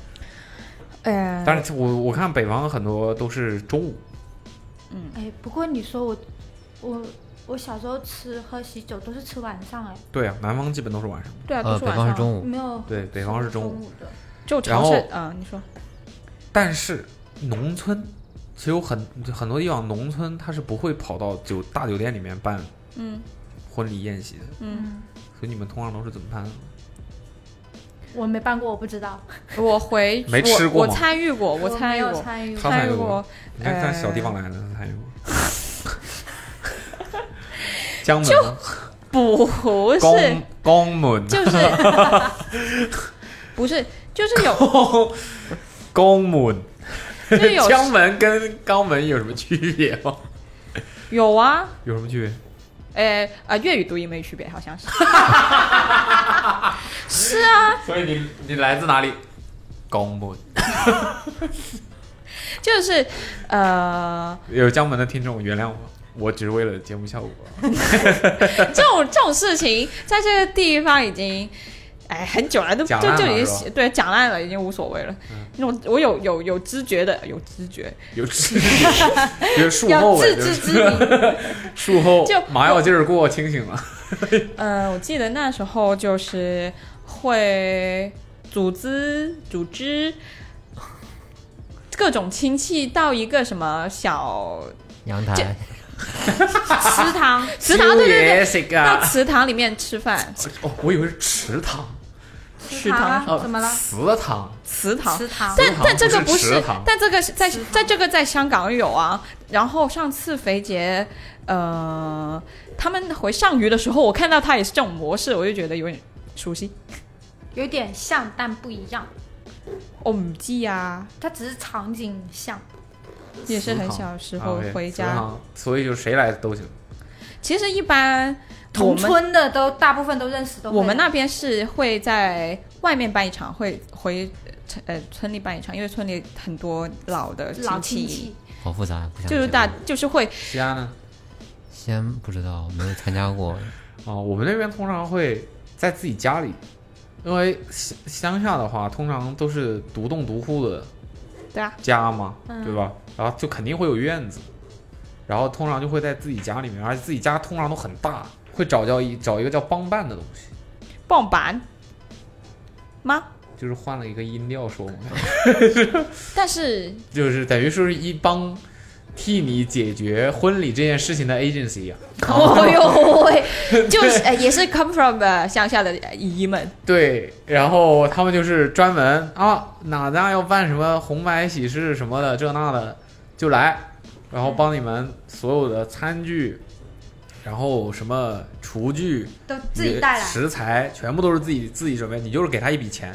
S7: 呃，
S2: 但是我我看北方很多都是中午，
S4: 哎，不过你说我，我我小时候吃喝喜酒都是吃晚上，哎，
S2: 对啊，南方基本都是晚上。
S7: 对啊，都
S5: 呃，
S7: 是
S5: 北
S7: 晚
S5: 方
S7: 上
S5: 是
S7: 啊，
S5: 中午，
S4: 没有
S2: 对，北嗯方是中午。
S4: 午的，
S7: 就
S2: 然
S7: 潮
S2: 后
S7: 汕啊、你说
S2: 但是农村其实有很很多地方，农村它是不会跑到酒大酒店里面办
S7: 嗯
S2: 婚礼宴席的，
S7: 嗯，
S2: 所以你们通常都是怎么办的？
S4: 嗯我没办过，我不知道，
S7: 我回
S2: 没吃过
S7: 我，我
S2: 吗
S7: 参与过，
S4: 我
S7: 参
S4: 没
S7: 与
S4: 有
S7: 过，
S4: 参与
S2: 他参与
S7: 与
S2: 过
S7: 过，
S2: 你看，
S7: 呃
S2: 看小地方来的参与过，江门吗、
S7: 不是
S2: 宫，宫门、
S7: 就是不是，就是有
S2: 宫宫门，
S7: 就
S2: [LAUGHS]
S7: 是有
S2: 江门跟肛门有什么区别吗？
S7: 有啊，
S2: 有什么区别？ [LAUGHS]
S7: 呃啊、粤语读音没区别，好像是。
S2: 所以你 [LAUGHS] 你来自哪里？宫门
S7: 就是呃，
S2: 有江门的听众原谅我，我只是为了节目效果。
S7: [LAUGHS] 这种这种事情在这个地方已经。哎，很久了，都
S2: 讲
S7: 就
S2: 烂
S7: 就
S2: 了
S7: 已
S2: 是嗯
S7: 经对讲烂了，已经无所谓了。那种我有有有知觉的，有知觉，
S2: 有知， [LAUGHS] 就是树
S7: 要
S2: 后哎
S7: 自
S2: 就
S7: 知
S2: 是
S7: 之明。
S2: [LAUGHS] 树后
S7: 就
S2: 麻药劲儿过，清
S4: [LAUGHS]
S2: 醒了。
S7: 呃，我记得那时候就是会组织组织各种亲戚到一个什么小
S5: 阳台
S2: [LAUGHS]
S4: 食堂
S7: 祠堂，对对
S2: 对
S7: 对，
S2: [LAUGHS]
S7: 到祠堂里面吃饭，
S2: 啊哦，我以为是池塘，
S4: 食堂啊，怎么了？
S2: 祠堂，
S7: 祠堂。
S4: 食堂
S7: 但但这个不
S2: 不是
S7: 是
S2: 祠堂，
S7: 但这个是在在这个在香港有啊。然后上次肥杰，呃，他们回上虞的时候，我看到他也是这种模式，我就觉得有点熟悉。
S4: 有点像，但不一样，
S7: 哦我唔知啊，
S4: 它只是场景像。
S7: 也是很
S2: 祠堂
S7: 小时
S2: 啊
S7: 候
S2: ，OK，
S7: 回
S2: 祠
S7: 家。
S2: 堂所以就谁来都行。
S7: 其实一般我
S4: 同
S7: 们
S4: 村的都大部分都认识，都会
S7: 我们那边是会在外面办一场，会回村呃村里办一场，因为村里很多老的
S4: 老
S7: 戚，
S4: 亲戚，
S5: 好复杂，不想
S7: 就是
S5: 讲
S7: 大就是会
S2: 西安呢？
S5: 西安不知道，没有参加过。
S2: 哦，我们那边通常会在自己家里，因为乡乡下的话，通常都是独栋独户的
S7: 对啊，
S2: 家嘛，对吧？然后就肯定会有院子，然后通常就会在自己家里面，而且自己家通常都很大，会找叫一找一个叫帮办的东西，
S7: 棒板吗？
S2: 就是换了一个音调说嘛， [LAUGHS]
S7: 但是
S2: 就是等于说是一帮替你解决婚礼这件事情的 agency 啊一样。
S7: [LAUGHS] 哦呦 [LAUGHS] 喂，就是呃也是 come from 呃乡下的呃姨们，
S2: 对，然后他们就是专门啊，哪家要办什么红白喜事什么的，这那的就来，然后帮你们所有的餐具，然后什么厨具、
S4: 都自己带来。
S2: 食材，全部都是自己自己准备，你就是给他一笔钱，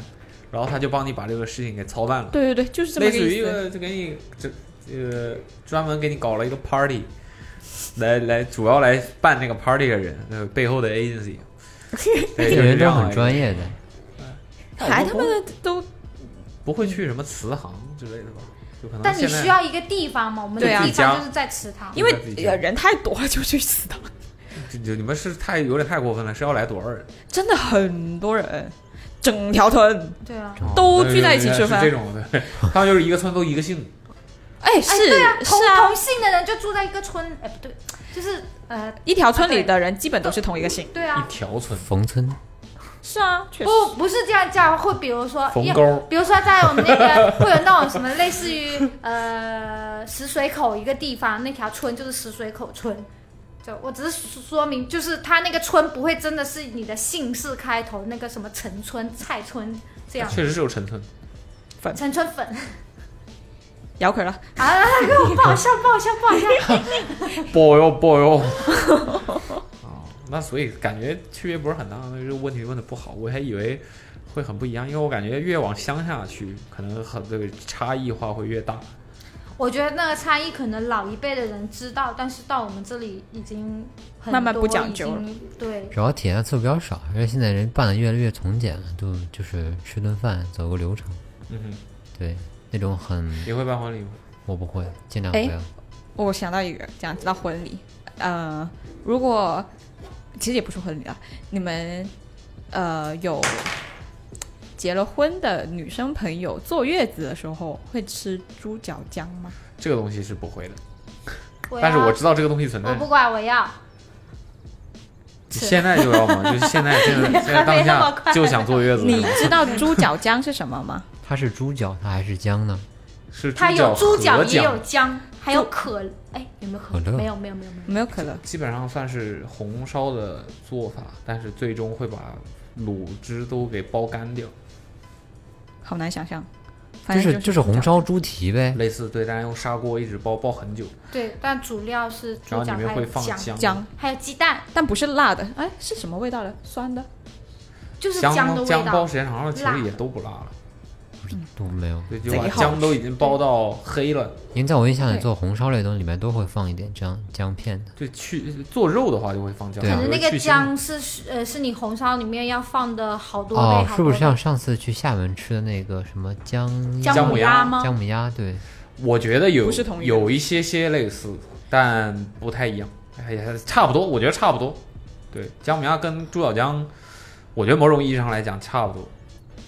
S2: 然后他就帮你把这个事情给操办了，
S7: 对对对，就是这么
S2: 类
S7: 个
S2: 似于
S7: 意
S2: 一
S7: 思。
S2: 个就给你这呃专门给你搞了一个 party，来来主要来办这个 party 的人，呃背后的 agency，对，
S5: 这
S2: 就是
S5: 个人
S2: 这
S5: 都
S2: 样
S5: 很
S2: 的一个
S5: 专业的，
S7: 还他妈的都
S2: 不会去什么祠堂之类的吧？就可能
S4: 但你
S2: 现在
S4: 需要一个地方嘛，我们的
S7: 对啊
S4: 地方就是在祠堂。
S7: 因为
S2: 自己家
S7: 呃人太多了，就去死的，
S2: 就就你们是太有点太过分了，是要来多少人？
S7: 真的很多人，整条村
S4: 对啊，
S7: 都聚在一起吃饭
S2: 呃是这种对，他们就是一个村都一个姓，
S7: 哎是
S4: 哎，对啊，同
S7: 是啊
S4: 同，姓的人就住在一个村，哎，不对，就是呃，
S7: 一条村里的人基本都是同一个姓。
S4: 对
S2: 一
S4: 啊，
S2: 条村
S5: 冯村
S7: 是啊，确实。
S4: 不不是这样叫，会比如说
S2: 冯
S4: 因为
S2: 沟
S4: 比如说，在我们那边会有那种什么类似于呃石水口一个地方，那条村就是石水口村。就我只是说明，就是它那个村不会真的是你的姓氏开头，那个什么陈村、蔡村这
S2: [LAUGHS]
S4: 样，
S2: 确实是有陈村。
S4: 陈村粉
S7: 摇腿了，
S4: 啊， [LAUGHS] 给我爆笑爆笑爆笑！
S2: 不哟不哟。哦，那所以感觉区别不是很大，那这个问题问的不好，我还以为会很不一样，因为我感觉越往乡下去，可能很这个差异化会越大。
S4: 我觉得那个差异可能老一辈的人知道，但是到我们这里已经很
S7: 慢慢
S4: 多
S7: 不讲究了
S4: 已经。对，
S5: 主要体验次数比较少，而且现在人办的越来越从简了，都就是吃顿饭走个流程，
S2: 嗯哼，
S5: 对，那种很
S2: 你会办婚礼吗？
S5: 我不会，尽量不
S7: 哎
S5: 要。
S7: 我想到一个，讲到婚礼，呃，如果其实也不是婚礼啊，你们呃有结了婚的女生朋友坐月子的时候会吃猪脚姜吗？
S2: 这个东西是不会的，
S7: 啊
S4: 我
S2: 但是
S4: 要
S2: 我知道这个东西存在
S4: 我。不管，我要。
S2: 现在就要嘛，就是现在
S7: [LAUGHS]
S2: 现在现在当下就想坐月子。
S7: 你知道猪脚姜是什么吗？
S5: 它是猪脚，它还是姜呢？
S2: 是
S4: 它
S2: 猪
S4: 有
S2: 脚
S4: 猪脚
S2: 和
S4: 也有
S2: 酱
S4: 姜，还有可哎有没有可
S5: 可乐
S4: 没有没有没有没有。
S7: 没有可乐，
S2: 基本上算是红烧的做法，但是最终会把卤汁都给包干掉，
S7: 好难想象。反
S5: 就
S7: 正
S5: 是就是红烧猪蹄呗，
S2: 类似对，但是用砂锅一直包包很久，
S4: 对，但主料是
S2: 然
S4: 猪
S2: 后
S4: 脚
S2: 里面
S4: 还有
S2: 会放
S4: 姜，
S7: 姜，
S4: 还有鸡蛋，
S7: 但不是辣的，哎，是什么味道的？酸的，
S4: 就是姜
S2: 姜
S4: 的味
S2: 姜包
S4: 道。
S2: 时间长了，其
S4: 辣
S2: 实也都不辣了，
S5: 都没有。
S2: 对，就
S7: 贼
S2: 把
S7: 好
S2: 姜都已经包到黑了。
S5: 因为在我印象里，
S7: 对
S5: 做红烧类的东西里面都会放一点姜姜片的。
S2: 就去做肉的话就会放姜，
S5: 对啊
S4: 可能那
S2: 就
S4: 个
S2: 是去腥
S4: 姜是呃是你红烧里面要放的好多
S5: 哦
S4: 倍，，好
S5: 是
S4: 多
S5: 不
S4: 倍
S5: 是像上次去厦门吃的那个什么姜
S4: 姜
S2: 姜
S4: 母
S2: 母鸭
S4: 吗？
S5: 姜母鸭？对，
S2: 我觉得有
S7: 不是同一个
S2: 有一些些类似，但不太一样。哎呀，差不多，我觉得差不多。对，姜母鸭跟猪脚姜，我觉得某种意义上来讲差不多。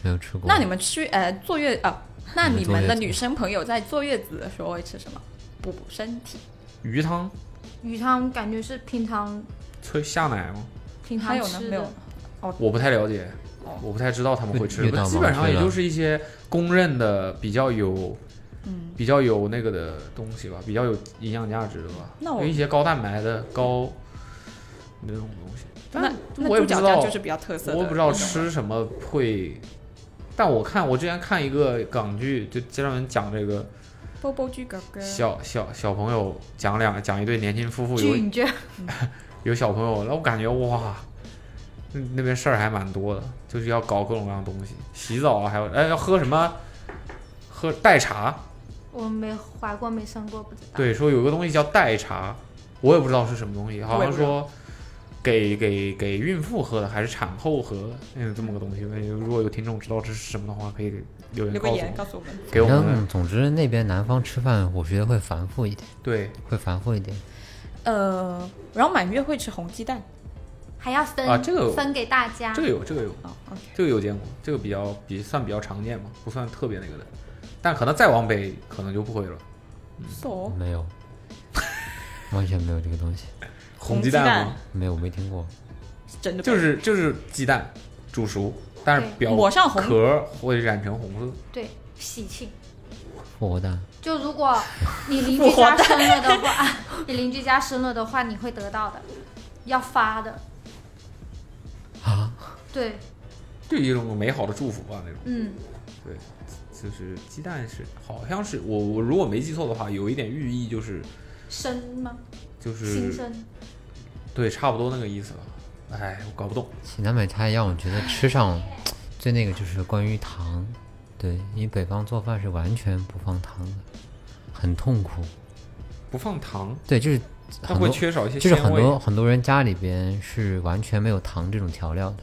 S5: 没有吃过。
S7: 那你们去呃坐月啊、那
S5: 你们
S7: 你们
S5: 坐月
S7: 的
S5: 子
S7: 女生朋友在坐月子的时候会吃什么？补补身体。
S2: 鱼汤
S4: 鱼汤感觉是平常
S2: 催下奶吗？
S4: 平常
S7: 还有呢？
S4: 吃
S7: 没有
S4: 的，。
S2: 我不太了解，
S7: 哦
S2: 我不太知道他们会吃
S5: 越
S2: 什
S5: 越大
S2: 么。
S5: 毛
S2: 基本上
S5: 越
S2: 也
S5: 大
S2: 就是一些公认的比较有，
S7: 嗯，
S2: 比较有那个的东西吧，比较有营养价值的吧，
S7: 那我
S2: 有一些高蛋白的高那种东西。但
S7: 那那
S2: 我也
S7: 猪
S2: 不知
S7: 脚
S2: 道
S7: 酱就是比较特色的。
S2: 我也不知道。吃什么会，但我看我之前看一个港剧，就专门讲这个
S7: 波波猪哥哥，
S2: 小小小朋友讲两讲一对年轻夫妇
S4: [LAUGHS]
S2: 有
S4: 菌卷
S2: 有小朋友，然后我感觉哇，那那边事儿还蛮多的，就是要搞各种各样的东西，洗澡啊，还有哎要喝什么，喝代茶，
S4: 我没怀过没生过不知道。
S2: 对，说有个东西叫代茶，我也不知道是什么东西，好像说给给给孕妇喝的，还是产后喝的，嗯，这么个东西。那如果有听众知道这是什么的话，可以留言
S7: 留
S2: 告诉我
S7: 个言告
S2: 们，
S7: 诉我们。
S2: 给我
S5: 反
S2: 们。
S5: 正总之那边南方吃饭，我觉得会繁复一点，
S2: 对，
S5: 会繁复一点。
S7: 呃，然后满月会吃红鸡蛋。
S4: 还要分、
S2: 啊这个
S4: 分给大家
S2: 这。个有，这个有，
S7: 哦，OK，
S2: 这个有见过，这个比较比算比较常见嘛，不算特别那个的。但可能再往北，可能就不会了。哦
S7: so
S5: 没有，完全没有这个东西，
S7: 红
S2: 鸡
S7: 鸡蛋
S2: 吗？
S5: 没有，我没听过。
S7: 真的不
S2: 就是就是鸡蛋煮熟，但是表
S7: 抹上红
S2: 壳会染成红色。
S4: 对，喜庆。
S5: 复活蛋，
S4: 就如果你邻
S2: [LAUGHS]
S4: 居家生了的话， [LAUGHS] 你邻居家生了的话，你会得到的，要发的。
S5: 啊？
S4: 对，
S2: 就一种美好的祝福吧，那种。
S4: 嗯，
S2: 对，就是鸡蛋是好像是我我如果没记错的话，有一点寓意就是
S4: 生吗？
S2: 就
S4: 新
S2: 是
S4: 生。
S2: 对，差不多那个意思吧。哎，我搞不懂。
S5: 西南北菜让我觉得吃上最那个就是关于糖，对，因为北方做饭是完全不放糖的，很痛苦。
S2: 不放糖，
S5: 对，就是
S2: 它
S5: 很
S2: 会
S5: 多，
S2: 缺少一些
S5: 就是很
S2: 鲜味，
S5: 多很多人家里边是完全没有糖这种调料的。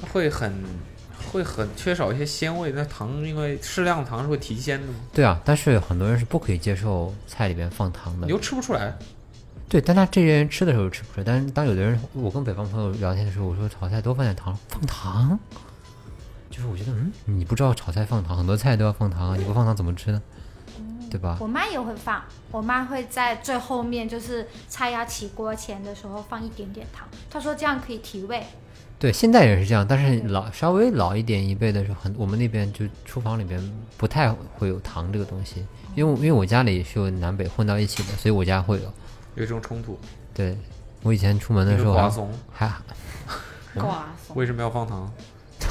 S2: 它会很会很缺少一些鲜味。那糖因为适量糖是会提鲜的嘛，
S5: 对啊，但是很多人是不可以接受菜里边放糖的
S2: 你。又吃不出来。
S5: 对，但他这些人吃的时候吃不出来，但是当有的人，我跟北方朋友聊天的时候，我说炒菜多放点糖，放糖，就是我觉得，嗯，你不知道炒菜放糖，很多菜都要放糖啊，你不放糖怎么吃呢？对
S2: 啊
S5: 吧？
S4: 我妈也会放，我妈会在最后面，就是菜要起锅前的时候放一点点糖。她说这样可以提味。
S5: 对，现代人是这样，但是老稍微老一点一辈的时候，很我们那边就厨房里边不太会有糖这个东西，因为因为我家里是有南北混到一起的，所以我家会有。
S2: 有一种冲突，
S5: 对，我以前出门的
S2: 一
S5: 时
S2: 个
S5: 候
S2: 瓜
S5: 还
S2: 怂
S5: 还
S7: 瓜
S2: 为什么要放 [LAUGHS] 糖？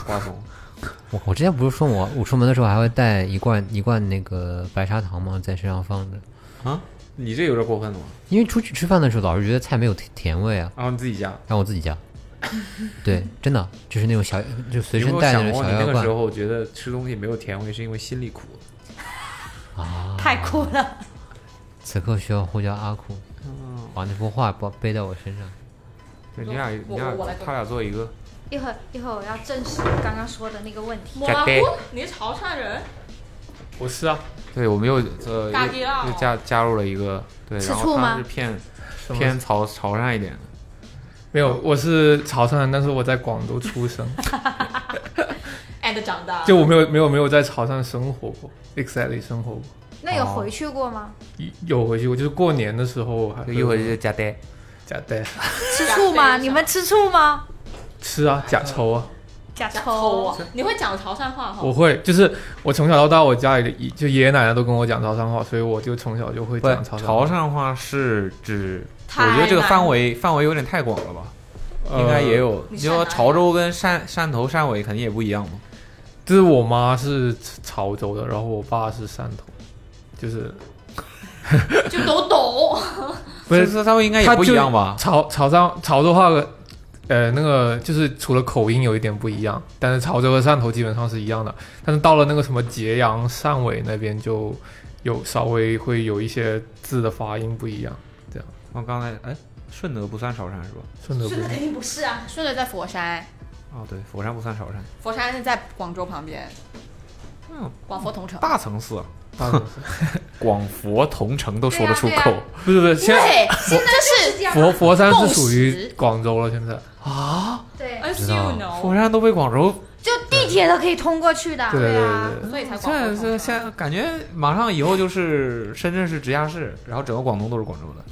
S2: 瓜怂，
S5: 我我之前不是说我我出门的时候还会带一罐一罐那个白砂糖吗？在身上放着，
S2: 你这有点过分了嘛？
S5: 因为出去吃饭的时候老是觉得菜没有甜甜味啊，
S2: 然后你自己加，
S5: 让我自
S2: [LAUGHS]
S5: 己加。对，真的就是那种小就随
S2: 你有没
S5: 身
S2: 有
S5: 带
S2: 想
S5: 那种
S2: 过
S5: 小
S2: 你
S5: 药
S2: 那个时
S5: 罐
S2: 候觉得吃东西没有甜味，是因为心里苦？
S5: 啊。
S4: 太酷了！
S5: 此刻需要呼叫阿苦，
S2: 嗯
S5: 把那幅画包背在我身上。
S2: 对你俩，你
S7: 我
S2: 俩
S7: 我我来，做
S2: 他俩做一个。
S4: 一会儿一会儿我要证实我刚刚说的那个问题。
S7: 蘑
S2: 假的
S7: 菇，你是潮汕人？
S6: 我是啊，
S2: 对，我们又呃
S7: 嘎
S2: 又
S7: 迪奥
S2: 又加加入了一个对，
S4: 吃
S2: 然后
S4: 醋
S2: 他
S4: 吗
S2: 是偏
S6: 什么
S2: 偏潮潮汕一点的，
S6: 没有，我是潮汕人，但是我在广州
S2: [LAUGHS]
S6: 出生，
S7: and 长大
S6: 就我没有没有没有在潮汕生活过，exactly 生活过。
S4: 那有回去过吗？
S6: 有回去过，就是过年的时候还
S2: 就一会儿就加呆。
S6: 假带
S4: 吃醋吗？
S7: 对
S4: 你们吃醋吗？
S6: 吃啊，假抽啊，
S4: 假
S7: 抽
S4: 抽
S7: 啊！你会讲潮汕话哈？
S6: 我会，就是我从小到大，我家里的姨就爷爷奶奶都跟我讲潮汕话，所以我就从小就会
S2: 不
S6: 讲潮
S2: 潮
S6: 汕话。
S2: 汕话是指，我
S7: 台
S2: 觉得这个
S7: 南
S2: 范围范围有点太广了吧？应该也
S6: 呃，
S2: 有，
S7: 你
S2: 你
S7: 是哪
S2: 说
S7: 里
S2: 潮州跟汕汕头、汕尾肯定也不一样嘛。
S6: 就是我妈是潮州的，然后我爸是汕头，就是
S7: 就都懂。
S6: 不是
S2: 这他们应该也
S6: 他
S2: 不一
S6: 就
S2: 样吧？
S6: 潮潮汕潮州话的，呃，那个就是除了口音有一点不一样，但是潮州和汕头基本上是一样的。但是到了那个什么揭阳、汕尾那边，就有稍微会有一些字的发音不一样。
S2: 我刚才哎，顺德不算潮汕是吧？
S6: 顺德不
S4: 是
S6: 是
S4: 肯定不是啊，
S7: 顺德在佛山，
S2: 哦，对，佛山不算潮汕，
S7: 佛山是在广州旁边，
S2: 嗯，
S7: 广佛同城。
S2: 大城市，啊，
S6: 大城市，
S2: 广佛同城都说得出
S7: 对啊
S2: 口
S7: 对啊
S6: 不是不是，现在
S7: 对，现在就是
S4: 啊
S6: 佛佛山
S7: 共
S6: 是
S7: 识
S6: 属
S4: 哦
S6: 于广州了，现在
S2: 啊！
S4: 对，
S7: as
S5: 知道
S7: you
S2: 佛
S7: know，
S2: 山都被广州，
S4: 就地铁都可以通过去的。
S6: 对对
S4: 啊
S6: 对，对，
S7: 所以才
S2: 现
S7: 广佛
S2: 在
S7: 同
S2: 是
S7: 城。
S2: 现在感觉马上以后就是深圳是直辖市，然后整个广东都是广州的。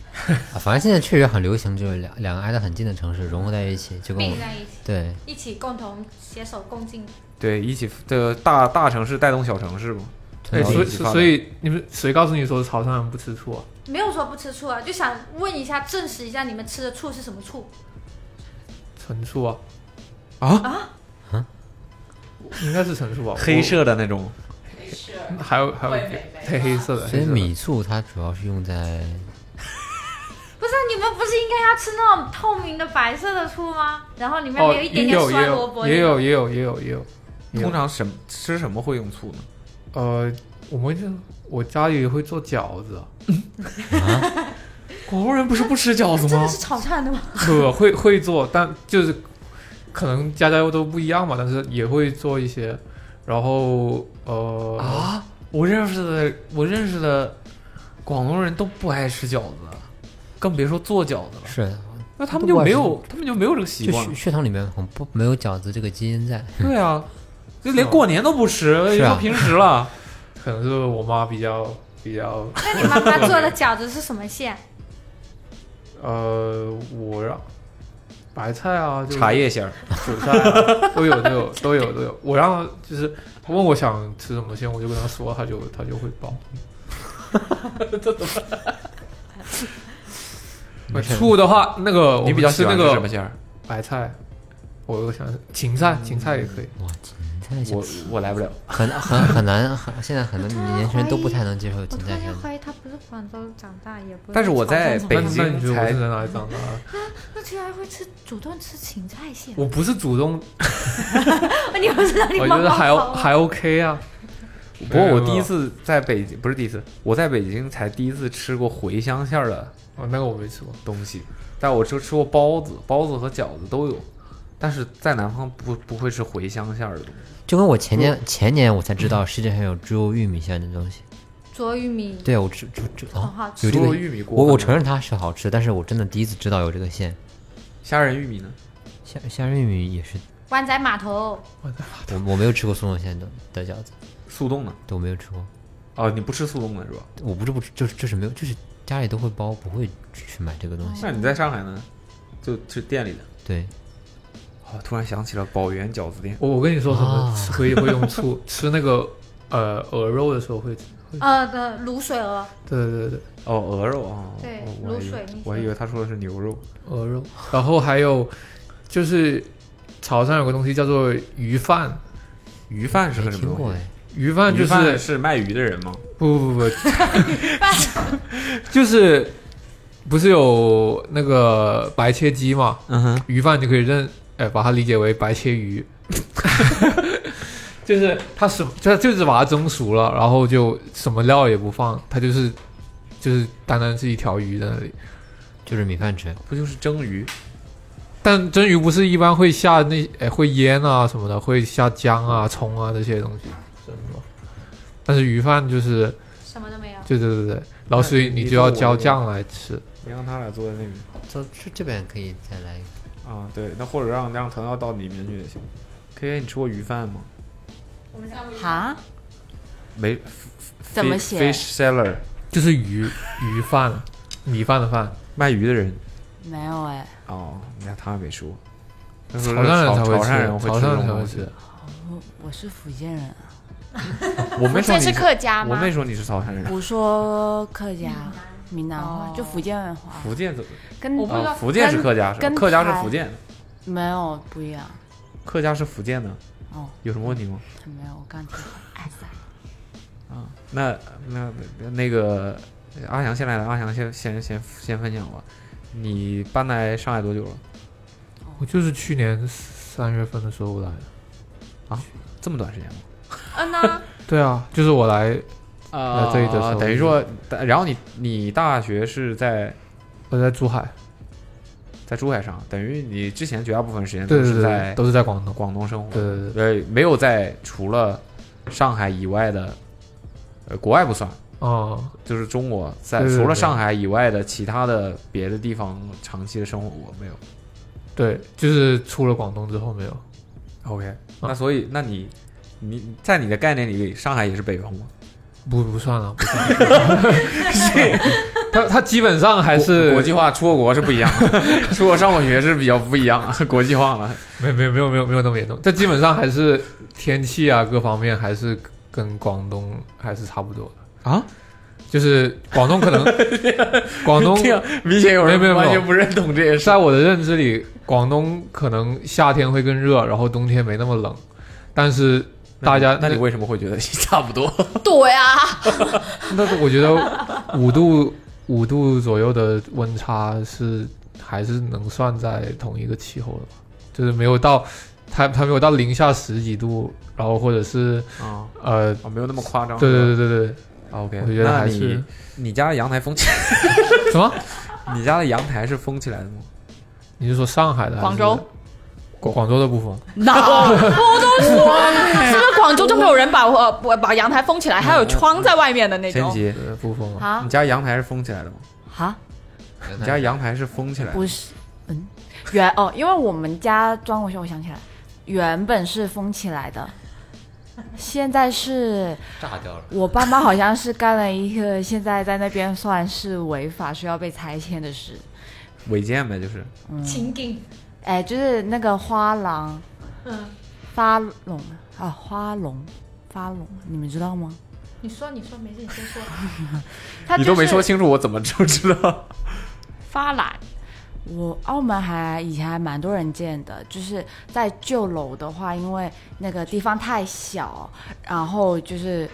S5: 啊反正现在确实很流行，就是两两个挨得很近的城市融合在一起，就跟我
S4: 并在一起，
S5: 对
S4: 一起共同携手共进。
S2: 对，一起这个大大城市带动小城市嘛。
S5: 推到
S6: 对，
S2: 对
S5: 一
S6: 所以
S5: 起。
S6: 所以你们谁告诉你说潮汕人不吃醋啊？
S4: 没有说不吃醋啊，就想问一下，证实一下你们吃的醋是什么醋？
S6: 陈醋啊，
S2: 啊，
S6: 应该是陈醋吧？
S2: 黑
S6: 我，
S2: 色的那种，
S6: 还有还有
S7: 桂美
S6: 黑黑色的，
S5: 所以
S6: 黑色的
S5: 米醋它主要是用在
S4: 不是啊，你们不是应该要吃那种透明的白色的醋吗？然后里面
S6: 哦，
S4: 没有一点点
S6: 也
S4: 酸萝
S6: 有
S4: 卜，
S6: 也有也有也有也有，
S2: 通常什么吃什么会用醋呢？
S6: 呃，我们就我家里会做饺子，啊
S2: 广州人不是不吃饺子
S4: 真
S2: 吗
S4: 的？是潮汕的
S6: [LAUGHS]
S4: 吗？
S6: 可会会做，但就是可能家家都不一样嘛，但是也会做一些。然后呃，
S2: 啊，我认识的我认识的广东人都不爱吃饺子，更别说做饺子了。
S5: 是啊
S2: 那他们
S5: 都不
S2: 就
S5: 爱
S2: 没
S5: 吃
S2: 有，他们就没有这个习
S5: 就
S2: 惯
S5: 血。血统里面很不没有饺子这个基因在，
S2: 对啊，就连过年都不吃，
S5: 是
S2: 就
S5: 啊
S2: 说平时了。
S6: 可能是我妈比较比较
S4: 那你妈妈做的饺子是什么馅？
S6: 呃，我让白菜啊，就是
S2: 茶叶馅儿，
S6: 韭菜、啊、都有都有都有都有。我让她就是她问我想吃什么馅，我就跟她说，她就她就会包。 [LAUGHS]
S5: 没事
S6: 醋的话，那个哦我
S2: 你
S6: 们
S2: 比较
S6: 吃
S2: 喜
S6: 那
S2: 欢吃
S6: 个
S2: 什么馅儿？
S6: 白菜，我我想芹菜，芹菜也可以。
S5: 哇，芹菜馅
S2: 我我来不了。
S5: 很很很难，很现在很多年轻人都不太能接受
S4: 我
S5: 芹
S4: 突
S5: 菜
S4: 然
S5: 馅
S4: 间
S5: 的。
S4: 怀疑她不是广州长大，也不是。
S2: 但是我在北
S6: 那那你觉
S2: 京
S6: 得我
S2: 才
S6: 是在哪里长大的？
S4: 那居然会吃主动吃芹菜馅，
S6: 我不是主动，
S4: [LAUGHS] 你不知道你
S6: 我
S4: 妈
S6: 觉得
S4: 妈
S6: 还
S4: 好
S6: 还
S4: 吗
S6: 还 OK 啊。
S2: 不过我第一次在北京，不是第一次，我在北京才第一次吃过茴香馅儿的
S6: 哦，那个我没吃过。
S2: 东西，但我就吃过包子，包子和饺子都有，但是在南方不不会吃茴香馅儿的东西。
S5: 就跟我前年前年我才知道世界上有猪肉玉米馅的东西。
S4: 煮玉米，
S5: 对，我知知知
S4: 很
S5: 哦，
S4: 好吃。
S5: 有这
S2: 猪肉
S5: 个
S2: 玉米锅，
S5: 我我承认它是好吃，但是我真的第一次知道有这个馅。
S2: 虾仁玉米呢？
S5: 虾虾仁玉米也是，
S4: 湾仔码头，
S5: 我我没有吃过松茸馅的的饺子，
S2: 速冻呢？
S5: 对，我没有吃过。
S2: 哦，你不吃速冻的是吧？
S5: 我不是不吃，就是就是没有，就是家里都会包，不会去买这个东西。
S2: 那你在上海呢？就吃店里的。
S4: 嗯
S5: 对，
S2: 哦，突然想起了宝源饺子店，
S6: 我我跟你说什么
S2: 哦
S5: 啊
S6: 吃会会用醋，吃那个呃鹅肉的时候会吃。
S4: 呃的卤水鹅，
S6: 对对对对，
S2: 哦，鹅肉啊，
S4: 对
S2: 哦我还以
S4: 卤水
S2: 为
S4: 那些
S2: 我还以为他说的是牛肉，
S6: 鹅肉。然后还有就是潮汕有个东西叫做鱼饭，
S2: 鱼饭是
S5: 没
S2: 个什
S5: 听
S2: 么
S5: 过
S2: 东西？
S5: 哎，
S6: 鱼饭就
S2: 鱼饭
S6: 是
S2: 是卖鱼的人吗？
S6: 不不 [LAUGHS] 不，不就是不是有那个白切鸡嘛？
S2: 嗯哼，
S6: 鱼贩就可以认，哎，把它理解为白切鱼， [LAUGHS] 就是它什么，它就是把它蒸熟了，然后就什么料也不放，它就是就是单单是一条鱼在那里。
S5: 就是米饭吃。
S2: 不就是蒸鱼？
S6: 但蒸鱼不是一般会下那哎会腌啊什么的，会下姜啊、葱啊这些东西，是吗？但是鱼饭就是，
S4: 什么都没有。
S6: 对对对对，然后所以你就要浇酱来吃。
S2: 你让他俩坐在那边
S5: 这这这边可以再来一个。
S2: 啊，对，那或者让让腾耀到里面去也行。K K，你吃过鱼饭吗？
S7: 哈？
S2: 没，
S7: 怎么
S2: fi-
S7: 写
S2: ？Fish seller，
S6: 就是鱼鱼饭，米饭的饭。
S2: 卖鱼的人。
S7: 没有哎，
S2: 哦，你看他还没说。
S9: 就是
S6: 潮汕人才会
S9: 潮汕人
S6: 吃，
S9: 会
S6: 潮
S9: 吃
S6: 汕
S9: 这
S6: 人
S9: 种
S6: 才会
S9: 东西
S6: 吃。。
S3: 我我是福建人，
S9: 我
S7: [LAUGHS]
S9: 没说
S7: 这
S9: 你
S7: 是
S2: [LAUGHS]
S7: 客家
S9: 我
S7: 吗
S9: 没？说你是潮汕人。
S3: 我说客家、闽南话，
S7: 哦
S3: 就福建话，
S9: 福建
S2: 哦
S9: 怎么？
S3: 跟
S7: 我不知
S9: 啊，
S7: 道
S9: 福建是客家是吧？
S3: 跟
S9: 客家
S3: 台
S9: 是福建的，
S3: 没有不一样。
S9: 客家是福建的，
S3: 哦，
S9: 有什么问题吗？
S3: 没有，我刚听。哎塞
S9: 啊，那那那个阿翔先来了，阿翔先先先先分享吧。你搬来上海多久了？
S6: 我就是去年三月份的时候来的。
S9: 这么短时间吗？
S7: 嗯呐，
S6: 对啊，就是我来，
S9: 啊
S6: 这一段时候
S9: 等于说，然后你你大学是在
S6: 我在珠海，
S9: 在珠海上，等于你之前绝大部分时间
S6: 对
S9: 都
S6: 对
S9: 是
S6: 对
S9: 在
S6: 对，都是在广东。
S9: 广东生活，
S6: 对对对对，
S9: 对，没有在除了上海以外的，呃，国外不算，
S6: 哦、
S9: 就是中国在
S6: 对对
S9: 除了
S6: 对
S9: 上海以外的其他的别的地方长期的生活过没有
S6: 对，就是出了广东之后没有，
S9: ？OK，那所以那你你在你的概念里，上海也是北方吗？
S6: 不不算了，不算 [LAUGHS] 了。他他基本上还是
S9: 国国际化，出过国是不一样的， [LAUGHS] 出国上过学是比较不一样，国际化了。
S6: 没有没有没有没有没有那么严重，这基本上还是天气啊各方面还是跟广东还是差不多的
S9: 啊，
S6: 就是广东
S9: [LAUGHS]
S6: 可能广东
S9: 这样明显有人
S6: 没有没有
S9: 完全不认同这件事。
S6: 在我的认知里，广东可能夏天会更热，然后冬天没那么冷，但是大家
S9: 那你为什么会觉得差不
S6: [LAUGHS]
S9: 多？
S3: 对啊，
S6: 那我觉得五度五度左右的温差是还是能算在同一个气候的吧，就是没有到它它没有到零下十几度，然后或者是
S9: 啊
S6: 呃，
S9: 哦，没有那么夸张。
S6: 对
S9: 是吧
S6: 对对对对，
S9: ，OK，
S6: 我觉得
S9: 那
S6: 还
S9: 你
S6: 是
S9: 你家的阳台封起，
S6: 什么？
S9: 你家的阳台是封起来的吗？
S6: 你是说上海的还是
S7: 广州？
S6: 广广州的部分，
S7: 哪我都说了，
S2: [LAUGHS]
S7: 是不是广州就没有人把我我把阳台封起来，
S2: 嗯
S7: 还有窗在外面的那
S9: 前
S7: 种？
S9: 几集
S6: 呃，部分啊，
S3: 啊
S9: 你家阳台是封起来的吗？
S3: 啊，
S9: 你家阳台是封起来的
S3: 不是，嗯，原哦，因为我们家装过修，我想起来，原本是封起来的，现在是
S5: 炸掉了。
S3: 我爸妈好像是干了一个现在在那边算是违法需要被拆迁的事，
S9: 违建呗，就是
S4: 情景
S3: 哎，就是那个花廊，发笼啊，花笼，发笼，你们知道吗？
S4: 你说，你说，没事，你先 [LAUGHS] 说。
S3: 他
S9: 你
S3: 就
S9: 都没
S3: 是
S9: 说清楚，我怎么就知道？
S7: 发懒，
S3: 我澳门还以前还蛮多人建的，就是在旧楼的话，因为那个地方太小，然后就是，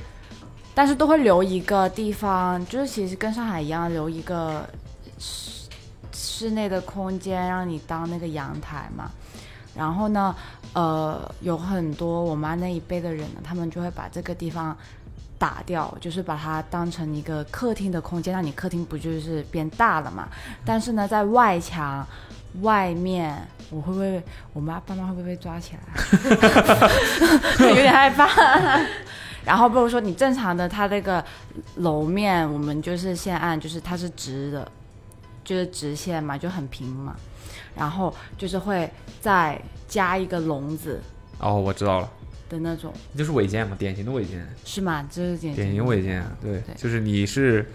S3: 但是都会留一个地方，就是其实跟上海一样，留一个室室内的空间让你当那个阳台嘛。然后呢，呃，有很多我妈那一辈的人呢，他们就会把这个地方打掉，就是把它当成一个客厅的空间，那你客厅不就是变大了嘛？但是呢，在外墙外面，我会不会我妈爸妈会不会被抓起来？啊有点害怕。然后，不如说你正常的，它这个楼面我们就是先按，就是它是直的，就是直线嘛，就很平嘛。然后就是会再加一个笼子
S9: 哦，我知道了，
S3: 的那种，
S9: 就是违建嘛，典型的违建，
S3: 是吗？这是典
S9: 典
S3: 型
S9: 型违建，对
S3: 对，
S9: 就是你是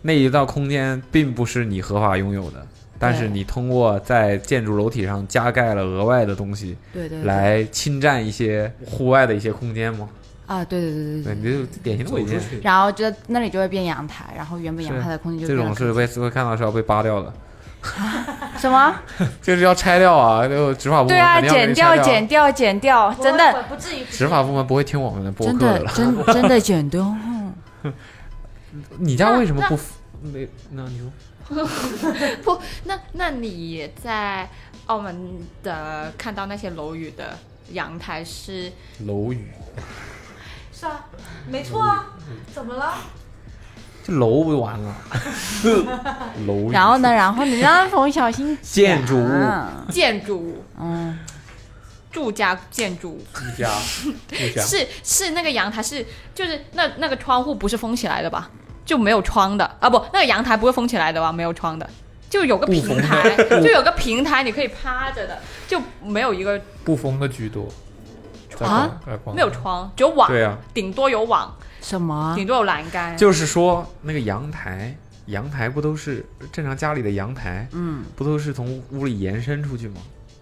S9: 那一道空间并不是你合法拥有的，但是
S3: 对
S9: 你通过在建筑楼体上加盖了额外的东西，
S3: 对对对
S9: 来侵占一些户外的一些空间嘛，
S3: 啊，对对对
S9: 对，
S3: 对
S9: 你
S3: 对。
S9: 就典型的违建，
S3: 然后就那里就会变阳台，然后原本阳台的空间就
S9: 这
S3: 变
S9: 种是
S3: 成
S9: 会会看到是要被扒掉的，
S3: 什么？
S9: 就是要拆掉啊，就执法部门
S3: 对啊，
S9: 肯定要给
S3: 剪
S9: 你
S3: 掉
S9: 拆掉，
S3: 剪掉剪掉，真的
S4: 不至于。
S9: 执法部门不会听我们的播
S3: 真
S9: 客
S3: 的
S9: 了。
S3: 真
S9: [LAUGHS]
S3: 真的剪掉。嗯
S9: [LAUGHS] 你家为什么不服？那那你说
S7: 不，那那你在澳门的看到那些楼宇的阳台是
S9: 楼宇，
S4: 是啊，没错啊，怎么了？
S9: 这楼不就完了？楼宇
S3: 然后呢，然后你让冯小嗯新
S9: [LAUGHS] 建筑物
S3: 讲
S7: 建筑物，
S3: 嗯，
S7: 住家建筑物，
S6: 一家一家，
S7: 是是那个阳台是就是那那个窗户不是封起来的吧？就没有窗的啊，不，那个阳台不会封起来的吧？没有窗的，就有个平台，就有个平台你可以趴着的，就没有一个
S6: 不封的居多。
S9: 嗯
S6: 在广
S3: 啊，
S6: 在广
S7: 没有窗，只有网，
S9: 对啊，
S7: 顶多有网，
S3: 什么
S7: 顶多有栏
S3: 哎
S7: 杆。
S9: 就是说那个阳台，阳台不都是正常家里的阳台，
S3: 嗯，
S9: 不都是从屋里延伸出去吗？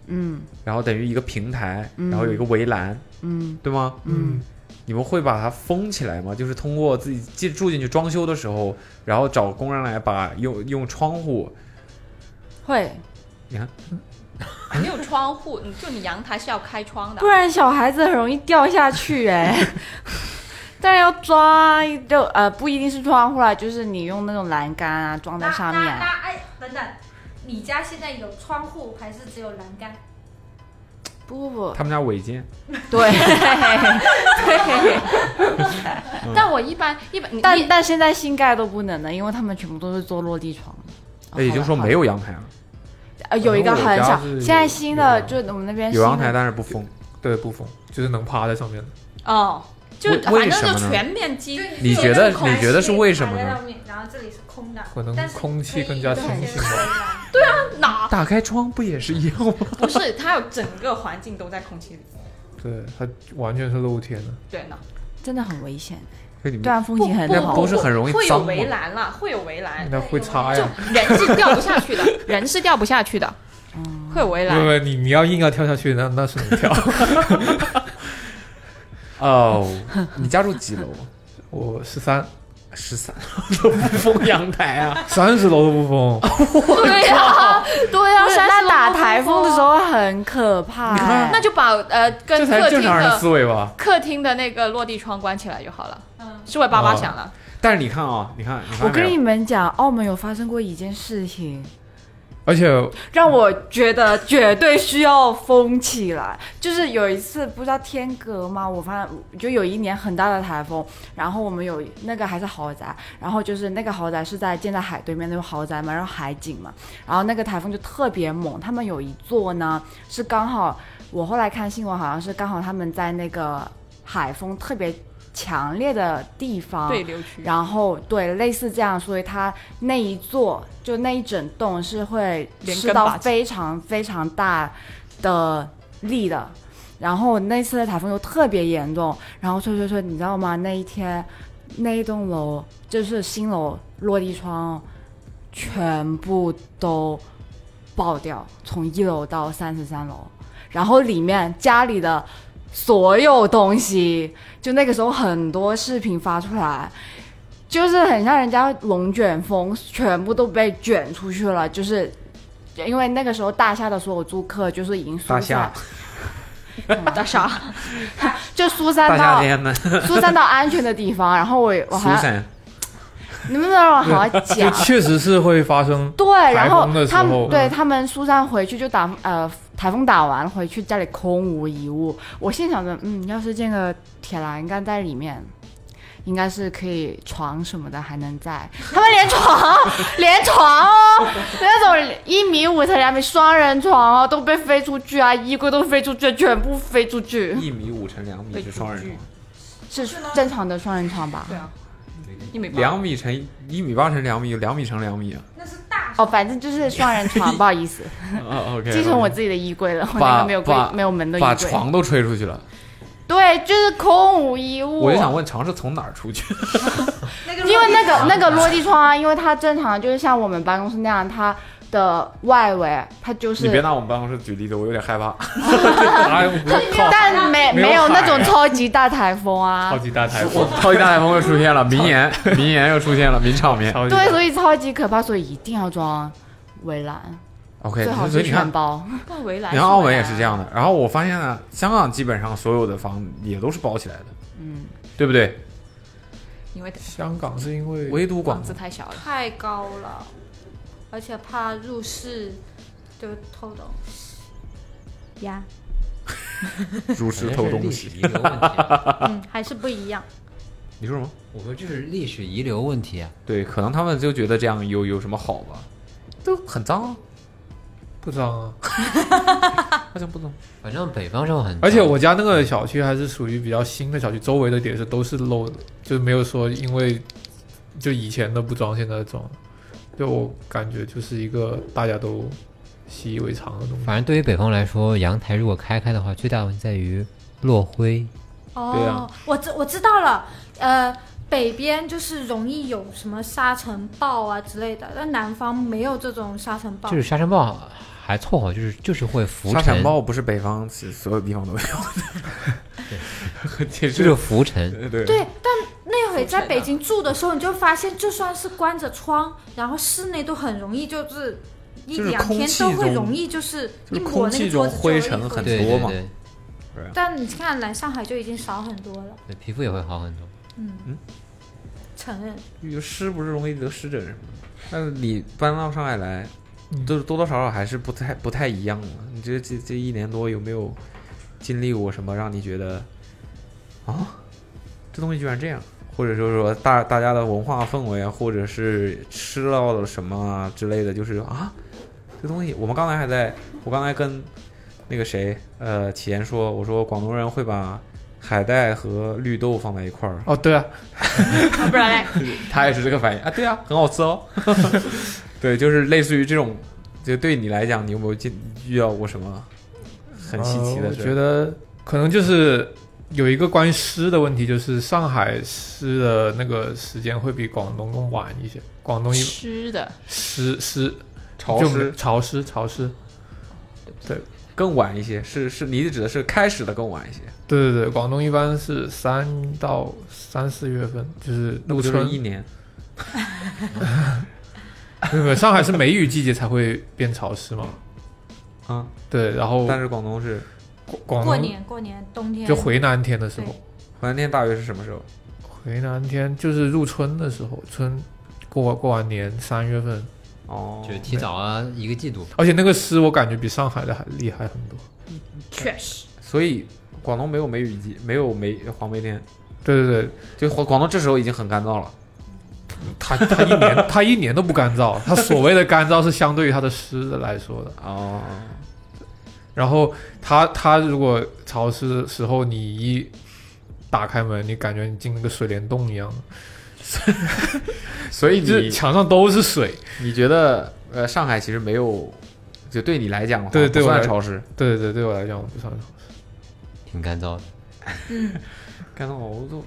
S3: 嗯
S9: 然后等于一个平台，
S3: 嗯
S9: 然后有一个围栏，
S3: 嗯
S9: 对吗？
S3: 嗯，
S9: 你们会把它封起来吗？就是通过自己进住进去装修的时候，然后找工人来把用用窗户，
S3: 会，
S7: 没有窗户，嗯你就你阳台是要开窗的
S3: 不。然小孩子很容易掉下去哎、 [LAUGHS] 当然要抓，就呃不一定是窗户啦，就是你用那种栏杆啊装在上面
S4: 那
S3: 啊、
S4: 那哎，等等，你家现在有窗户还是只有栏杆？
S3: 不不
S9: 他们家违建，
S3: 不，
S9: [LAUGHS]
S3: 对对，
S4: 嗯
S7: 但我一般一般，你
S3: 但
S7: 你
S3: 但现在新盖都不能了，因为他们全部都是做落地窗哦的。
S9: 哎，也就是说没有阳台了，
S3: 呃，有一个很
S9: 我家
S3: 小，
S9: 是有
S3: 现在新的
S9: 有
S3: 就我们那边
S9: 有阳台
S3: 哎新的，
S9: 但是不封。
S6: 对，不封，就是能趴在上面的。
S7: 哦，就
S9: 为
S7: 反
S9: 为
S7: 正
S9: 什么
S7: 就
S9: 呢
S7: 全面积。
S9: 你觉得你觉得是为什么呢？
S4: 然后这里是空的，
S6: 可能
S4: 但是
S6: 空气更加
S4: 可以
S6: 清
S4: 有一
S6: 新吧
S4: 些栏
S7: 哪
S9: 打开窗不也是一样吗？
S7: 不是它有整个环境都在空气里？
S6: 对，它完全是露天的。
S7: 对呢，
S3: 真的很危险，
S9: 所以你
S3: 对啊
S9: 们
S3: 岸风景很
S9: 那
S3: 好，
S9: 不是很容易
S7: 会有
S9: 脏吗嗯
S7: 围栏啦，会有围栏，
S6: 那会擦
S7: 就
S6: 呀？
S7: 人是掉不下去
S9: [LAUGHS]
S7: 的，人是掉不下去的，
S3: 嗯
S7: 会有围
S6: 不
S7: 栏。
S6: 不，你你要硬要跳下去，那那是能跳。
S9: 哦， [LAUGHS] 你家住几楼？
S6: 我十三
S9: 十三 [LAUGHS] 都不封阳台啊！
S6: 三十楼都不封，
S7: 对
S9: [LAUGHS]
S7: 啊呀，对呀
S3: 啊不是那打台风啊的时，候很可怕、哎
S7: 那就把呃跟
S9: 嗯这才
S7: 客
S9: 是正
S7: 厅
S9: 常人的
S7: 的
S9: 思维吧。
S7: 客厅的那个落地窗关起来就好了。嗯，是会叭
S9: 哦
S7: 叭响了。
S9: 但是你看啊，你看，你看
S3: 我跟
S9: 没
S3: 你
S9: 有
S3: 们讲，澳门有发生过一件事情，
S6: 而且
S3: 让我觉得绝对需要封起来。就是有一次不知道天阁嘛，我发现就有一年很大的台风，然后我们有那个还是豪宅，然后就是那个豪宅是在建在海对面那种豪宅嘛，然后海景嘛，然后那个台风就特别猛，他们有一座呢是刚好我后来看新闻好像是刚好他们在那个海风特别强烈的地
S9: 啊
S3: 方
S7: 对流区，
S9: [LAUGHS]
S3: 然后对，类似这样，所以它那一座就那一整栋是会
S7: 连
S3: 吃
S7: 根
S3: 到
S7: 拔起
S3: 非常非常大的力的。然后那次的台风又特别严重，然后吹吹吹，你知道吗？那一天那一栋楼就是新楼落地窗全部都爆掉，从一楼到三十三楼，然后里面家里的所有东西，就那个时候很多视频发出来，就是很像人家龙卷风，全部都被卷出去了，就是。因为那个时候大厦的所有租客就是已经疏
S9: 大
S3: 散
S9: 厦，
S7: [LAUGHS] 大厦，
S3: 就疏散
S9: 大夏
S3: 到
S9: 天的
S3: [LAUGHS]
S9: 疏
S3: 疏散到安全的地方。然后我我还
S9: 散，
S3: 你们能不能让我好好
S9: [LAUGHS]
S3: 讲？
S6: 确实是会发生。
S3: 对，然后
S6: 台风的时
S3: 他
S6: 候
S3: 们
S6: 嗯
S3: 对他们疏散回去就打呃台风打完回去家里空无一物。我心想着，嗯，要是建个铁栏杆在里面。应该是可以床什么的还能在，他们连床连床哦，那种一米五乘两米双人床哦都被飞出去啊，衣柜都飞出去，全部飞出去，
S9: 一米五乘两米是双人床，
S3: 是正常的双人床吧？
S7: 你没
S9: 两米乘一米八乘两米，两米乘两米啊。
S4: 那是大
S3: 哦，反正就是双人床，不好意思，
S9: 哦，OK，
S3: 继承我自己的衣柜了，我那
S9: 把
S3: 个没有柜
S9: 把
S3: 没有门的衣
S9: 把
S3: 柜，
S9: 床都吹出去了，
S3: 对，就是空无一物。
S9: 我就想问，床是从哪儿出去？
S4: 那个
S3: 因为那个那个落地窗啊，因为它正常就是像我们办公室那样，它的外围它就
S9: 你别
S3: 是，
S9: 拿我们办公室举例子，我有点害怕。
S6: 哎，我不是靠
S3: 但没
S6: 没有
S3: 没有那
S6: 海
S3: 种超级大台风
S6: 超
S3: 啊。
S6: 级大台
S9: 我
S6: 风，
S9: 超级大台风又出现
S3: [LAUGHS]
S9: 了，名言名言又出现了，名场面。
S6: 超级大
S3: 对，所以超级可怕，所以一定要装围栏，
S9: OK，
S3: 最好
S9: 所
S3: 是
S9: 以你看
S3: 全，包。
S7: 不围栏。
S9: 你看澳门也是这样的。然后我发现呢，香港基本上所有的房也都是包起来的，
S3: 嗯，
S9: 对不对？
S7: 因为
S6: 香港是因为
S9: 唯独广
S7: 房
S9: 东
S7: 子太小了。
S4: 太高了，而且怕入室就偷东西呀，
S9: 如实偷东西。
S5: 遗留问题。啊
S4: 嗯，还是不一样。
S9: 你说什么？
S5: 我说这是历史遗留问题啊，
S9: 对，可能他们就觉得这样有有什么好吧？都很脏啊，
S6: 不脏啊。
S9: 好像不脏。
S5: 反正北方生活很脏。
S6: 而且我家那个小区还是属于比较新的小区，周围的也是都是漏的，就是没有说因为就以前的不装，现在的装。对我感觉就是一个大家都习以为常的东西。
S5: 反正对于北方来说，阳台如果开开的话，最大的问题在于落灰。
S9: 对
S4: 哦
S9: 啊，
S4: 我知我知道了，呃，北边就是容易有什么沙尘暴啊之类的，但南方没有这种沙尘暴
S5: 就。是沙尘暴还凑合，就是就是会浮
S9: 沙
S5: 沉
S9: 尘，暴不是北方其所有地方都 [LAUGHS] 有 [LAUGHS] 的，也
S5: 就是是浮沉。
S9: 对
S4: 对，但那会在北京住的时候，你就发现，就算是关着窗，然后室内都很容易就是一
S10: 就是
S4: 两
S10: 空
S4: 天
S10: 气
S4: 都会
S10: 中
S4: 容易就是
S10: 就
S4: 一
S10: 是
S4: 抹
S10: 空
S4: 那
S10: 气
S4: 个桌
S10: 中
S4: 子就
S10: 灰
S4: 有一
S10: 尘
S4: 灰
S10: 很
S4: 尘
S5: 对
S10: 多
S5: 对
S10: 嘛
S5: 对
S4: 但你看来上海就已经少很多了，嗯
S5: 对，皮肤也会好很多。
S4: 承认。
S9: 有湿不是容易得湿疹什么的，但是你搬到上海来，都是多多少少还是不太不太一样的。你这这这一年多有没有经历过什么让你觉得啊，这东西居然这样？或者说说大大家的文化氛围啊，或者是吃到了什么啊之类的，就是啊，这东西我们刚才还在，我刚才跟那个谁呃启言说，我说广东人会把海带和绿豆放在一块儿，
S6: 哦，对啊，
S7: 不然嘞，
S9: 他也是这个反应啊，对啊，很好吃
S6: [LAUGHS]
S9: 哦。对，就是类似于这种，就对你来讲，你有没有见遇到过什么很稀奇
S6: 呃
S9: 的
S6: 我
S9: 事？
S6: 觉得可能就是有一个关于诗的问题，就是上海诗的那个时间会比广东更晚一些。广东一
S7: 吃的
S6: 诗诗
S9: 潮
S6: 就
S9: 湿
S6: 潮湿潮湿，
S9: 更晚一些，是是，你指的是开始的更晚一些，
S6: 对对对，广东一般是三到三四月份，就是
S9: 那
S6: 入
S9: 不就是
S6: 春。
S9: 一年？
S6: 没有没有上海是梅雨季节才会变潮湿嘛？
S9: 啊，
S6: 对，然后
S9: 但是广东是
S6: 广广
S4: 过
S6: 东
S4: 年过年冬天
S6: 就回南天的时候
S4: 对，
S9: 怀念大约是什么时候？
S6: 回南天就是入春的时候，春过过完年三月份，
S9: 哦，
S5: 就是提早啊一个季度，
S6: 而且那个诗我感觉比上海的还厉害很多。
S7: 确实
S9: 所以广东没有梅雨季，没有梅黄梅天，
S6: 对对对，
S9: 就广广东这时候已经很干燥了。
S6: 它它一年它一年都不干燥，它所谓的干燥是相对于它的湿的来说的。
S9: 哦，
S6: 然后它它如果潮湿的时候，你一打开门，你感觉你进那个水帘洞一样，
S9: 所以
S6: 就是
S9: 你
S6: 墙上都是水。
S9: 你觉得呃，上海其实没有，就对你来讲的话，
S6: 对对
S9: 不
S6: 我
S9: 算
S6: 来
S9: 潮湿。
S6: 对对，对我来讲我不上头。
S5: 挺干燥的。
S9: 干到我都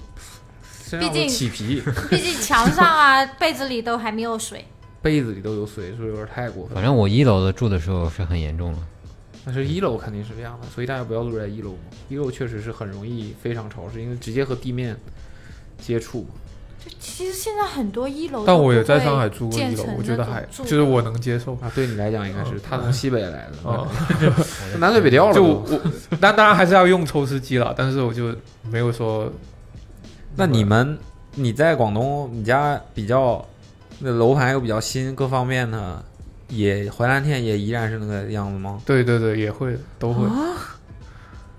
S9: 身
S4: 毕
S9: 上都
S4: 竟
S9: 起皮，
S4: 毕竟墙上啊、被子里都还没有水。
S9: 被子里都有水，是不是有点太过分
S5: 反
S9: 了？
S5: 正我一楼的住的时候是很严重了，
S9: 但是一楼肯定是这样的，所以大家不要住在一楼嘛。一楼确实是很容易非常潮湿，因为直接和地面接触嘛。
S4: 就其实现在很多一楼，
S6: 但我也在上海住过一
S4: 建
S6: 楼
S4: 成，
S6: 我觉得
S4: 那种
S6: 还
S4: 住
S6: 就是我能接受。
S9: 啊，对你来讲应该是他从西北来的，
S6: 哦，
S9: 那南水北调了
S6: 就
S9: 都。
S6: 我，那当然还是要用抽湿机了，但是我就没有说。
S9: 那你们你在广东，你家比较那楼盘又比较新，各方面呢，也淮南天也依然是那个样子吗？
S6: 对对对，也会都会。
S9: 哦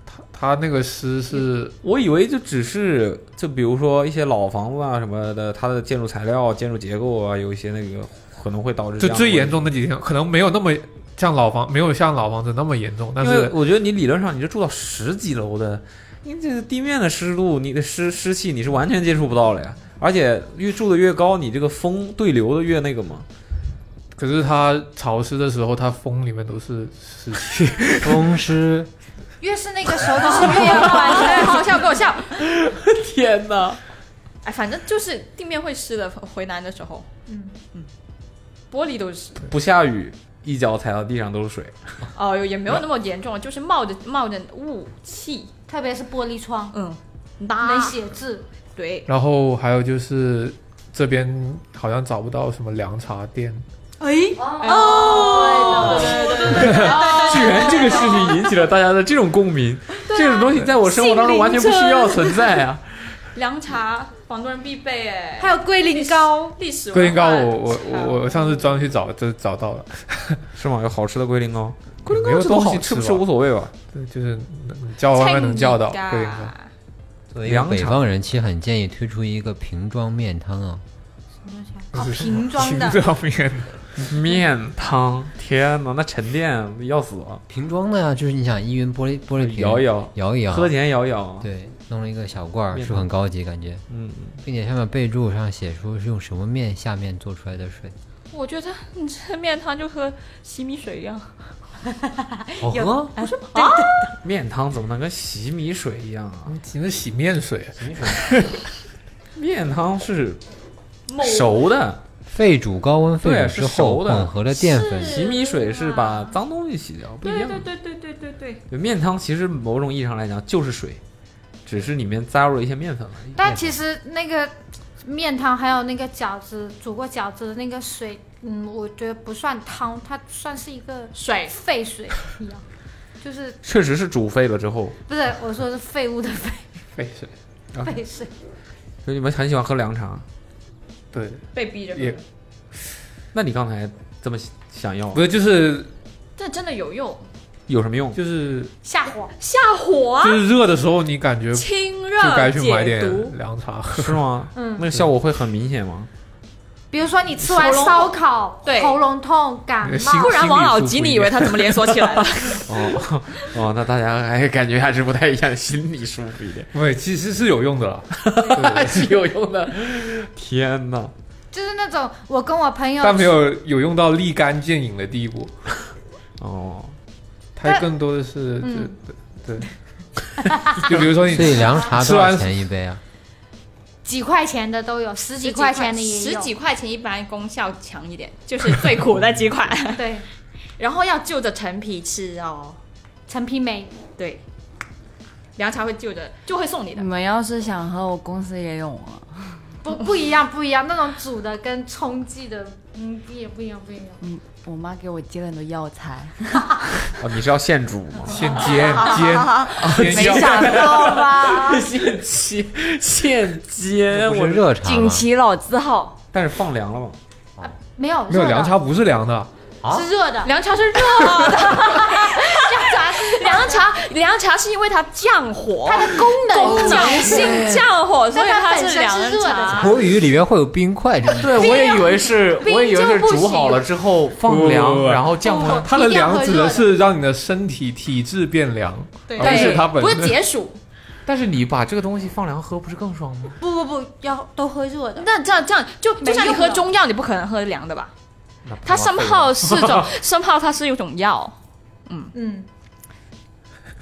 S6: 他他那个诗是
S9: 我以为就只是就比如说一些老房子啊什么的，它的建筑材料、建筑结构啊，有一些那个可能会导致这
S6: 就
S9: 样的
S6: 最严
S9: 问题。
S6: 重那几天，可能没有那么像老房，没有像老房子那么严重，但
S9: 因为
S6: 是
S9: 我觉得你理论上你是住到十几楼的，你这个地面的湿度、你的湿湿气你是完全接触不到了呀。而且越住的越高，你这个风对流的越那个 [LAUGHS] 嘛，
S6: 可是它潮湿的时候，它风里面都是湿气。
S5: 风湿
S4: 越是那个时候就是越要关
S7: 哎，
S4: 水。
S7: 好笑，给我笑。
S9: 天哪！
S7: 哎，反正就是地面会湿的，回南的时候，
S4: 嗯
S7: 玻璃都是。
S9: 不下雨，一脚踩到地上都是水。
S7: 哦，也没有那么严重，就是冒着冒着雾气，
S4: 特别是玻璃窗，
S7: 嗯，
S4: 能
S7: 那
S4: 写字。
S7: 对，
S6: 然后还有就是这边好像找不到什么凉茶店，
S9: 哎
S7: 哦，对的，对对对，
S9: 居然这个事情引起了大家的这种共鸣，这种东西在我生活当中完全不需要存在啊！
S7: 凉茶，广东人必备哎，
S4: 还有龟苓膏，
S7: 历史
S6: 龟苓膏
S7: 文化
S6: 我我我我上次专门去找，这找到了，
S9: 是吗？有好吃的龟苓膏，龟苓
S6: 没有
S9: 膏这
S6: 多
S9: 东
S6: 好
S9: 西
S6: 吃
S9: 吃
S6: 吧
S9: 不吃无所谓吧？
S6: 对就是能叫外卖能叫到
S7: 菜
S6: 龟
S7: 米
S6: 苓膏。
S7: 咖
S5: 作为一个
S9: 凉
S5: 北
S9: 茶
S5: 方人，其实很建议推出一个瓶装面汤啊，
S4: 哦，瓶装的
S6: 这，方面
S9: 面汤，天哪，那沉淀要死啊！
S5: 瓶装的呀、就是你想依云玻璃玻璃瓶
S9: 摇一摇，
S5: 摇一摇，
S9: 喝前摇一摇，
S5: 对，弄了一个小罐儿，
S9: 面
S5: 是不是很高级感觉，
S9: 嗯，
S5: 并且上面备注上写出是用什么面下面做出来的水，
S7: 我觉得你这面汤就和洗米水一样，
S9: 哦
S5: 好
S7: 啊
S5: 喝。
S9: 啊面汤怎么能跟洗米水一样啊？
S6: 你是洗面水，
S9: 面汤是
S7: 某
S9: 熟的，
S5: 沸煮高温
S2: 对
S5: 沸煮
S2: 是
S5: 之后，
S2: 熟的
S5: 混合了淀粉，
S4: 是
S2: 洗米水是把脏东西洗掉，不一样。
S7: 对对对对对对，
S2: 对面汤其实某种意义上来讲就是水，只是里面加入了一些面粉而已。
S4: 但其实那个面汤还有那个饺子煮过饺子的那个水，嗯，我觉得不算汤，它算是一个
S7: 水
S4: 废水一 [LAUGHS] 样，就是
S2: 确实是煮沸了之后，
S4: 不是我说是废物的 [LAUGHS] 废
S6: 废水。
S4: 废水，
S2: 所以你们很喜欢喝凉茶。
S6: 对，
S7: 被逼着喝
S6: 也
S7: 的，
S2: 那你刚才这么想要
S6: 不，是就是
S7: 这真的有用，
S2: 有什么用？
S6: 就是
S4: 下火
S7: 下火啊
S6: 就，是热的时候，你感觉就
S7: 清
S6: 该
S7: 热
S6: 去买
S7: 解毒
S6: 点。凉茶喝。
S2: 是吗？
S4: 嗯
S2: 那个效果会很明显 [LAUGHS] 吗？
S4: 比如说你吃完
S7: 喉咙
S4: 烧烤，
S7: 对
S4: 喉咙痛、感
S6: 心
S4: 冒
S7: 不，然王老吉，
S6: 心理
S7: 你
S6: 素不一样
S7: 以为他怎么连锁起
S4: [LAUGHS]
S7: 来了？
S2: 哦哦，那大家还感觉还是不太一样，心里舒服一点，
S6: 对，其实是有用的啦，
S2: 是有用的。天哪！
S4: 就是那种我跟我朋友
S6: 但没有有用到立竿见影的地步，
S2: 哦，
S6: 它更多的是就
S4: 嗯
S6: 对，就比如说你
S5: 所以凉茶多
S6: 吃
S5: 少
S6: 完
S5: 钱一杯啊？
S4: 几块钱的都有，十几块钱的也
S7: 十
S4: 有，
S7: 几块钱一般功效强一点，就是最苦的几款，
S4: 对，
S7: 然后要就着陈皮吃哦。
S4: 陈皮梅
S7: 对，凉茶会就着就会送你
S3: 你
S7: 的，
S3: 们要是想喝，我公司也有啊。
S4: 不 [LAUGHS] 不一样，不一样，那种煮的跟冲剂的，嗯，不一样，不一样，不一样。
S3: 嗯，我妈给我寄了很多药材，
S2: 哦，你是要现煮吗？
S6: 先煎煎
S3: 没
S6: 煎药，
S3: 想到吧？
S2: 现煎，现煎
S5: 不是热茶
S3: 锦
S5: 吗？
S3: 旗老字号，
S2: 但是放凉了吗？
S4: 没有
S6: 没有
S4: 热的
S6: 凉茶不是凉的，
S5: 啊
S4: 是热的，
S7: 凉茶是热 [LAUGHS] 的，凉茶是凉茶凉茶是因为它降火，
S4: 它的功能
S7: 降
S4: 是
S7: 性降火，所
S4: 但
S7: 以
S4: 它本
S7: 是
S4: 身
S7: 凉
S4: 是热的
S7: 茶
S4: 茶。
S5: 我以为里面会有冰块这种，
S2: 对，我也以为是，
S4: 冰
S2: 我也以为是
S4: 就不
S2: 煮好了之后放
S6: 不不
S2: 凉，
S6: 不
S2: 然后降
S5: 哦
S2: 温。
S6: 啊它的凉指的
S4: 一定要喝热
S6: 是让你的身体体质变凉，
S7: 对
S6: 而不是它本
S7: 不是
S6: 身。
S7: 解暑，
S2: 但是你把这个东西放凉喝，不是更爽吗？
S4: 不不不，要都喝热的。
S7: 那这样这样就就像你
S4: 没
S7: 喝
S4: 用的
S7: 中药，你不可能喝凉的吧？
S2: 那不
S9: 啊
S7: 它
S2: 浪费
S7: somehow 是种 somehow 它是一种药，
S4: 嗯，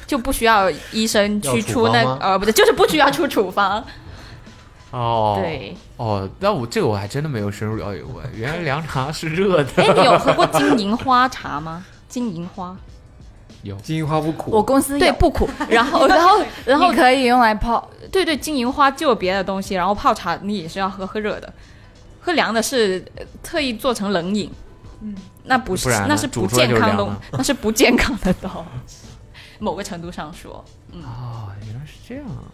S7: 就不需要医生
S5: 要
S7: 去
S5: 处
S7: 出
S5: 方
S7: 那
S5: 吗
S7: 呃不对，就是不需要出处方。
S2: 哦，
S7: 对，
S2: 哦，那我这个我还真的没有深入了解过，原来凉茶是热的。
S7: 哎，你有喝过金银花茶 [LAUGHS] 吗？金银花，
S6: [LAUGHS] 金银花不苦，
S3: 我公司有
S7: 对，，不苦。然后，然后，然后
S3: 你可以用来泡，
S7: 对对，金银花就有别的东西，然后泡茶你也是要喝喝热的，喝凉的是呃特意做成冷饮，嗯，那不是
S2: 不然呢
S7: 那是不
S2: 煮出来
S7: 健
S2: 就是
S7: 康
S2: 凉
S7: 的
S2: 的，
S7: 那是不健康的东 [LAUGHS] 西。某个程度上说，
S2: 哦，原来是这样啊。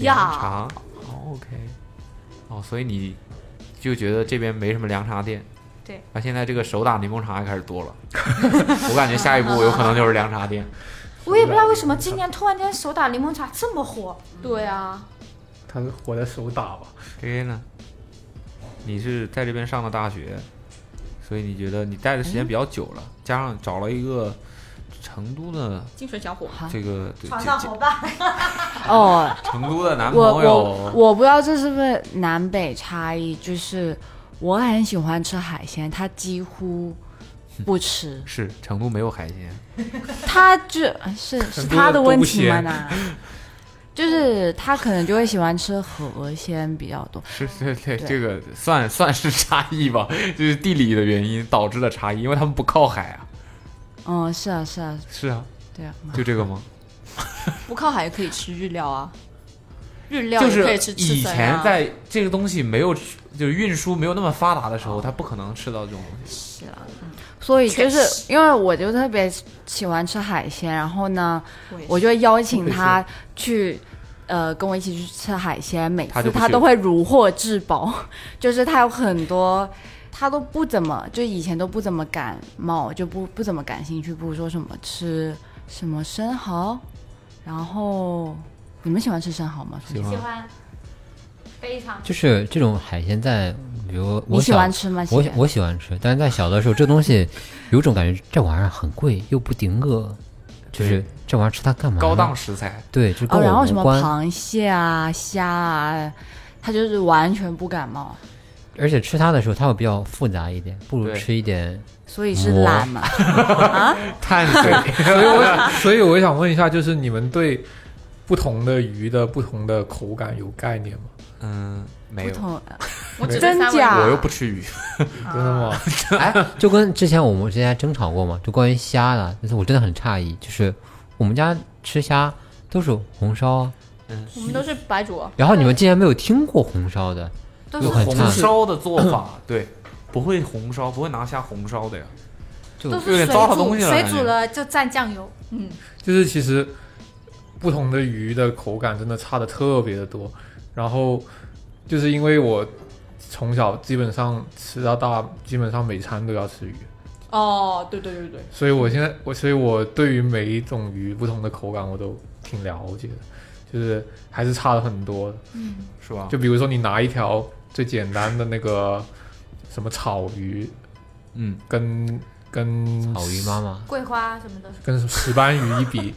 S7: 呀
S2: 凉茶、哦、，OK，哦，所以你就觉得这边没什么凉茶店。
S4: 对，
S2: 那现在这个手打柠檬茶开始多
S9: [LAUGHS]
S2: 了，我感觉下一步有可能就是凉茶店。
S4: 我也不知道为什么今年突然间手打柠檬茶这么火。
S7: 对啊，
S6: 它是活在手打 [LAUGHS] 吧？
S2: J J 哎呢？你是在这边上的大学，所以你觉得你待的时
S3: 嗯
S2: 间比较久了，加上找了一个成都的
S7: 精神小伙，
S3: 啊
S2: 这个对
S4: 床
S2: 这
S4: 上
S2: 这
S4: 伙伴，
S3: 哦，
S2: 成都
S3: [LAUGHS]
S2: 的男
S3: 我
S2: 朋
S3: 我
S2: 友，，
S3: 我不知道这是不是南北差异，就是我很喜欢吃海鲜，他几乎不吃
S7: 嗯
S2: 是成都没有海鲜，
S3: 他就是是他的问题吗？
S6: 很多
S3: 那就是他可能就会喜欢吃河鲜比较多，
S2: 是是对这个算算是差异吧，就是地理的原因导致的差异，因为他们不靠海啊。
S3: 嗯，是啊是啊，
S2: 是啊，
S3: 对啊，
S2: 就这个吗？
S7: 不靠海可以吃日料啊，日料
S2: 就
S7: 也可
S2: 是
S7: 以吃刺
S2: 以
S7: 身
S2: 前
S7: 啊
S2: 在这个东西没有就是运输没有那么发达的时
S7: 啊
S2: 候，他不可能吃到这种东西。
S7: 是啊，
S3: 所以就
S7: 确实
S3: 是因为我就特别喜欢吃海鲜，然后呢，
S7: 我
S3: 我就会邀请他去，呃，跟我一起去吃海鲜，每
S2: 他就
S3: 次
S2: 不
S3: 他
S2: 去
S3: 都会如获至宝， [LAUGHS] 就是他有很多，他都不怎么，就以前都不怎么感冒，就不不怎么感兴趣，不如说什么吃什么生蚝，然后你们喜欢吃生蚝吗？
S2: 喜欢
S4: 喜欢，非常。
S5: 就是这种海鲜在，比如
S3: 你
S5: 我
S3: 喜
S5: 小
S3: 欢吃吗？
S5: 我
S3: 喜欢
S5: 我喜欢吃，但是在小的时候，这东西有种感觉，这玩意儿很贵又不顶饿，就是这玩意儿吃它干嘛？
S2: 高档，食材，
S5: 对，就跟
S3: 哦，然
S5: 我
S3: 后什么
S5: 无关。
S3: 螃蟹啊、虾啊，他就是完全不感冒，
S5: 而且吃它的时候，它会比较复杂一点，不如
S2: 对
S5: 吃一点。
S3: 所以是
S5: 我
S3: 懒嘛。
S2: 碳水
S9: [LAUGHS]
S6: 所以我所以我想问一下，就是你们对不同的鱼的不同的口感有概念吗？
S9: 嗯，没
S3: 不
S9: 有，
S3: 同，
S7: 我只
S3: 真
S7: 三文
S3: 假
S9: 我又不吃鱼，
S6: 真的吗？ [LAUGHS]
S5: 哎， [LAUGHS] 就跟之前我们之前还争吵过嘛，就关于虾的，但是我真的很诧异，就是我们家吃虾都是红烧啊，
S7: 我们都是白灼，
S5: 然后你们竟然没有听过红烧的，
S4: 都
S5: 有
S4: 是
S5: 很
S9: 红
S5: 差
S9: 烧的做法对，不会红烧，不会拿虾红烧的呀。
S5: 就
S4: 都
S9: 有
S4: 是
S9: 点
S4: 水
S9: 糟蹋
S4: 煮
S9: 东西了啊
S4: 水
S9: 感觉
S4: 煮了就蘸酱油，
S6: 就是其实不同的鱼的口感真的差的特别的多。然后就是因为我从小基本上吃到大，基本上每餐都要吃鱼，
S7: 哦，对对对对，
S6: 所以我现在我所以我对于每一种鱼不同的口感我都挺了解的，就是还是差了很多的。
S9: 是吧？
S6: 就比如说你拿一条最简单的那个什么草鱼
S9: 嗯，
S6: 跟跟
S5: 草鱼妈妈，
S4: 桂花什么的。
S6: 跟石斑鱼一
S9: [LAUGHS]
S6: 比，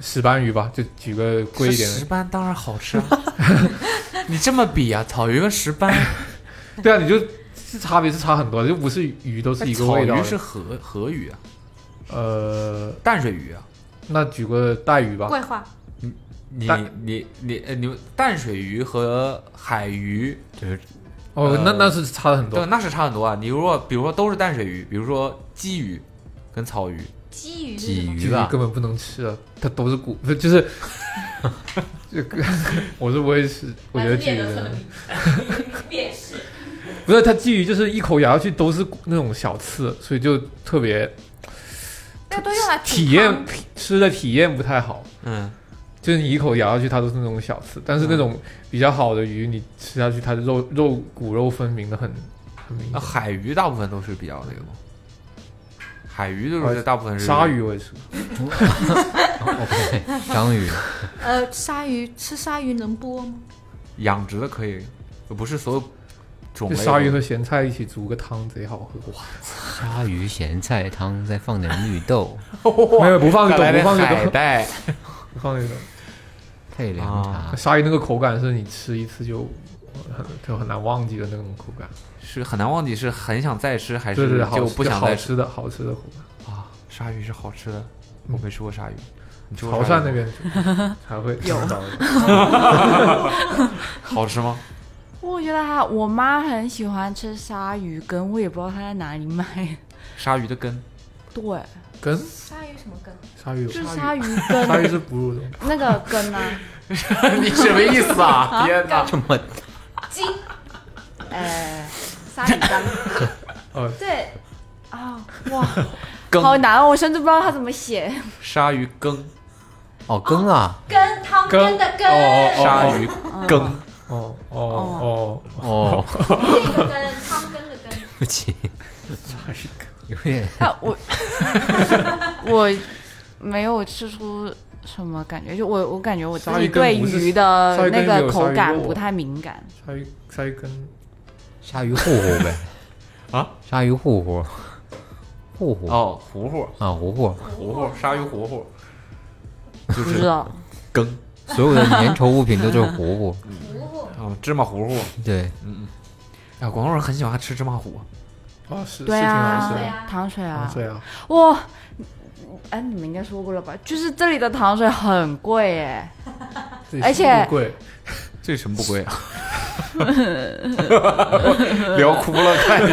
S6: 石斑鱼吧，就举个贵一点的
S9: 石斑当然好吃
S4: [LAUGHS]
S9: 啊。你这么比啊，草鱼跟石斑，
S6: 对啊，你就是差别是差很多的，就不是鱼都是一个
S9: 哎草
S6: 味道的。
S9: 鱼是河河鱼啊，
S6: 呃，
S9: 淡水鱼啊。
S6: 那举个带鱼吧，
S4: 桂花，
S9: 你
S6: 淡
S9: 你你呃你淡水鱼和海鱼，
S5: 就是
S6: 哦
S9: 呃，
S6: 那那是差了很
S9: 对，
S6: 多。
S9: 那是差很多啊。你如果比如说都是淡水鱼，比如说鲫鱼跟草鱼，
S4: 鲫鱼是
S5: 鲫
S4: 什么？
S5: 鱼
S6: 鲫
S5: 吧
S6: 鱼，根本不能吃啊，它都是骨，不是就是这个我是不会吃，我觉得鲫鱼真的
S7: 也是，
S6: 不是它鲫鱼就是一口咬下去都是骨那种小刺，所以就特别
S4: 那都用来煮
S6: 体验
S4: 汤
S6: 吃的体验不太好。
S9: 嗯，
S6: 就是你一口咬下去，它都是那种小刺，但是那种比较好的鱼，你吃下去，它的肉肉骨肉分明的很很明
S9: 那
S6: 显。
S9: 海鱼大部分都是比较那个嘛。海鱼就
S6: 哦
S9: 是大部分是
S6: 鲨鱼我也吃过，
S5: OK，章鱼，
S4: 呃，鲨鱼吃鲨鱼能剥吗？
S9: 养殖的可以，不是所有种
S6: 就
S9: 类都。
S6: 鲨鱼和咸菜一起煮个汤贼好喝。
S5: 鲨鱼咸菜汤，再放点绿豆，
S6: 没有不放
S9: 再来
S6: 绿豆，不
S9: 点
S6: 放
S9: 海
S6: 绿豆，
S9: 带，
S6: 不放绿豆。
S5: 配凉茶。
S6: 鲨鱼那个口感是你吃一次就很就很难忘记的那种口感，
S9: 是很难忘记是很想再吃还
S6: 对对
S9: 是
S6: 对，好
S9: 就
S6: 吃
S9: 不想
S6: 好
S9: 再吃
S6: 吃的好吃的口感。
S9: 啊？鲨鱼是好吃的，
S6: 嗯
S9: 我没吃过鲨鱼。你吃过
S6: 潮
S9: 鲨鱼
S6: 汕那
S9: 吗
S6: 边 [LAUGHS] 才会有。
S9: 好吃吗？
S3: 我觉得还好我妈很喜欢吃鲨鱼羹，我也不知道她在哪里买的。
S9: 鲨鱼的根，
S3: 对，
S6: 跟
S4: 鲨鱼什么羹？
S6: 鲨鱼有
S3: 就是
S6: 鲨
S3: 鲨
S6: 鱼，
S3: 鱼
S6: 鲨鱼
S3: 羹
S6: 是哺乳动物。
S3: 那个羹啊，
S9: 你什么意思啊？天哪！
S5: 这么
S4: 鸡
S3: 呃，鲨鱼
S6: [LAUGHS]
S3: 羹。
S6: 呃，
S3: 对，啊、哇，好
S9: 羹，
S3: 难哦，我甚至不知道它怎么
S6: [LAUGHS]
S3: 写。
S9: 鲨鱼羹，
S5: 哦羹啊，
S4: 羹汤羹的
S6: 哦哦
S4: 羹，
S6: 哦
S9: 鲨鱼羹，
S6: 哦哦哦，
S5: 哦，
S4: 这个羹汤羹的羹。
S5: 对不起，有点
S3: 那我 [LAUGHS] 我没有吃出什么感觉，就我我感觉我自
S6: 鲨
S3: 己
S6: 鱼羹
S3: 对
S6: 不是
S3: 鱼
S6: 鲨
S3: 的
S6: 鱼
S3: 那
S6: 羹没
S3: 个
S6: 有鲨
S3: 口
S6: 鱼
S3: 感
S6: 肉啊
S3: 不太敏感。
S6: 鲨鱼鲨鱼跟
S5: 鲨鱼糊糊呗，
S9: 啊，
S5: 鲨鱼糊糊，糊糊
S9: 哦，糊糊，
S5: 啊糊糊，
S2: 哦
S9: 糊糊，鲨鱼糊糊，就
S3: 不知道，
S9: 羹
S5: 所有的粘稠物品都是糊糊，
S9: 啊，芝麻糊糊
S5: 对，
S9: 啊，广东人很喜欢吃芝麻糊，
S6: 啊是是挺
S3: 对
S6: 好
S3: 啊
S6: 吃的。，哦
S3: 糖水啊，
S6: 对啊，
S3: 哇，哎，你们应该说过了吧？就是这里的糖水很贵哎，
S6: 自己
S3: 而
S6: 吃
S3: 且
S6: 不贵，，
S9: 这什么不
S4: [LAUGHS]
S9: 贵啊？聊哭了，看见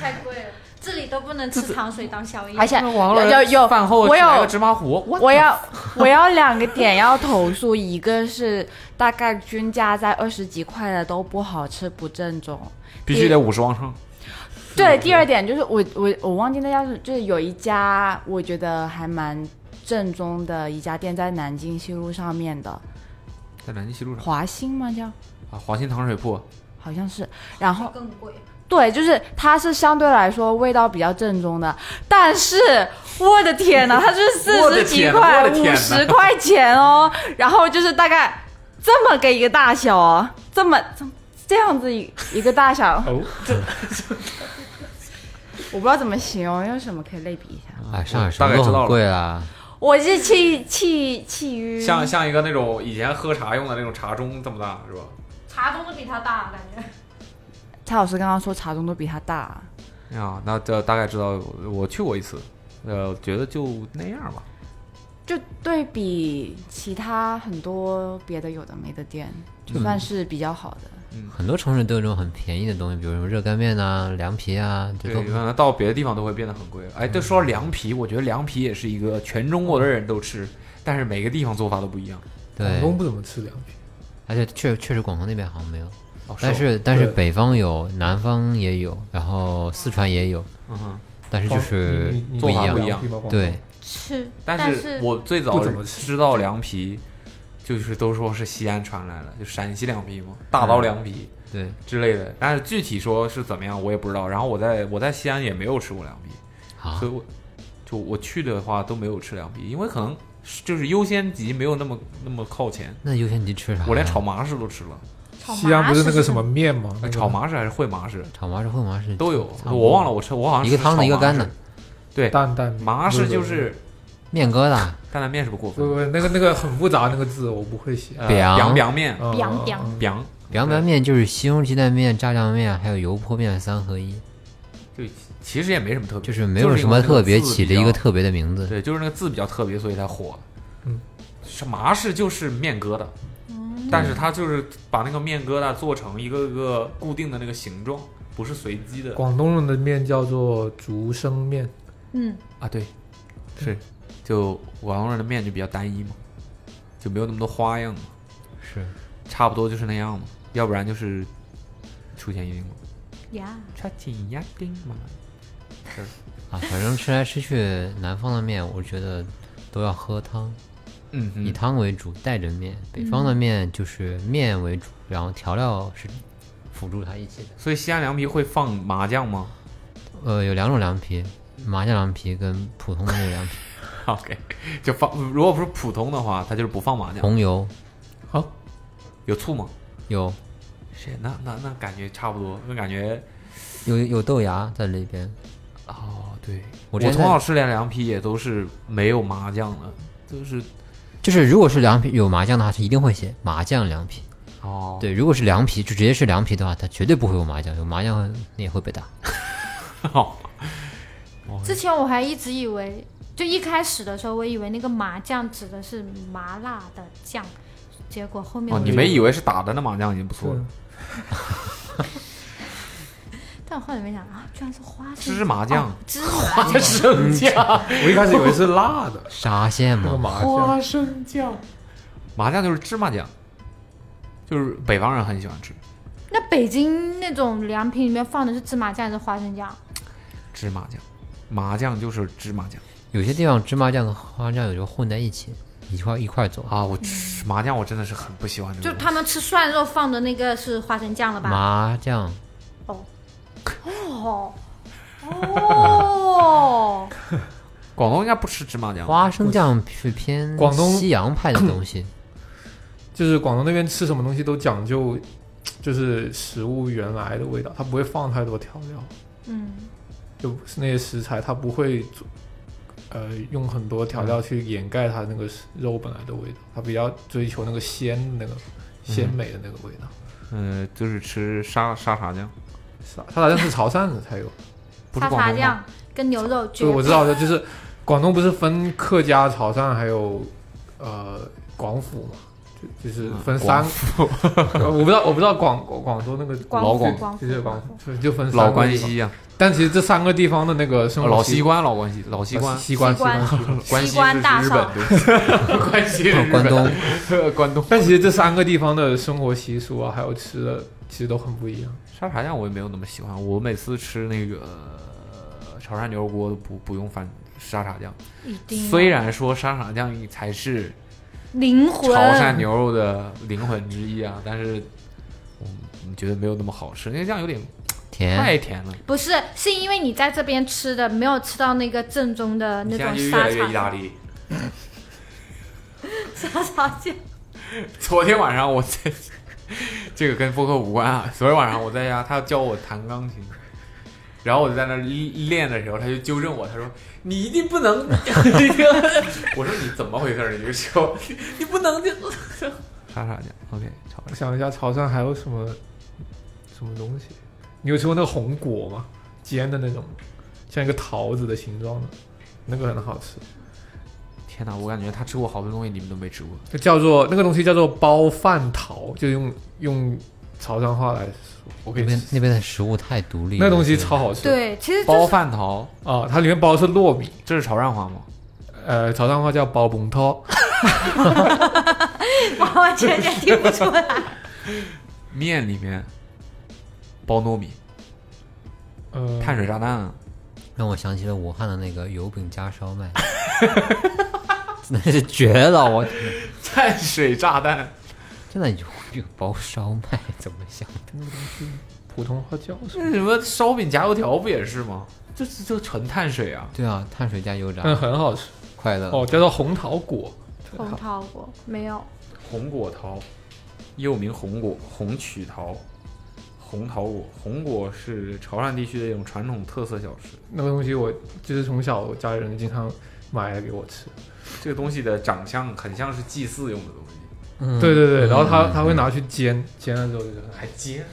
S4: 太贵了，这里都不能吃糖水当宵夜。
S3: 而且
S9: 王老
S3: 有有
S9: 饭后
S3: 我
S9: 来个
S3: 有
S9: 芝麻糊，我
S3: 我要 [LAUGHS] 我要两个点要投诉，一个是大概均价在二十几块的都不好吃不正宗。
S9: 必须得五十往上。
S4: 嗯
S3: 对，第二点就是我我我忘记那家是就是有一家我觉得还蛮正宗的一家店，在南京西路上面的
S9: 在南京西路上
S3: 华兴吗？叫
S9: 啊，华兴糖水铺，
S3: 好像是，然后
S4: 更贵，
S3: 对，就是它是相对来说味道比较正宗的，但是我的天
S9: [LAUGHS]
S3: 呐，它就是四
S9: 我的
S3: 十几
S9: 天呐
S3: 块、
S9: 我的
S3: 五
S9: 天呐
S3: 十块钱哦，然后就是大概这么个一个大小哦，这么这这样子一一个大小
S6: 哦，
S3: [LAUGHS] 我不知道怎么形容，用什么可以类比一下？
S5: 哎，上海什
S9: 大
S5: 么
S9: 概
S5: 都
S9: 知道
S5: 很
S9: 了
S5: 贵啊，
S3: 我是气气气晕，
S9: 像像一个那种以前喝茶用的那种茶盅这么大是吧？
S4: 茶盅都比它大，感觉。
S3: 蔡老师刚刚说茶盅都比它大，
S9: 啊，那这大概知道，我去过一次，呃，觉得就那样吧。
S3: 就对比其他很多别的有的没的店，
S9: 嗯
S3: 就算是比较好的。
S5: 很多城市都有这种很便宜的东西，比如什么热干面啊、凉皮啊，这
S2: 对，
S5: 都
S2: 可能到别的地方都会变得很贵。哎，就
S9: 嗯
S2: 说到凉皮，我觉得凉皮也是一个全中国的人都吃，但是每个地方做法都不一样。
S5: 对
S6: 广。东不怎么吃凉皮，
S5: 而且确确实广东那边好像没有，
S2: 哦，
S5: 但
S2: 吧，
S5: 是但是
S6: 对
S5: 北方有，南方也有，然后四川也有，
S2: 嗯哼，
S5: 但是就是
S6: 你你你
S5: 不一
S2: 做法
S5: 样
S2: 不一。
S6: 凉皮吗广东
S5: 对，
S4: 嗯吃，
S2: 但
S4: 是
S2: 我最早
S6: 不怎么吃
S2: 知道凉皮，就是都说是西安传来的，就陕西凉皮嘛，大
S5: 嗯
S2: 刀凉皮
S5: 对，
S2: 之类的。但是具体说是怎么样，我也不知道。然后我在我在西安也没有吃过凉皮，
S5: 啊
S2: 所，以我就我去的话都没有吃凉皮，因为可能是就是优先级没有那么那么靠前。
S5: 那优先级吃啥呀？
S2: 我连炒麻食都吃了，
S4: 炒
S6: 西安不是那个什
S4: 么？
S6: 么面吗？那
S5: 嗯
S2: 哎
S6: 个
S2: 炒麻食还是烩麻食
S5: 炒麻是烩麻是
S2: 都有，
S5: 差不多
S2: 我忘了我吃我好像
S5: 啊一个
S2: 吃
S5: 汤的
S2: 炒
S5: 一个
S2: 麻
S5: 干
S2: 食
S5: 的，
S2: 对，
S6: 担担
S2: 麻
S6: 是
S2: 食就是
S5: 面疙瘩，
S2: 担担面是不过
S6: 不
S2: 分
S6: 不，那个那个很复杂，那个字我不会写。
S2: 的，
S5: biang
S2: 凉凉面
S6: 嗯
S4: 凉凉
S6: 嗯
S2: 凉
S5: 凉拌面就是西红柿鸡蛋面、炸酱面还有油泼面三合一，
S2: 就其实也没什么特别，
S5: 就是没有什么特别，起了一个特别的名字。
S2: 对，就是那个字比较特别，所以才火。
S6: 嗯，
S2: 是麻式就是面疙瘩，但是它就是把那个面疙瘩做成一个个固定的那个形状，不是随机的
S6: 广东人的面叫做竹升面，
S4: 嗯，
S2: 啊。对，是，就广东人的面就比较单一嘛，就没有那么多花样嘛，
S5: 是，
S2: 差不多就是那样嘛，要不然就是出前一丁嘛，
S4: 呀，
S2: 出前一丁嘛。
S5: 啊，反正吃来吃去，南方的面我觉得都要喝汤，
S2: 嗯
S5: 以
S2: 哼，
S5: 汤为主，带着面；北方的面就是面为主，然后调料是辅助它一起的。
S2: 所以西安凉皮会放麻酱吗
S5: 呃，有两种凉皮，麻酱凉皮跟普通的那个凉皮，
S2: ？OK，就放，如果不是普通的话，它就是不放麻酱。
S5: [LAUGHS] 红油
S2: 有醋吗？
S5: 有
S2: 是，那那那感觉差不多，那感觉
S5: 有有豆芽在里边。
S2: 哦，对
S5: 我
S2: 我
S5: 之前
S2: 从
S5: 在
S2: 小吃连凉皮也都是没有麻酱的，就是
S5: 就是如果是凉皮有麻酱的话，它一定会写麻酱凉皮。
S2: 哦，
S5: 对，如果是凉皮，就直接是凉皮的话，它绝对不会有麻酱，有麻酱你也会被打。
S2: 哦，
S4: 之前我还一直以为，就一开始的时候，我以为那个麻酱指的是麻辣的酱，结果后
S6: 哦
S4: 面我
S2: 你
S4: 就
S2: 们以为是打的那麻酱已经不错了，
S4: 但我后来没想啊，居然是花生
S2: 芝麻酱
S4: 哦芝麻酱，
S2: 生酱，
S6: 我一开始以为是辣 [LAUGHS] 的
S5: 沙县
S6: 那个
S5: 嘛，
S6: 麻酱，
S2: 生酱，麻酱就是芝麻酱，就是北方人很喜欢吃
S4: 那北京那种凉皮里面放的是芝麻酱还是花生酱？
S2: 芝麻酱，麻酱就是芝麻酱
S5: 有些地方芝麻酱和花生酱有时候混在一起，一块一块做。
S2: 啊，我吃麻酱我真的是很不喜欢这个
S4: 就
S2: 东西，
S4: 他们吃涮肉放的那个是花生酱了吧？
S5: 麻酱
S4: 哦哦，
S2: 广东应该不吃芝麻酱，
S5: 花生酱是偏
S6: 广东
S5: 西洋派的东
S6: [LAUGHS]
S5: 西，
S6: 就是广东那边吃什么东西都讲究，就是食物原来的味道，它不会放太多调料，
S4: 嗯，
S6: 就是那些食材它不会做，呃，用很多调料去掩盖它那个肉本来的味道，它比较追求那个鲜的那个鲜美的那个味道。
S2: 嗯，就是吃沙沙茶酱，
S6: 沙沙茶酱是潮汕的才有，
S2: 不是广
S4: 沙
S2: 东
S4: 茶
S2: 吗
S4: 酱跟牛肉绝
S6: 对，我知道的，就是广东不是分客家、潮汕还有呃广府嘛，就就是
S2: 嗯
S6: 分三，呃 [LAUGHS] 我不知道我不知道广广广州那个
S4: 广
S2: 老
S4: 广
S2: 广
S4: 广
S6: 其实广
S4: 广
S6: 就就分三个
S2: 老关
S6: 地方，
S2: 西呀、
S6: 但其实这三个地方的那个生活
S2: 老
S6: 习
S2: 西关，老关西，老西关，
S6: 西关
S4: 西关
S6: 西关，
S2: 关
S4: 西
S2: 西
S4: 关
S2: 是
S4: 大
S2: 日
S4: 少
S2: 本，对关西是日
S5: 哦关
S2: 本
S5: 东
S2: 关东
S6: 但其实这三个地方的生活习俗啊，还有吃的，其实都很不一样。
S2: [LAUGHS] 沙茶酱我也没有那么喜欢，我每次吃那个呃潮汕牛肉锅都不不用翻沙茶酱，
S4: [LAUGHS] 一定要
S2: 虽然说沙茶酱才是
S4: 灵魂
S2: 潮汕牛肉的灵魂之一啊，但是我我觉得没有那么好吃，那个酱有点
S5: 甜。
S2: 太甜了。
S4: 不是，是因为你在这边吃的没有吃到那个正宗的那种沙茶
S2: 利。
S4: 沙茶
S2: [LAUGHS]
S4: 酱，
S2: 昨天晚上我在，这个跟播客无关啊。昨天晚上我在家，他教我弹钢琴，然后我就在那儿练的时候，他就纠正我，他说：“你一定不能。” [LAUGHS] 我说：“你怎么回事儿？你这个时候你不能就啥啥的。”OK，吵
S6: 我想一下，潮汕还有什么什么东西？你有吃过那个红果吗？煎的那种，像一个桃子的形状的，那个很好吃。
S2: 天哪，我感觉他吃过好多东西，你们都没吃过。
S6: 就叫做那个东西叫做包饭桃，就用用潮汕话来说，我可
S5: 那
S6: 以
S5: 边那边的食物太独立了，
S6: 那东西
S5: 真的
S6: 超好吃。
S4: 对，其实就
S2: 包 [LAUGHS]
S4: 是
S2: 饭桃，
S6: 啊，它里面包的是糯米，
S2: 这是潮汕话吗？
S6: 呃，潮汕话叫包崩桃，
S4: 完完全全听不出来。
S2: 面里面包糯米，
S6: 呃，
S2: 碳水炸弹啊！
S5: 让我想起了武汉的那个油饼加烧麦， [LAUGHS] 真的是绝了！我天哪
S2: 碳水炸弹，
S5: 真的油饼包烧麦怎么想的？
S6: 普通话叫什么？
S2: 那什么烧饼夹油条不也是吗？这这这纯碳水啊！
S5: 对啊，碳水加油炸，
S6: 嗯，很好吃
S5: 快乐。
S6: 哦，叫做红桃果，
S4: 红桃果没有，
S2: 红果桃，又名红果、红曲桃、红桃果。红果是潮汕地区的一种传统特色小吃。
S6: 那个东西我就是从小我家里人经常买来给我吃，
S2: 这个东西的长相很像是祭祀用的东西，
S5: 嗯
S6: 对对对，然后他
S5: 嗯
S6: 他会拿去煎，煎了之后就是
S2: 还煎。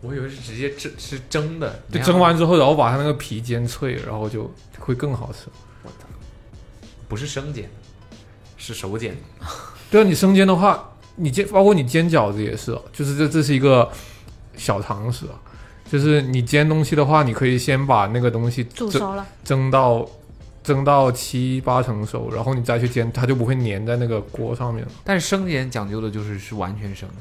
S2: 我以为是直接蒸，是蒸的，
S6: 就蒸完之后，然后把它那个皮煎脆，然后就会更好吃。
S2: 不是生煎的，是手煎的。
S6: 对啊，你生煎的话，你煎包括你煎饺子也是哦，就是这这是一个小常识啊。就是你煎东西的话，你可以先把那个东西
S4: 煮
S6: 蒸
S4: 熟了，
S6: 蒸到蒸到七八成熟，然后你再去煎，它就不会粘在那个锅上面了
S2: 但是生煎讲究的就是是完全生的，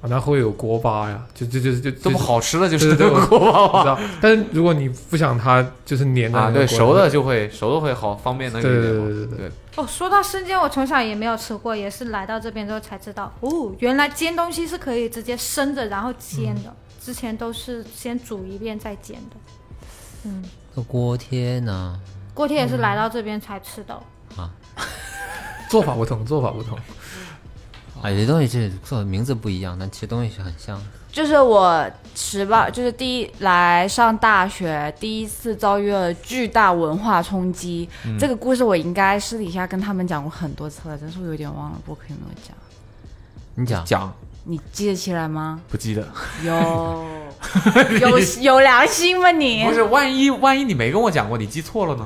S6: 啊，那会有锅巴呀，就就就就
S2: 这不，好吃的就是
S6: 对对
S2: [LAUGHS]
S6: 对
S2: 个锅巴
S6: 就是知道。但是如果你不想它就是粘在
S2: 啊，
S6: 那
S2: 对，
S6: 个锅上
S2: 熟的就会熟的会好方便那个一
S6: 对对
S2: 点
S6: 对
S2: 嘛。
S6: 对对对，
S4: 哦，说到生煎，我从小也没有吃过，也是来到这边之后才知道，哦，原来煎东西是可以直接生着然后煎
S2: 嗯
S4: 的，之前都是先煮一遍再煎的。嗯，
S5: 那锅贴呢？
S4: 锅贴也是来到这边才吃的。
S6: 做法不同，做法不同。
S3: 哦
S5: 啊，有些东西是做的名字不一样，但其实东西是很像的。
S3: 就是我十八，就是第一来上大学，第一次遭遇了巨大文化冲击。
S2: 嗯
S3: 这个故事我应该私底下跟他们讲过很多次了，但是我有点忘了播客有没有讲。
S5: 你讲，
S2: 讲
S3: 你记得起来吗？
S2: 不记得， [LAUGHS]
S3: 有有有良心吗你
S2: 不？是，万一万一你没跟我讲过，你记错了呢？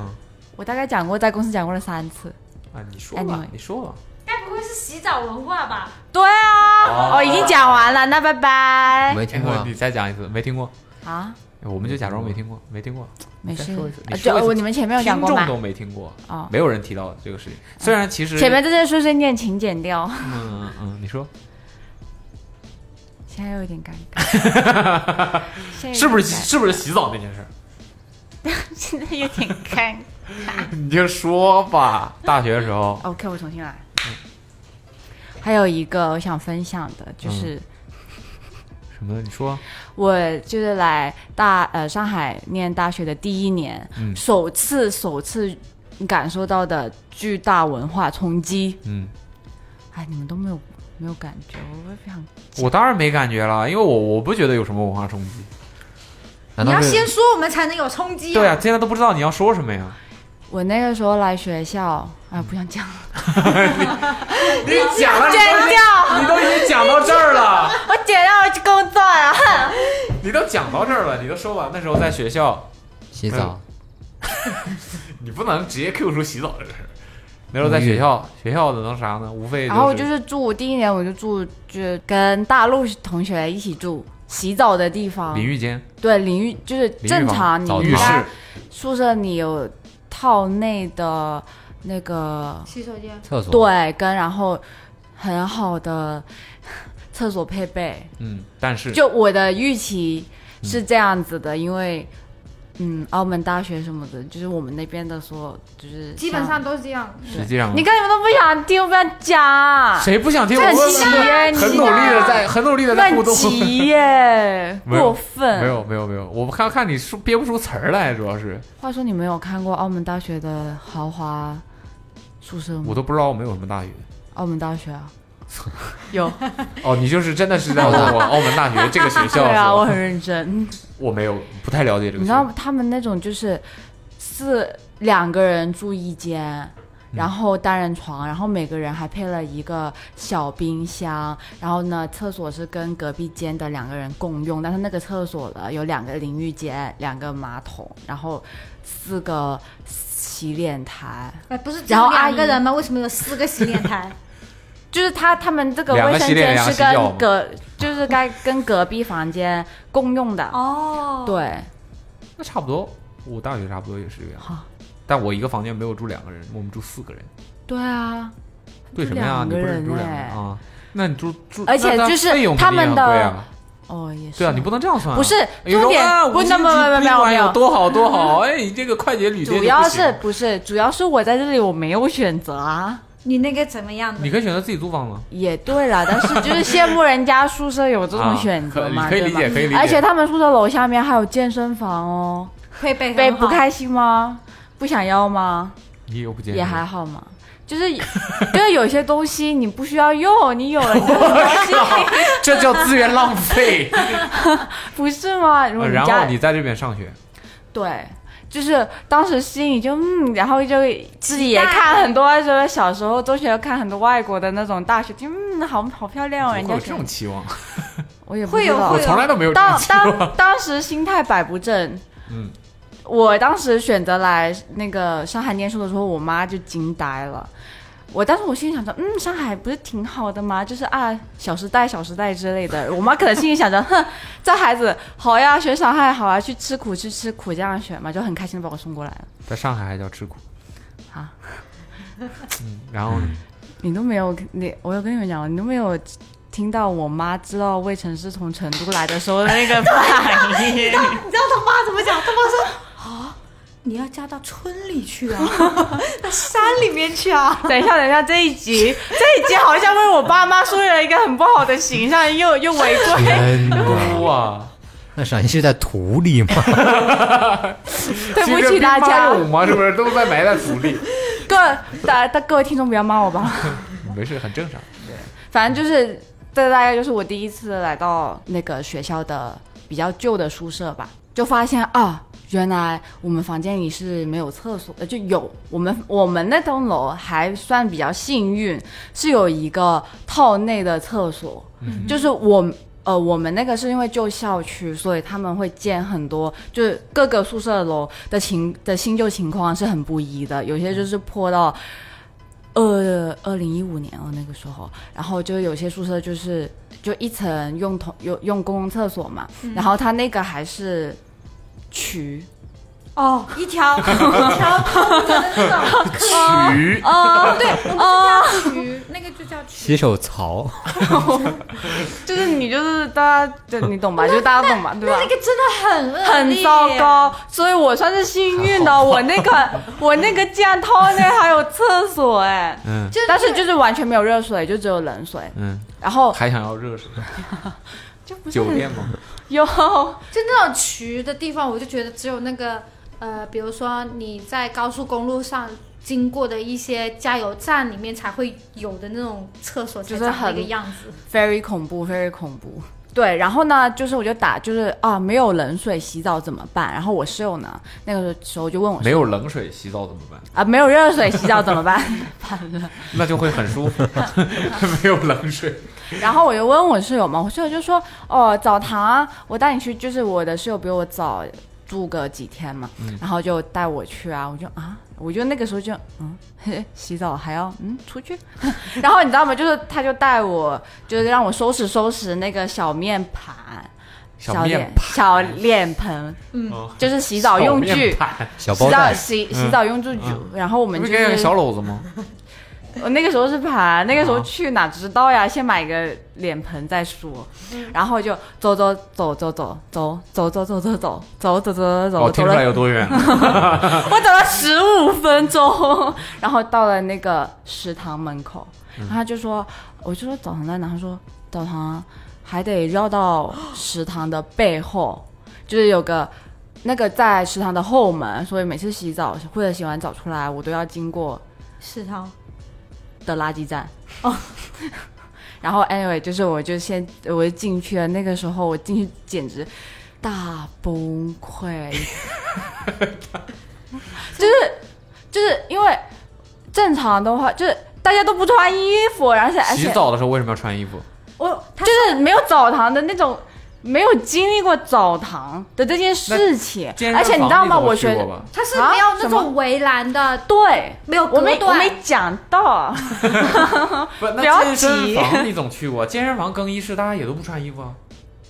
S3: 我大概讲过，在公司讲过了三次。
S2: 啊，你
S4: 哎
S2: 说吧
S3: Anyway，
S2: 你说吧。
S4: 该不会是洗澡文化吧？
S3: 对啊，哦，已经讲完了，那拜拜
S5: 没听过啊
S2: 你再讲一次，没听过，
S3: 啊，
S2: 我们就假装没听过，没听过，
S3: 没事
S2: 再说一次。
S3: 呃
S2: 你说一次
S3: 就你们前面有讲
S2: 听
S3: 过
S2: 众
S3: 吗？
S2: 都没听过，
S3: 哦
S2: 没有人提到这个事情。虽然其实
S3: 前面这件事情念请剪掉，
S2: 嗯嗯嗯，你说
S3: 现在又有点尴
S2: [LAUGHS]
S3: 尬。现在有点
S2: 是不是
S3: 尴尬
S2: 是不是洗澡那件事儿？
S3: 现在有点
S2: [LAUGHS]
S3: 尴尬。
S2: 你就说吧。大学的时候，
S3: OK，我重新来。还有一个我想分享的，
S2: 嗯
S3: 就是
S2: 什么？你说
S3: 我就是来大呃上海念大学的第一年，
S2: 嗯
S3: 首次首次感受到的巨大文化冲击。
S2: 嗯，
S3: 哎，你们都没有没有感觉，我非常
S2: 我当然没感觉了，因为我我不觉得有什么文化冲击。
S5: 难
S4: 你
S5: 道
S4: 要
S5: 是
S4: 先说，我们才能有冲击、
S2: 对啊，，现在都不知道你要说什么呀。
S3: 我那个时候来学校，哎，不想讲了，
S2: 你讲了，
S3: 剪掉，
S2: 你都已经讲到这儿了，
S3: 我剪掉，我去工作了。
S2: 你都讲到这儿了，你都说完。那时候在学校，
S5: 洗澡？
S2: 你不能直接 Q 出洗澡的事儿。那时候在学校，哦学校的能啥呢？无非
S3: 然后就是是住第一年，我就住就是跟大陆同学一起住洗澡的地方，
S2: 淋浴间、
S3: 对淋浴就是正常，你
S5: 澡
S2: 浴
S3: 应该
S2: 室、
S3: 宿舍你有套内的那个
S4: 洗手间
S5: 厕所？，
S3: 对，跟然后很好的厕所配备。
S2: 嗯，但是
S3: 就我的预期是这样子的，因为嗯，澳门大学什么的，就是我们那边的说，就是
S4: 基本
S3: 像
S4: 上都是这样。
S2: 实际上
S3: 你看你们都不想听，不想讲，
S2: 谁不想听我
S3: 很
S2: 问
S3: 急耶，你啊
S2: 很努力的在很努力的在互
S3: 很
S2: 动。
S3: 急耶，
S2: [LAUGHS] 没有
S3: 过分。
S2: 没有没有没有，我看看你说憋不出词儿来，主要是
S3: 话说你们有看过澳门大学的豪华宿舍
S2: 我
S3: 吗？
S2: 都不知道我们有什么大学。
S3: 澳门大学
S2: [LAUGHS]
S3: 啊，有
S2: 哦，你就是真的是在
S3: [LAUGHS]
S2: 问我澳门大学这个学
S3: 对
S2: 校
S3: 啊，我
S2: 是吧？
S3: 很认真。
S2: 我没有不太了解这个
S3: 你
S2: 学
S3: 知道
S2: 校。
S3: 他们那种就是四两个人住一间。
S2: 嗯
S3: 然后单人床，然后每个人还配了一个小冰箱，然后呢，厕所是跟隔壁间的两个人共用，但是那个厕所呢有两个淋浴间、两个马桶，然后四个洗脸台，
S4: 哎，不是只
S3: 然后
S4: 有
S3: 阿
S4: 两个
S3: 姨
S4: 人吗？为什么有四个洗脸台？
S3: 就是他他们这个
S2: 两个
S3: 卫生
S2: 洗脸
S3: 间
S2: 两个洗
S3: 是
S2: 脚吗
S3: 跟隔就是该跟隔壁房间共用的，
S4: [LAUGHS] 哦，，
S3: 对，
S2: 那差不多，我大学差不多也是这个样子
S3: 好。
S2: 但我一个房间没有住两个人，我们住四个人。
S3: 对啊，
S2: 对什么呀？
S3: 两
S2: 你
S3: 个
S2: 不是
S3: 人
S2: 住两个人
S3: 哎
S2: 啊？那你住住，
S3: 而且
S2: 那那
S3: 就是
S2: 费用
S3: 他
S2: 肯定
S3: 们
S2: 很贵
S3: 的
S2: 啊
S3: 哦也是，
S2: 对啊，你不能这样算啊。
S3: 不是
S2: 哎呦，
S3: 重点
S2: 啊
S3: 不
S2: 五星
S3: 那么
S2: 级
S3: 没有没有
S2: 宾馆
S3: 没有
S2: 有多好多好，哎，你这个快捷旅店
S3: 嗯主
S2: 就
S3: 要
S2: 不行
S3: 是不是主要是我在这里我没有选择啊。
S4: 你那个怎么样的？
S2: 你可以选择自己租房了。
S3: 也对了，但是就是羡慕人家宿舍有这种选择嘛，
S2: 啊可以可以
S3: 对吧
S2: 理解可以理解
S3: 而且他们宿舍楼下面还有健身房哦，
S4: 会被
S3: 贝
S4: 很好
S3: 不开心吗？不想要吗？
S2: 啊你又不健身，
S3: 也还好嘛。就是就是有些东西你不需要用，你有了你就
S2: [LAUGHS]
S3: 东西，
S2: 这叫资源浪费。
S3: [LAUGHS] 不是吗？如果
S2: 呃然
S3: 家
S2: 后你在这边上学，
S3: 对，就是当时心里就嗯，然后就自己也
S4: 期待
S3: 看很多，就是小时候中学看很多外国的那种大学，就嗯，好好漂亮哦，
S2: 怎
S3: 人
S2: 么会有
S3: 家是
S2: 这种期望？
S3: 我也不
S4: 会有
S3: 知道
S4: 会
S2: 我
S4: 有
S2: 从来都没有这种
S3: 当
S2: 期望。
S3: 当当时心态摆不正，
S2: 嗯，
S3: 我当时选择来那个上海念书的时候，我妈就惊呆了。我当时我心里想着，嗯，上海不是挺好的吗？就是啊，《小时代》《小时代》之类的。我妈可能心里想着， [LAUGHS] 哼，这孩子好呀，学上海好啊，去吃苦去吃苦，这样选嘛，就很开心的把我送过来了。
S2: 在上海还叫吃苦
S3: 啊。
S2: 嗯，然后呢
S3: 你都没有，你我有跟你们讲，你都没有听到我妈知道魏晨是从成都来的时候的那个反应。
S4: [LAUGHS] 你知道他妈怎么讲？他妈说啊，你要嫁到村里去啊，到山里面去啊。
S3: 等一下，等一下，这一集， [LAUGHS] 这一集好像为我爸妈树立了一个很不好的形象，又又违规。
S5: 天哪，
S2: 哇，
S5: 那陕西是在土
S3: [LAUGHS]
S5: 里吗？
S3: 对不起大家
S2: 其实兵马俑嘛，是不是都在埋在土里？
S3: 各大大各位听众不要骂我吧，
S2: [LAUGHS] 没事，很正常。
S3: 反正就是这大概就是我第一次来到那个学校的比较旧的宿舍吧，就发现啊。原来我们房间里是没有厕所的，就有我们我们那栋楼还算比较幸运，是有一个套内的厕所，就是我呃，我们那个是因为旧校区，所以他们会建很多，就是各个宿舍楼的情的新旧情况是很不一的，有些就是破到。呃，二零一五年哦，那个时候，然后就有些宿舍就是就一层用同用用公共厕所嘛，然后他那个还是渠，
S4: 哦，一条一条通着的那种
S2: 曲
S4: 哦，对，我们就叫渠，那个就叫渠。
S5: 洗手槽，
S3: 就是你就是大家就你懂吧，就大家懂吧，对吧？
S4: 那个真的很恶
S3: 啊很
S4: 劣
S3: 糟，糕，所以我算是幸运
S2: [LAUGHS]
S3: 的。我那个我那个竟然套内还有厕所哎、
S2: 嗯
S4: 就
S3: 但是就是完全没有热水，就只有冷水。
S2: 嗯，
S3: 然后
S2: 还想要热水？
S3: [LAUGHS] 就不是
S2: 酒
S3: 很
S2: 店吗？
S3: 有
S4: 就那种渠的地方，我就觉得只有那个呃，比如说你在高速公路上。经过的一些加油站里面才会有的那种厕所，才
S3: 就是
S4: 长那
S3: 很
S4: 个样子。
S3: very 恐怖，very 恐怖。对，然后呢，就是我就打，就是啊，没有冷水洗澡怎么办？然后我室友呢，那个时候就问我
S2: 没有冷水洗澡怎么办？
S3: 啊，没有热水洗澡怎么办？
S2: 那就会很舒服， [LAUGHS] 没有冷水。
S3: 然后我就问我室友嘛，我室友就说，哦，澡堂啊，我带你去，就是我的室友比我早住个几天嘛，
S2: 嗯
S3: 然后就带我去啊，我就啊，我就那个时候就嗯，嘿洗澡还要嗯出去， [LAUGHS] 然后你知道吗？就是他就带我，就是让我收拾收拾那个小面盘。
S2: 小
S3: 小
S2: 面
S3: 脸小脸盆，
S4: 嗯
S2: 哦
S3: 就是洗澡用具，
S5: 小
S3: 洗
S5: 包
S3: 澡
S5: 袋，
S3: 洗
S2: 嗯
S3: 洗澡用具组。然后我
S2: 你
S3: 们
S2: 不
S3: 就
S2: 给个
S3: 是
S2: 小篓子吗？
S3: 我那个时候是盘，那个时候
S2: 啊
S3: 去哪知道呀？先买个脸盆再说，然后就走走走走走走走走走走走走走走
S2: 我哦
S3: 走
S2: 听出
S3: 走
S2: 来
S3: 了，
S2: 有多远了。
S3: 我走了十五分钟，然后到了那个食堂门口，
S2: 嗯
S3: 然后他就说，我就说澡堂在哪？他说澡堂还得绕到食堂的背后，就是有个。那个在食堂的后门，所以每次洗澡或者洗完澡出来，我都要经过
S4: 食堂
S3: 的垃圾站。哦。 [LAUGHS] 然后 anyway，就是我就先我就进去了，那个时候我进去简直大崩溃，就是就是因为正常的话就是。大家都不穿衣服，而且而
S2: 洗
S3: 且
S2: 澡的时候为什么要穿衣服？
S3: 我就是没有澡堂的那种没有经历过澡堂的这件事情，
S2: 健身
S3: 而且你知道
S2: 房
S3: 吗？
S2: 你
S3: 我
S2: 怎么
S3: 觉
S2: 去
S3: 得
S2: 过吧
S4: 它是
S3: 啊
S4: 没有那
S3: 什么
S4: 种围栏的，
S3: 对，
S4: 没有
S3: 我
S4: 隔
S3: 没我
S4: 断
S3: 没。讲
S2: [LAUGHS]
S3: 到， [LAUGHS]
S2: 不，
S3: 不
S2: 那
S3: 要
S2: 健身
S3: 急
S2: 房你总去过，健身房更衣室大家也都不穿衣服啊。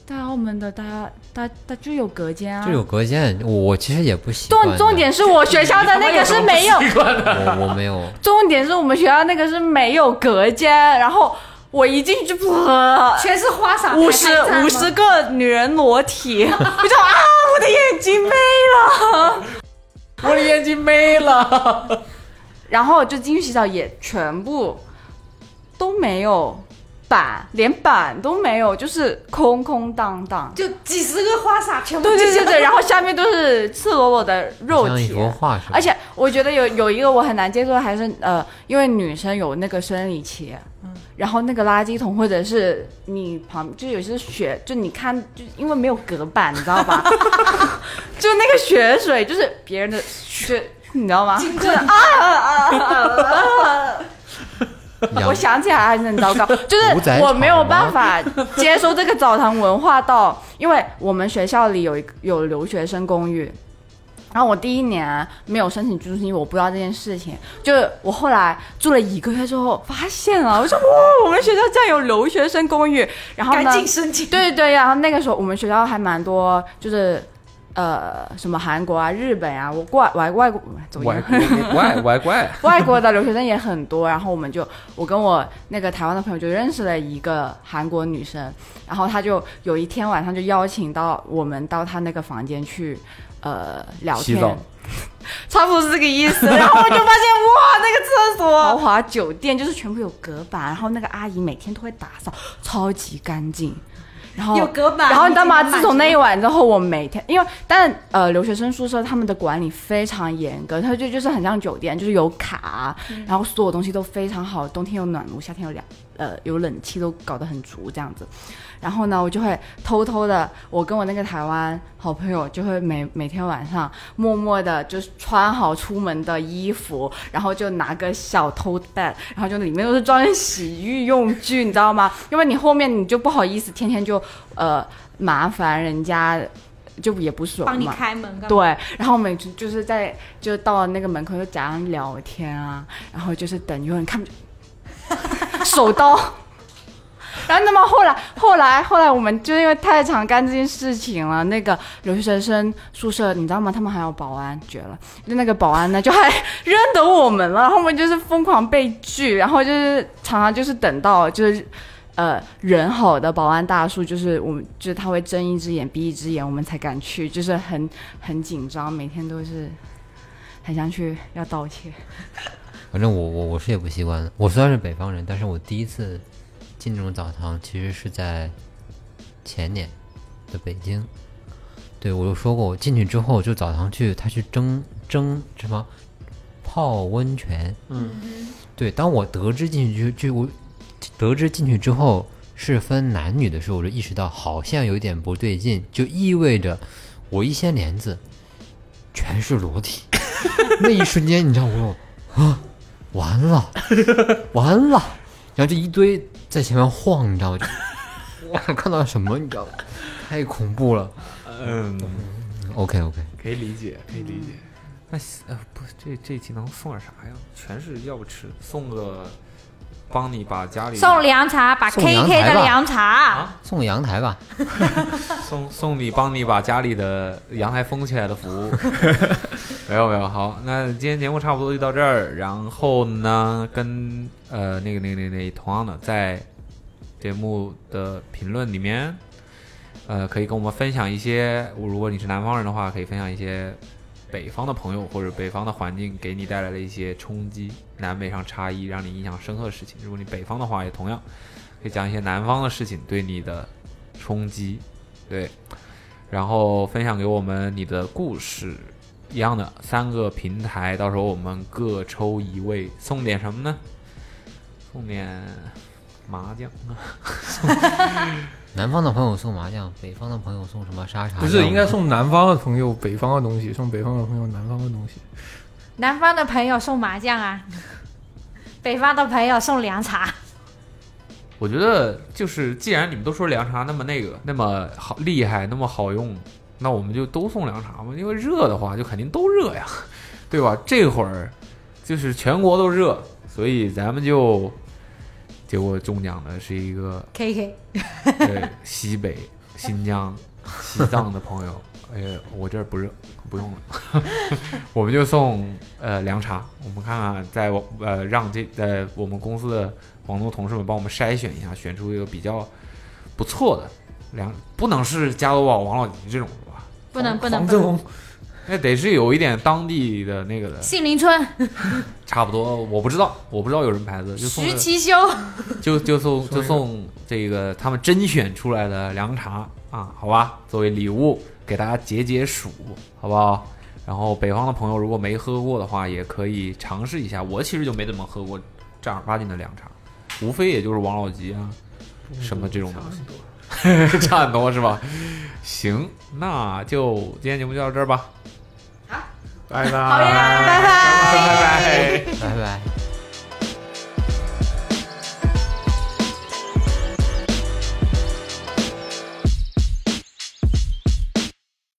S3: 在澳门的大家，大大就有隔间啊
S5: 就。有隔间，我我其实也不习惯的。
S3: 重重点是我学校的那个是没有，
S5: 我我没有，
S3: 重点是我们学校那个是没有隔间，然后我一进去，呃
S4: 全是花洒，
S3: 五十
S4: 海滩站吗
S3: 五十个女人裸体， [LAUGHS] 我就啊，我的眼睛没了， [LAUGHS]
S2: 我的眼睛没了。
S3: 然后就进去洗澡也全部都没有板，连板都没有，就是空空荡荡。
S4: 就几十个花洒，全部
S3: 对对
S4: 就
S3: 对
S4: 是
S3: 对，然后下面都是赤裸裸的肉
S5: 像一
S3: 体，
S5: 幅画似的。
S3: 而且我觉得有有一个我很难接受的，还是呃，因为女生有那个生理期，然后那个垃圾桶或者是你旁就有些血，就你看，就因为没有隔板，你知道吧？就那个血水，就是别人的血，你知道吗？就是啊啊啊啊啊！
S5: 然后
S3: 我想起来还是很糟糕，就
S5: 屠宰
S3: 是
S5: 场
S3: 我没有办法接受这个澡堂文化到，因为我们学校里有一个有留学生公寓，然后我第一年没有申请居住信，我不知道这件事情，就是我后来住了一个月之后发现了，我说哇，我们学校竟然有留学生公寓，然后呢
S7: 赶紧申请。
S3: 对对对，然后那个时候我们学校还蛮多，就是呃什么韩国啊、日本啊，我过来我还外国走音
S2: 我还我还我还怪，
S3: [LAUGHS] 外国的留学生也很多，然后我们就我跟我那个台湾的朋友就认识了一个韩国女生，然后她就有一天晚上就邀请到我们到她那个房间去，呃，聊
S2: 洗
S3: 天，
S2: 澡
S3: [LAUGHS] 差不多是这个意思。然后我就发现哇，那个厕所豪华酒店就是全部有隔板，然后那个阿姨每天都会打扫，超级干净。然后
S4: 有隔板。
S3: 然后你知道吗？
S4: 有隔板
S3: 自从那一晚之后，我每天因为但呃，留学生宿舍他们的管理非常严格，他就就是很像酒店，就是有卡，然后所有东西都非常好，冬天有暖炉，夏天有凉呃有冷气，都搞得很足这样子。然后呢，我就会偷偷的，我跟我那个台湾好朋友就会每每天晚上默默的，就是穿好出门的衣服，然后就拿个小偷袋，然后就里面都是装着洗浴用具，你知道吗？因为你后面你就不好意思天天就呃麻烦人家，就也不爽
S4: 帮你
S3: 嘛。
S4: 开门，干嘛，
S3: 对，然后我们就就是在就到了那个门口就假装聊天啊，然后就是等有人看，手刀。然后，那么后来，后来，后来，我们就因为太常干这件事情了，那个留学生宿舍，你知道吗？他们还有保安，绝了！就那个保安呢，就还 [LAUGHS] 认得我们了，然后我们就是疯狂被拒，然后就是常常就是等到就是。呃，人好的保安大叔就是我们，就是他会睁一只眼闭一只眼，我们才敢去，就是很很紧张，每天都是很想去要道歉。
S5: 反正我我我是也不习惯的。我虽然是北方人，但是我第一次进这种澡堂其实是在前年的北京。对我就说过，我进去之后就澡堂去，他去蒸蒸什么泡温泉。嗯，对。当我得知进去就就我得知进去之后是分男女的时候，我就意识到好像有一点不对劲，就意味着我一掀帘子全是裸体。 [LAUGHS] 那一瞬间，你知道我有。完了，完了，然后就一堆在前面晃，你知道吗？就 [LAUGHS] 哇，看到什么，你知道吗？太恐怖了。
S2: 嗯，
S5: OK OK，
S2: 可以理解，可以理解。那呃不，这这期能送点啥呀？全是要不吃，送个帮你把家里
S4: 送凉茶，把
S5: 送
S4: KK
S5: 阳台吧
S4: 的凉茶
S2: 啊
S5: 送阳台吧，
S2: 送送你帮你把家里的阳台封起来的服务。没有没有，好，那今天节目差不多就到这儿。然后呢，跟呃那个那个那个那个同样的，在节目的评论里面，呃，可以跟我们分享一些，如果你是南方人的话，可以分享一些北方的朋友或者北方的环境给你带来的一些冲击，南北上差异让你印象深刻的事情。如果你北方的话，也同样可以讲一些南方的事情对你的冲击，对，然后分享给我们你的故事。一样的三个平台，到时候我们各抽一位，送点什么呢？送点麻将，
S5: 南方的朋友送麻将，北方的朋友送什么沙茶？
S6: 不
S5: 要
S6: 是
S5: 么
S6: 应该送南方的朋友北方的东西，送北方的朋友南方的东西。
S4: 南方的朋友送麻将啊，北方的朋友送凉茶。
S2: 我觉得就是，既然你们都说凉茶那么那个，那么好厉害，那么好用，那我们就都送凉茶嘛。因为热的话，就肯定都热呀， [LAUGHS] 对吧？这会儿就是全国都热，所以咱们就，结果中奖的是一个
S4: K K，
S2: 对，西北、新疆、西藏的朋友，哎呀，我这儿不热，不用了， [LAUGHS] 我们就送呃凉茶。我们看看在，我呃让这呃我们公司的广东同事们帮我们筛选一下，选出一个比较不错的凉，不能是加多宝、王老吉这种的吧？
S4: 不能不能
S5: 黄
S4: 不
S5: 正
S4: 能，
S5: 红
S2: 那得是有一点当地的那个的，
S4: 杏林村
S2: 差不多。我不知道，我不知道有什么牌子，就送这
S4: 徐
S2: 个
S4: 其修，
S2: [LAUGHS] 就就送就送这个他们甄选出来的凉茶啊，好吧，作为礼物给大家解解暑，好不好？然后北方的朋友如果没喝过的话，也可以尝试一下。我其实就没怎么喝过正儿八经的凉茶，无非也就是王老吉啊什么这种东西， [LAUGHS] 差很多是吧？行，那就今天节目就到这儿吧，
S6: 拜拜，
S4: 好呀，拜拜。
S2: 拜拜。
S5: 拜拜。